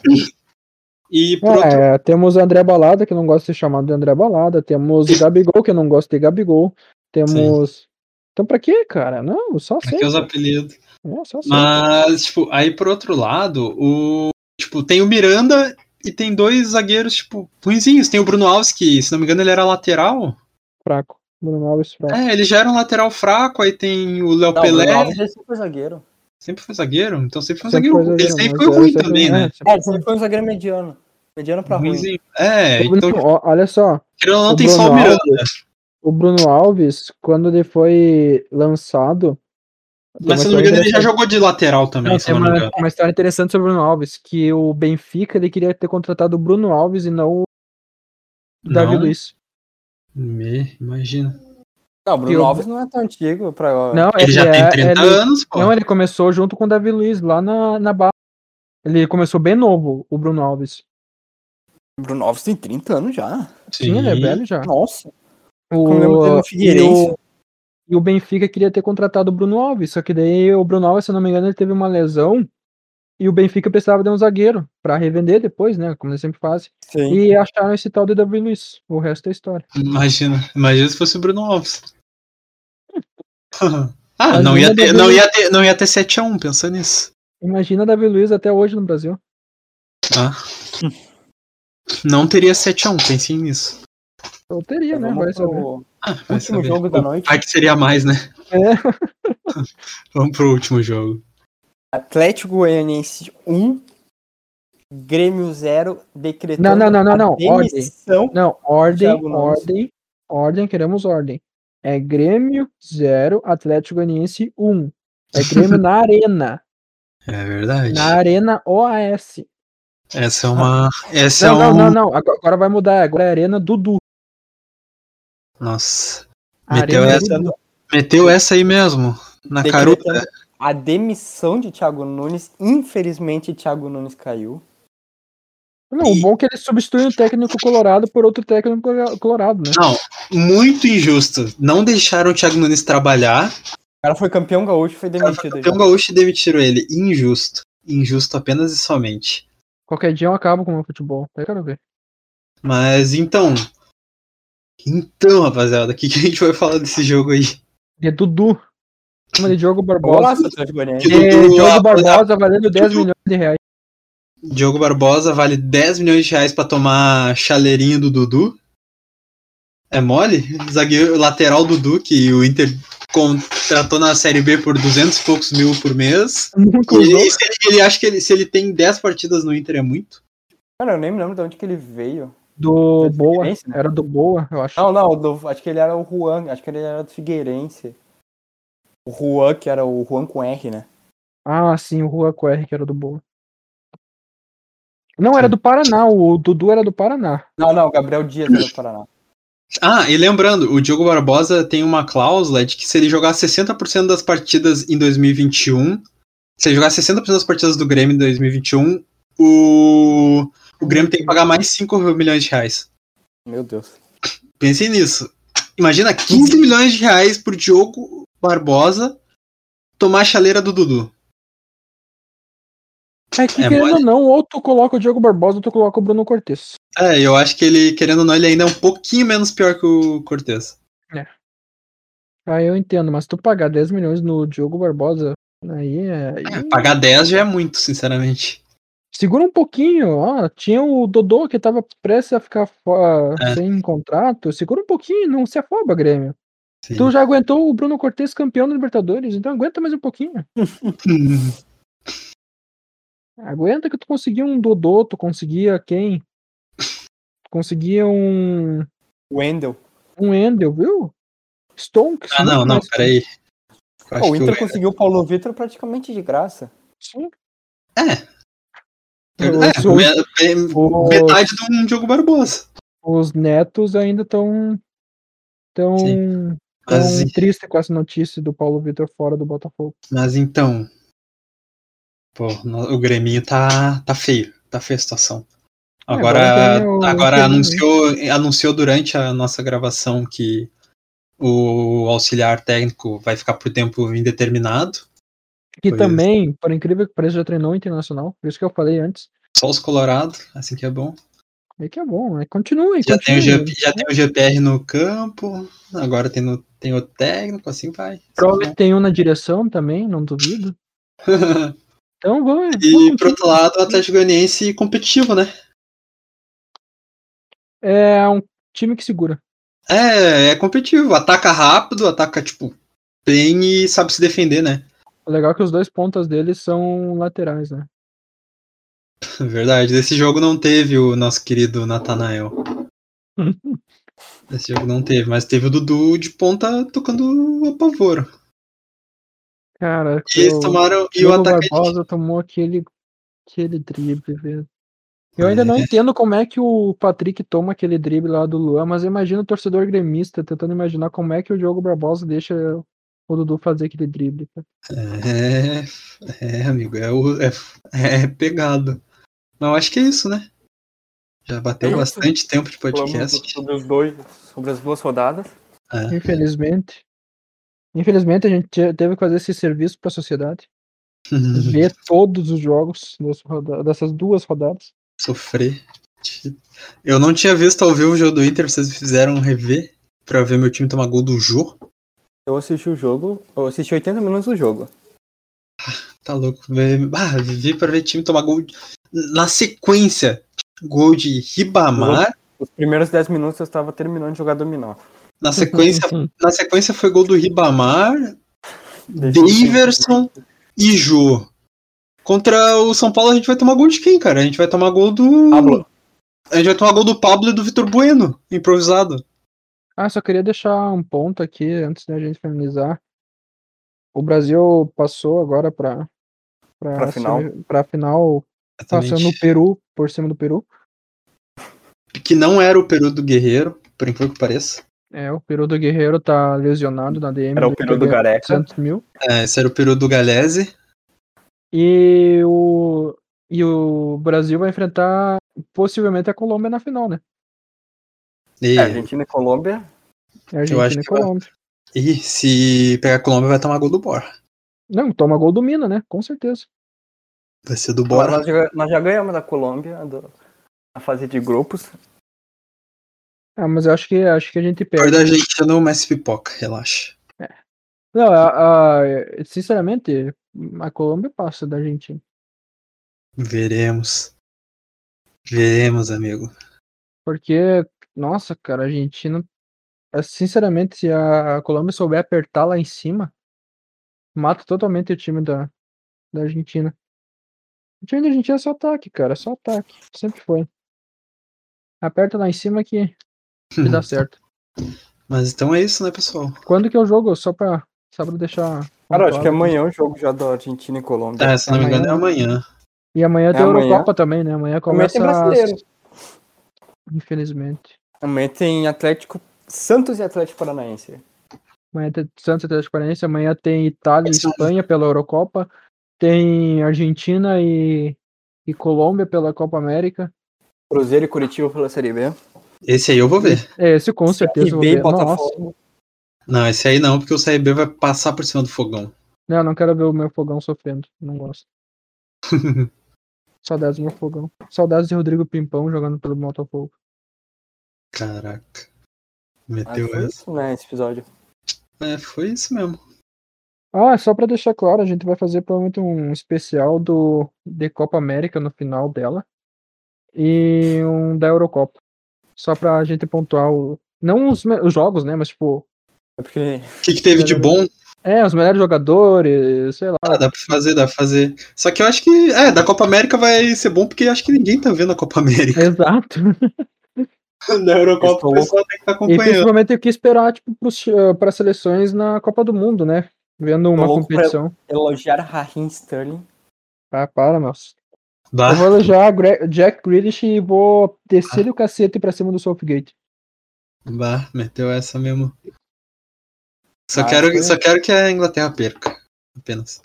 e por outro É, temos André Balada, que não gosta de ser chamado de André Balada. Temos Gabigol, que não gosta de Gabigol. Temos. Então, pra quê, cara? Não, só aqui é sei. os apelidos. É, só sei. Mas, tipo, aí por outro lado, o. Tipo, tem o Miranda e tem dois zagueiros, tipo, ruinzinhos. Tem o Bruno Alves, que, se não me engano, ele era lateral. Fraco. Bruno Alves fraco. É, ele já era um lateral fraco, aí tem o Léo Não, Pelé. o Alves ele sempre foi zagueiro. Sempre foi zagueiro, então sempre foi um Sempre zagueiro. foi zagueiro, mas ruim. Ele sempre foi era ruim sempre- também, né? é, sempre É, sempre foi um zagueiro mediano. Mediano pra ruim. Ruinzinho. É, O Bruno- então, ó, olha só, querendo ou não, o tem só o Bruno Miranda. o Bruno Alves, quando ele foi lançado. tem Mas, se uma não me engano, história ele já interessante. jogou de lateral também, Não, se tem não me uma, engano. uma história interessante sobre o Bruno Alves, que o Benfica ele queria ter contratado o Bruno Alves e não o Davi Não? Luiz. Me, imagina. Não, o Bruno E o- Alves não é tão antigo pra. Não, Ele já tem é- ele- 30 anos, pô. Não, ele começou junto com o Davi Luiz lá na, na base. Ele começou bem novo, o Bruno Alves. O Bruno Alves tem 30 anos já. Sim, ele é velho já. Nossa. O, Como lembro dele no e, Figueirense. o, e o Benfica queria ter contratado o Bruno Alves, só que daí o Bruno Alves, se eu não me engano, ele teve uma lesão e o Benfica precisava de um zagueiro pra revender depois, né? Como ele sempre faz. Sim. E acharam esse tal de Davi Luiz. O resto é história. Imagina, imagina se fosse o Bruno Alves. ah, Mas não ia, ainda ter, devia- não, ia ter, não ia ter 7x1, pensando nisso. Imagina Davi Luiz até hoje no Brasil. Não teria 7x1, pensem nisso. Eu teria, né? Vai saber. Ah, vai Então último saber. jogo da noite. Vai que seria mais, né? É. Vamos pro último jogo. Atlético Goianiense 1. Grêmio 0. Decretou. Não, não, não, não, não. Demissão. Não, ordem, Thiago Nunes. ordem, ordem, queremos ordem. É Grêmio 0, Atlético Goianiense 1. É Grêmio na Arena. É verdade. Na Arena OAS. Essa é uma. Ah. Essa Não, é não, um... não, não. Agora agora vai mudar. Agora é Arena Dudu. Nossa. Meteu Arena essa, Dudu. meteu essa aí mesmo. Na Decretando caruta. A demissão de Thiago Nunes. Infelizmente, Thiago Nunes caiu. Não, o bom é que ele substitui o técnico colorado por outro técnico colo- colorado, né? Não, muito injusto. Não deixaram o Thiago Nunes trabalhar. O cara foi campeão gaúcho e foi O cara foi demitido. já. campeão gaúcho e demitiram ele. Injusto. Injusto apenas e somente. Qualquer dia eu acabo com o meu futebol. tá Eu quero ver. Mas então. Então, rapaziada, o que, que a gente vai falar desse jogo aí? É Dudu. Chama de Diogo Barbosa. Golaço do Atlético Goianiense. É, Dudu, Diogo a- Barbosa valendo 10 Dudu. milhões de reais. Diogo Barbosa vale 10 milhões de reais pra tomar chaleirinho do Dudu. É mole? Zagueiro lateral Dudu, que o Inter contratou na Série B por 200 e poucos mil por mês. Nunca E usou. ele, se ele- ele acha que ele- se ele tem 10 partidas no Inter é muito. Cara, eu nem me lembro de onde que ele veio. Do Boa. Figueirense, né? Era do Boa, eu acho. Não, não, do- acho que ele era o Juan, acho que ele era do Figueirense. O Juan, que era o Juan com R, né? Ah, sim, o Rua QR que era do Boa. Não, era do Paraná. O Dudu era do Paraná. Não, não, o Gabriel Dias era do Paraná. Ah, e lembrando, o Diogo Barbosa tem uma cláusula de que se ele jogar 60% das partidas em 2021, se ele jogar 60% das partidas do Grêmio em 2021, o, o Grêmio tem que pagar mais 5 milhões de reais. Meu Deus. Pensem nisso. Imagina 15 milhões de reais por Diogo Barbosa tomar a chaleira do Dudu. É que É querendo mole. ou não, ou tu coloca o Diogo Barbosa ou tu coloca o Bruno Cortes. É, eu acho que ele, querendo ou não, ele ainda é um pouquinho menos pior que o Cortez. Aí Ah, eu entendo, mas tu pagar 10 milhões no Diogo Barbosa, aí é. aí- Pagar 10 já é muito, sinceramente. Segura um pouquinho, ó. Tinha o Dodô que tava prestes a ficar fo- É. sem contrato. Segura um pouquinho, não se afoba, Grêmio. Sim. Tu já aguentou o Bruno Cortes campeão da Libertadores, então aguenta mais um pouquinho. Aguenta que tu conseguia um Dodô, tu conseguia quem? Tu conseguia um, Wendel. um Endel, viu? Stonks. ah, não, muito não, mais- peraí. Eu acho Pô, o que Inter conseguiu o Paulo Vitor praticamente de graça. Sim. É. Os- É, os- me- me- os- metade de um Diogo Barbosa. os netos ainda estão tão, Sim. Então, tão Mas, triste com essa notícia do Paulo Vitor fora do Botafogo. mas então. Pô, no- o Grêmio tá, tá feio. Tá feia a situação. É, Agora, agora tem o- agora tem o- anunciou, anunciou durante a nossa gravação que o auxiliar técnico vai ficar por tempo indeterminado. Que Pois. é. também, por incrível que pareça, já treinou internacional. Por isso que eu falei antes. Só os Colorado, assim que é bom. É que é bom, né? Continue, Já tem, o continue. GP, já tem o GPR no campo, agora tem, no, tem o técnico, assim vai. Provavelmente tem um na direção também, não duvido. Então vamos. e por outro lado, o Atlético Goianiense competitivo, né? É um time que segura. É, é competitivo. Ataca rápido, ataca, tipo, bem e sabe se defender, né? O legal é que os dois pontas deles são laterais, né? Verdade, desse jogo não teve o nosso querido Natanael. Desse jogo não teve, mas teve o Dudu de ponta tocando o pavor. Cara, E eles eu- tomaram. E o Diogo atacante. Barbosa tomou aquele, aquele drible, velho. Eu ainda não É. entendo como é que o Patrick toma aquele drible lá do Luan, mas eu imagino o torcedor gremista tentando imaginar como é que o Diogo Barbosa deixa o Dudu fazer aquele drible. cara. É, é, amigo, é, o- é, é pegado. Mas eu acho que é isso, né? Já bateu É isso. bastante tempo de Falamos podcast. sobre os dois, sobre as duas rodadas. É. Infelizmente. Infelizmente a gente te- teve que fazer esse serviço para a sociedade, Uhum. ver todos os jogos das roda- dessas duas rodadas. Sofrer. Eu não tinha visto ao vivo o jogo do Inter, vocês fizeram um rever pra ver meu time tomar gol do Jô. Eu assisti o jogo, eu assisti 80 minutos do jogo. Tá louco. velho. Ah, vivi pra ver time tomar gol de- na sequência. Gol de Ribamar. Os primeiros 10 minutos eu estava terminando de jogar dominó. Na sequência, na sequência foi gol do Ribamar, Deixa eu Daverson e Jô. Contra o São Paulo a gente vai tomar gol de quem, cara? A gente vai tomar gol do. Pablo. A gente vai tomar gol do Pablo e do Vitor Bueno, improvisado. Ah, só queria deixar um ponto aqui antes da gente finalizar. O Brasil passou agora para Pra final. para final passando o Exatamente. Peru por cima do Peru. Que não era o Peru do Guerreiro, por incrível que pareça. É, o Peru do Guerreiro tá lesionado na né, DM. Era o ele Peru do ganha Gareca. 400 mil. É, esse era o Peru do Galese. E o e o Brasil vai enfrentar possivelmente a Colômbia na final, né? E, É, Argentina e Colômbia. É a Argentina acho e que vai. Colômbia. e se pegar a Colômbia vai tomar gol do Borra. Não, toma gol do Mina, né? Com certeza. Vai ser do Mas Borra. Nós já, nós já ganhamos da Colômbia do- na fase de grupos. Ah, mas eu acho que acho que a gente Pior perde. da Argentina é o Messi Pipoca, relaxa. Não, a, a- sinceramente, a Colômbia passa da Argentina. Veremos. Veremos, amigo. Porque, nossa, cara, a Argentina. é, Sinceramente, se a Colômbia souber apertar lá em cima, mata totalmente o time da, da Argentina. O time da Argentina é só ataque, cara, é só ataque. Sempre foi. Aperta lá em cima que, que dá certo. Mas então é isso, né, pessoal? Quando que é o jogo? Só pra, só pra deixar. Cara, acho pontuado. que amanhã o jogo já da Argentina e Colômbia. Ah, se não me engano, é amanhã. E amanhã tem a É amanhã. Eurocopa também, né? Amanhã amanhã começa. tem brasileiro. Infelizmente. Amanhã tem Atlético Santos e Atlético Paranaense. Amanhã tem Santos e Atlético Paranaense, amanhã tem Itália e Esse é um- Espanha pela Eurocopa, tem Argentina e, e Colômbia pela Copa América. Cruzeiro e Curitiba pela Série B. Esse aí eu vou ver. É, esse com certeza eu vou CRB e ver. Nossa, Botafogo. Não, esse aí não, porque o CRB vai passar por cima do fogão. não, não quero ver o meu fogão sofrendo, não gosto. Saudades do meu fogão. Saudades de Rodrigo Pimpão jogando pelo Botafogo. Caraca. Ah, Meteu foi essa. isso, né, esse episódio. É, foi isso mesmo. Ah, só pra deixar claro, a gente vai fazer provavelmente um especial do de Copa América no final dela e um da Eurocopa. Só pra gente pontuar o, não os, me- os jogos, né, mas tipo, É porque O que, que teve de bom? é, os melhores jogadores, sei lá. Ah, dá pra fazer, dá pra fazer. Só que eu acho que, é, da Copa América vai ser bom, porque acho que ninguém tá vendo a Copa América. Exato. Na Eurocopa Estou o pessoal tem que tá E acompanhando. principalmente o que esperar, tipo, pros, eh, pras seleções na Copa do Mundo, né? Vendo uma louco pra- competição. elogiar Raheem Sterling. Ah, para, nossa. Bah, Ah. Eu vou elogiar Gre- Jack Grealish e vou descer o cacete pra cima do Southgate. bah, meteu essa mesmo. Só, Ah, quero, foi. só quero que a Inglaterra perca. Apenas.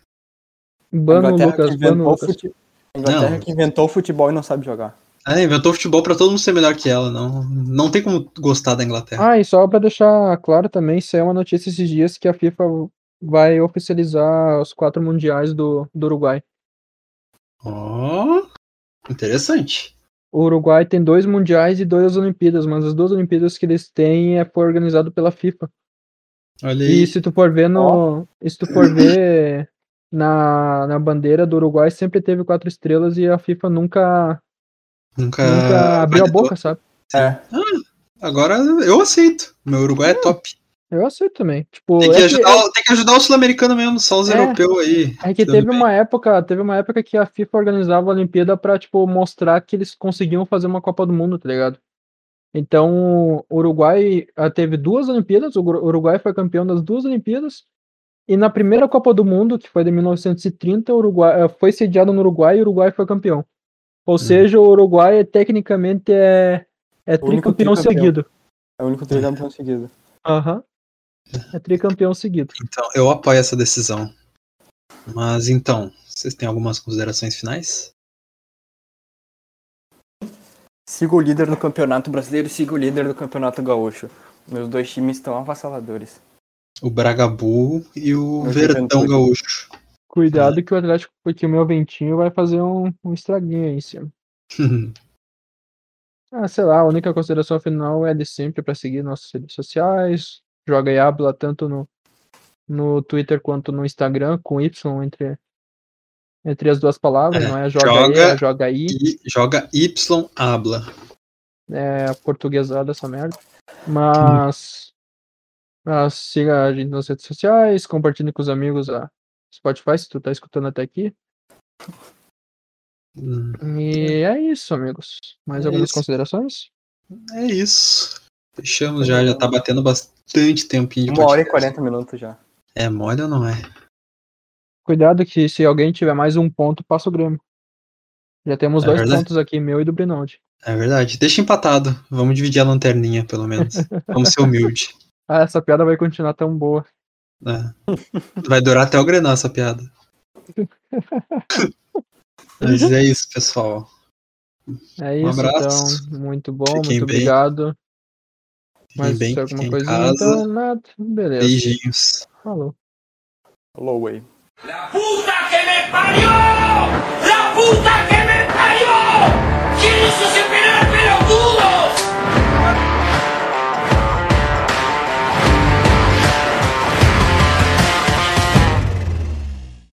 Bano o Inglaterra Lucas, que bano o inventou o Lucas. fute- Inglaterra Não. que inventou o futebol e não sabe jogar. Ah, inventou futebol pra todo mundo ser melhor que ela. Não, não tem como gostar da Inglaterra. Ah, e só pra deixar claro também, saiu uma notícia esses dias que a FIFA vai oficializar os quatro mundiais do, do Uruguai. Ó, interessante. O Uruguai tem dois mundiais e duas Olimpíadas, mas as duas Olimpíadas que eles têm é foi organizado pela FIFA. Olha aí. E se tu for ver no, e se tu for ver na, na bandeira do Uruguai sempre teve quatro estrelas e a FIFA nunca Nunca, nunca abriu a validou. boca, sabe? É. Agora eu aceito. Meu Uruguai é top. Eu aceito também. Tipo, Tem que, é que- ajudar, o- tem que ajudar o sul-americano mesmo, só os É. europeus aí. É que Tudo teve bem. uma época, teve uma época que a FIFA organizava a Olimpíada pra, tipo, mostrar que eles conseguiam fazer uma Copa do Mundo, tá ligado? Então, o Uruguai ah, teve duas Olimpíadas, o Uru- Uruguai foi campeão das duas Olimpíadas, e na primeira Copa do Mundo, que foi de 1930, o Uruguai, eh, foi sediado no Uruguai e o Uruguai foi campeão. Ou seja, o Uruguai é, tecnicamente é, é O único tricampeão tricampeão. seguido. É o único tricampeão seguido. Aham. É tricampeão seguido. Então, eu apoio essa decisão. Mas então, vocês têm algumas considerações finais? Siga o líder do campeonato brasileiro, siga o líder do campeonato gaúcho. Meus dois times estão avassaladores. O Bragabu e o Eu Verdão Juventude. Gaúcho. Cuidado que o Atlético, porque o meu ventinho vai fazer um, um estraguinho aí em cima. Ah, sei lá, a única consideração final é de sempre para seguir nossas redes sociais. Joga e habla tanto no, no Twitter quanto no Instagram, com Y entre, entre as duas palavras, É, não é joga, joga e, é joga I, e joga Y Habla. é portuguesada essa merda. Mas, mas siga a gente nas redes sociais, compartilhe com os amigos a Spotify, se tu tá escutando até aqui. Hum, E é isso, amigos. Mais É algumas isso. considerações? É isso. Fechamos já, já tá batendo bastante tempinho de Uma hora e podcast. quarenta minutos já. É mole ou não é? Cuidado que se alguém tiver mais um ponto, passa o Grêmio. Já temos É dois verdade. pontos aqui, meu e do Brinaldi. É verdade. Deixa empatado. Vamos dividir a lanterninha, pelo menos. Vamos ser humilde. Ah, essa piada vai continuar tão boa. né? Vai durar até o grenar essa piada. Mas é isso, pessoal. É Um isso, abraço. então. Muito bom, Fiquem muito bem. obrigado. Fiquem Mais bem, alguma fiquem em coisa? casa. Então, nada. Beleza. Beijinhos. Falou. Low way. ¡La puta que me parió! ¡La puta que me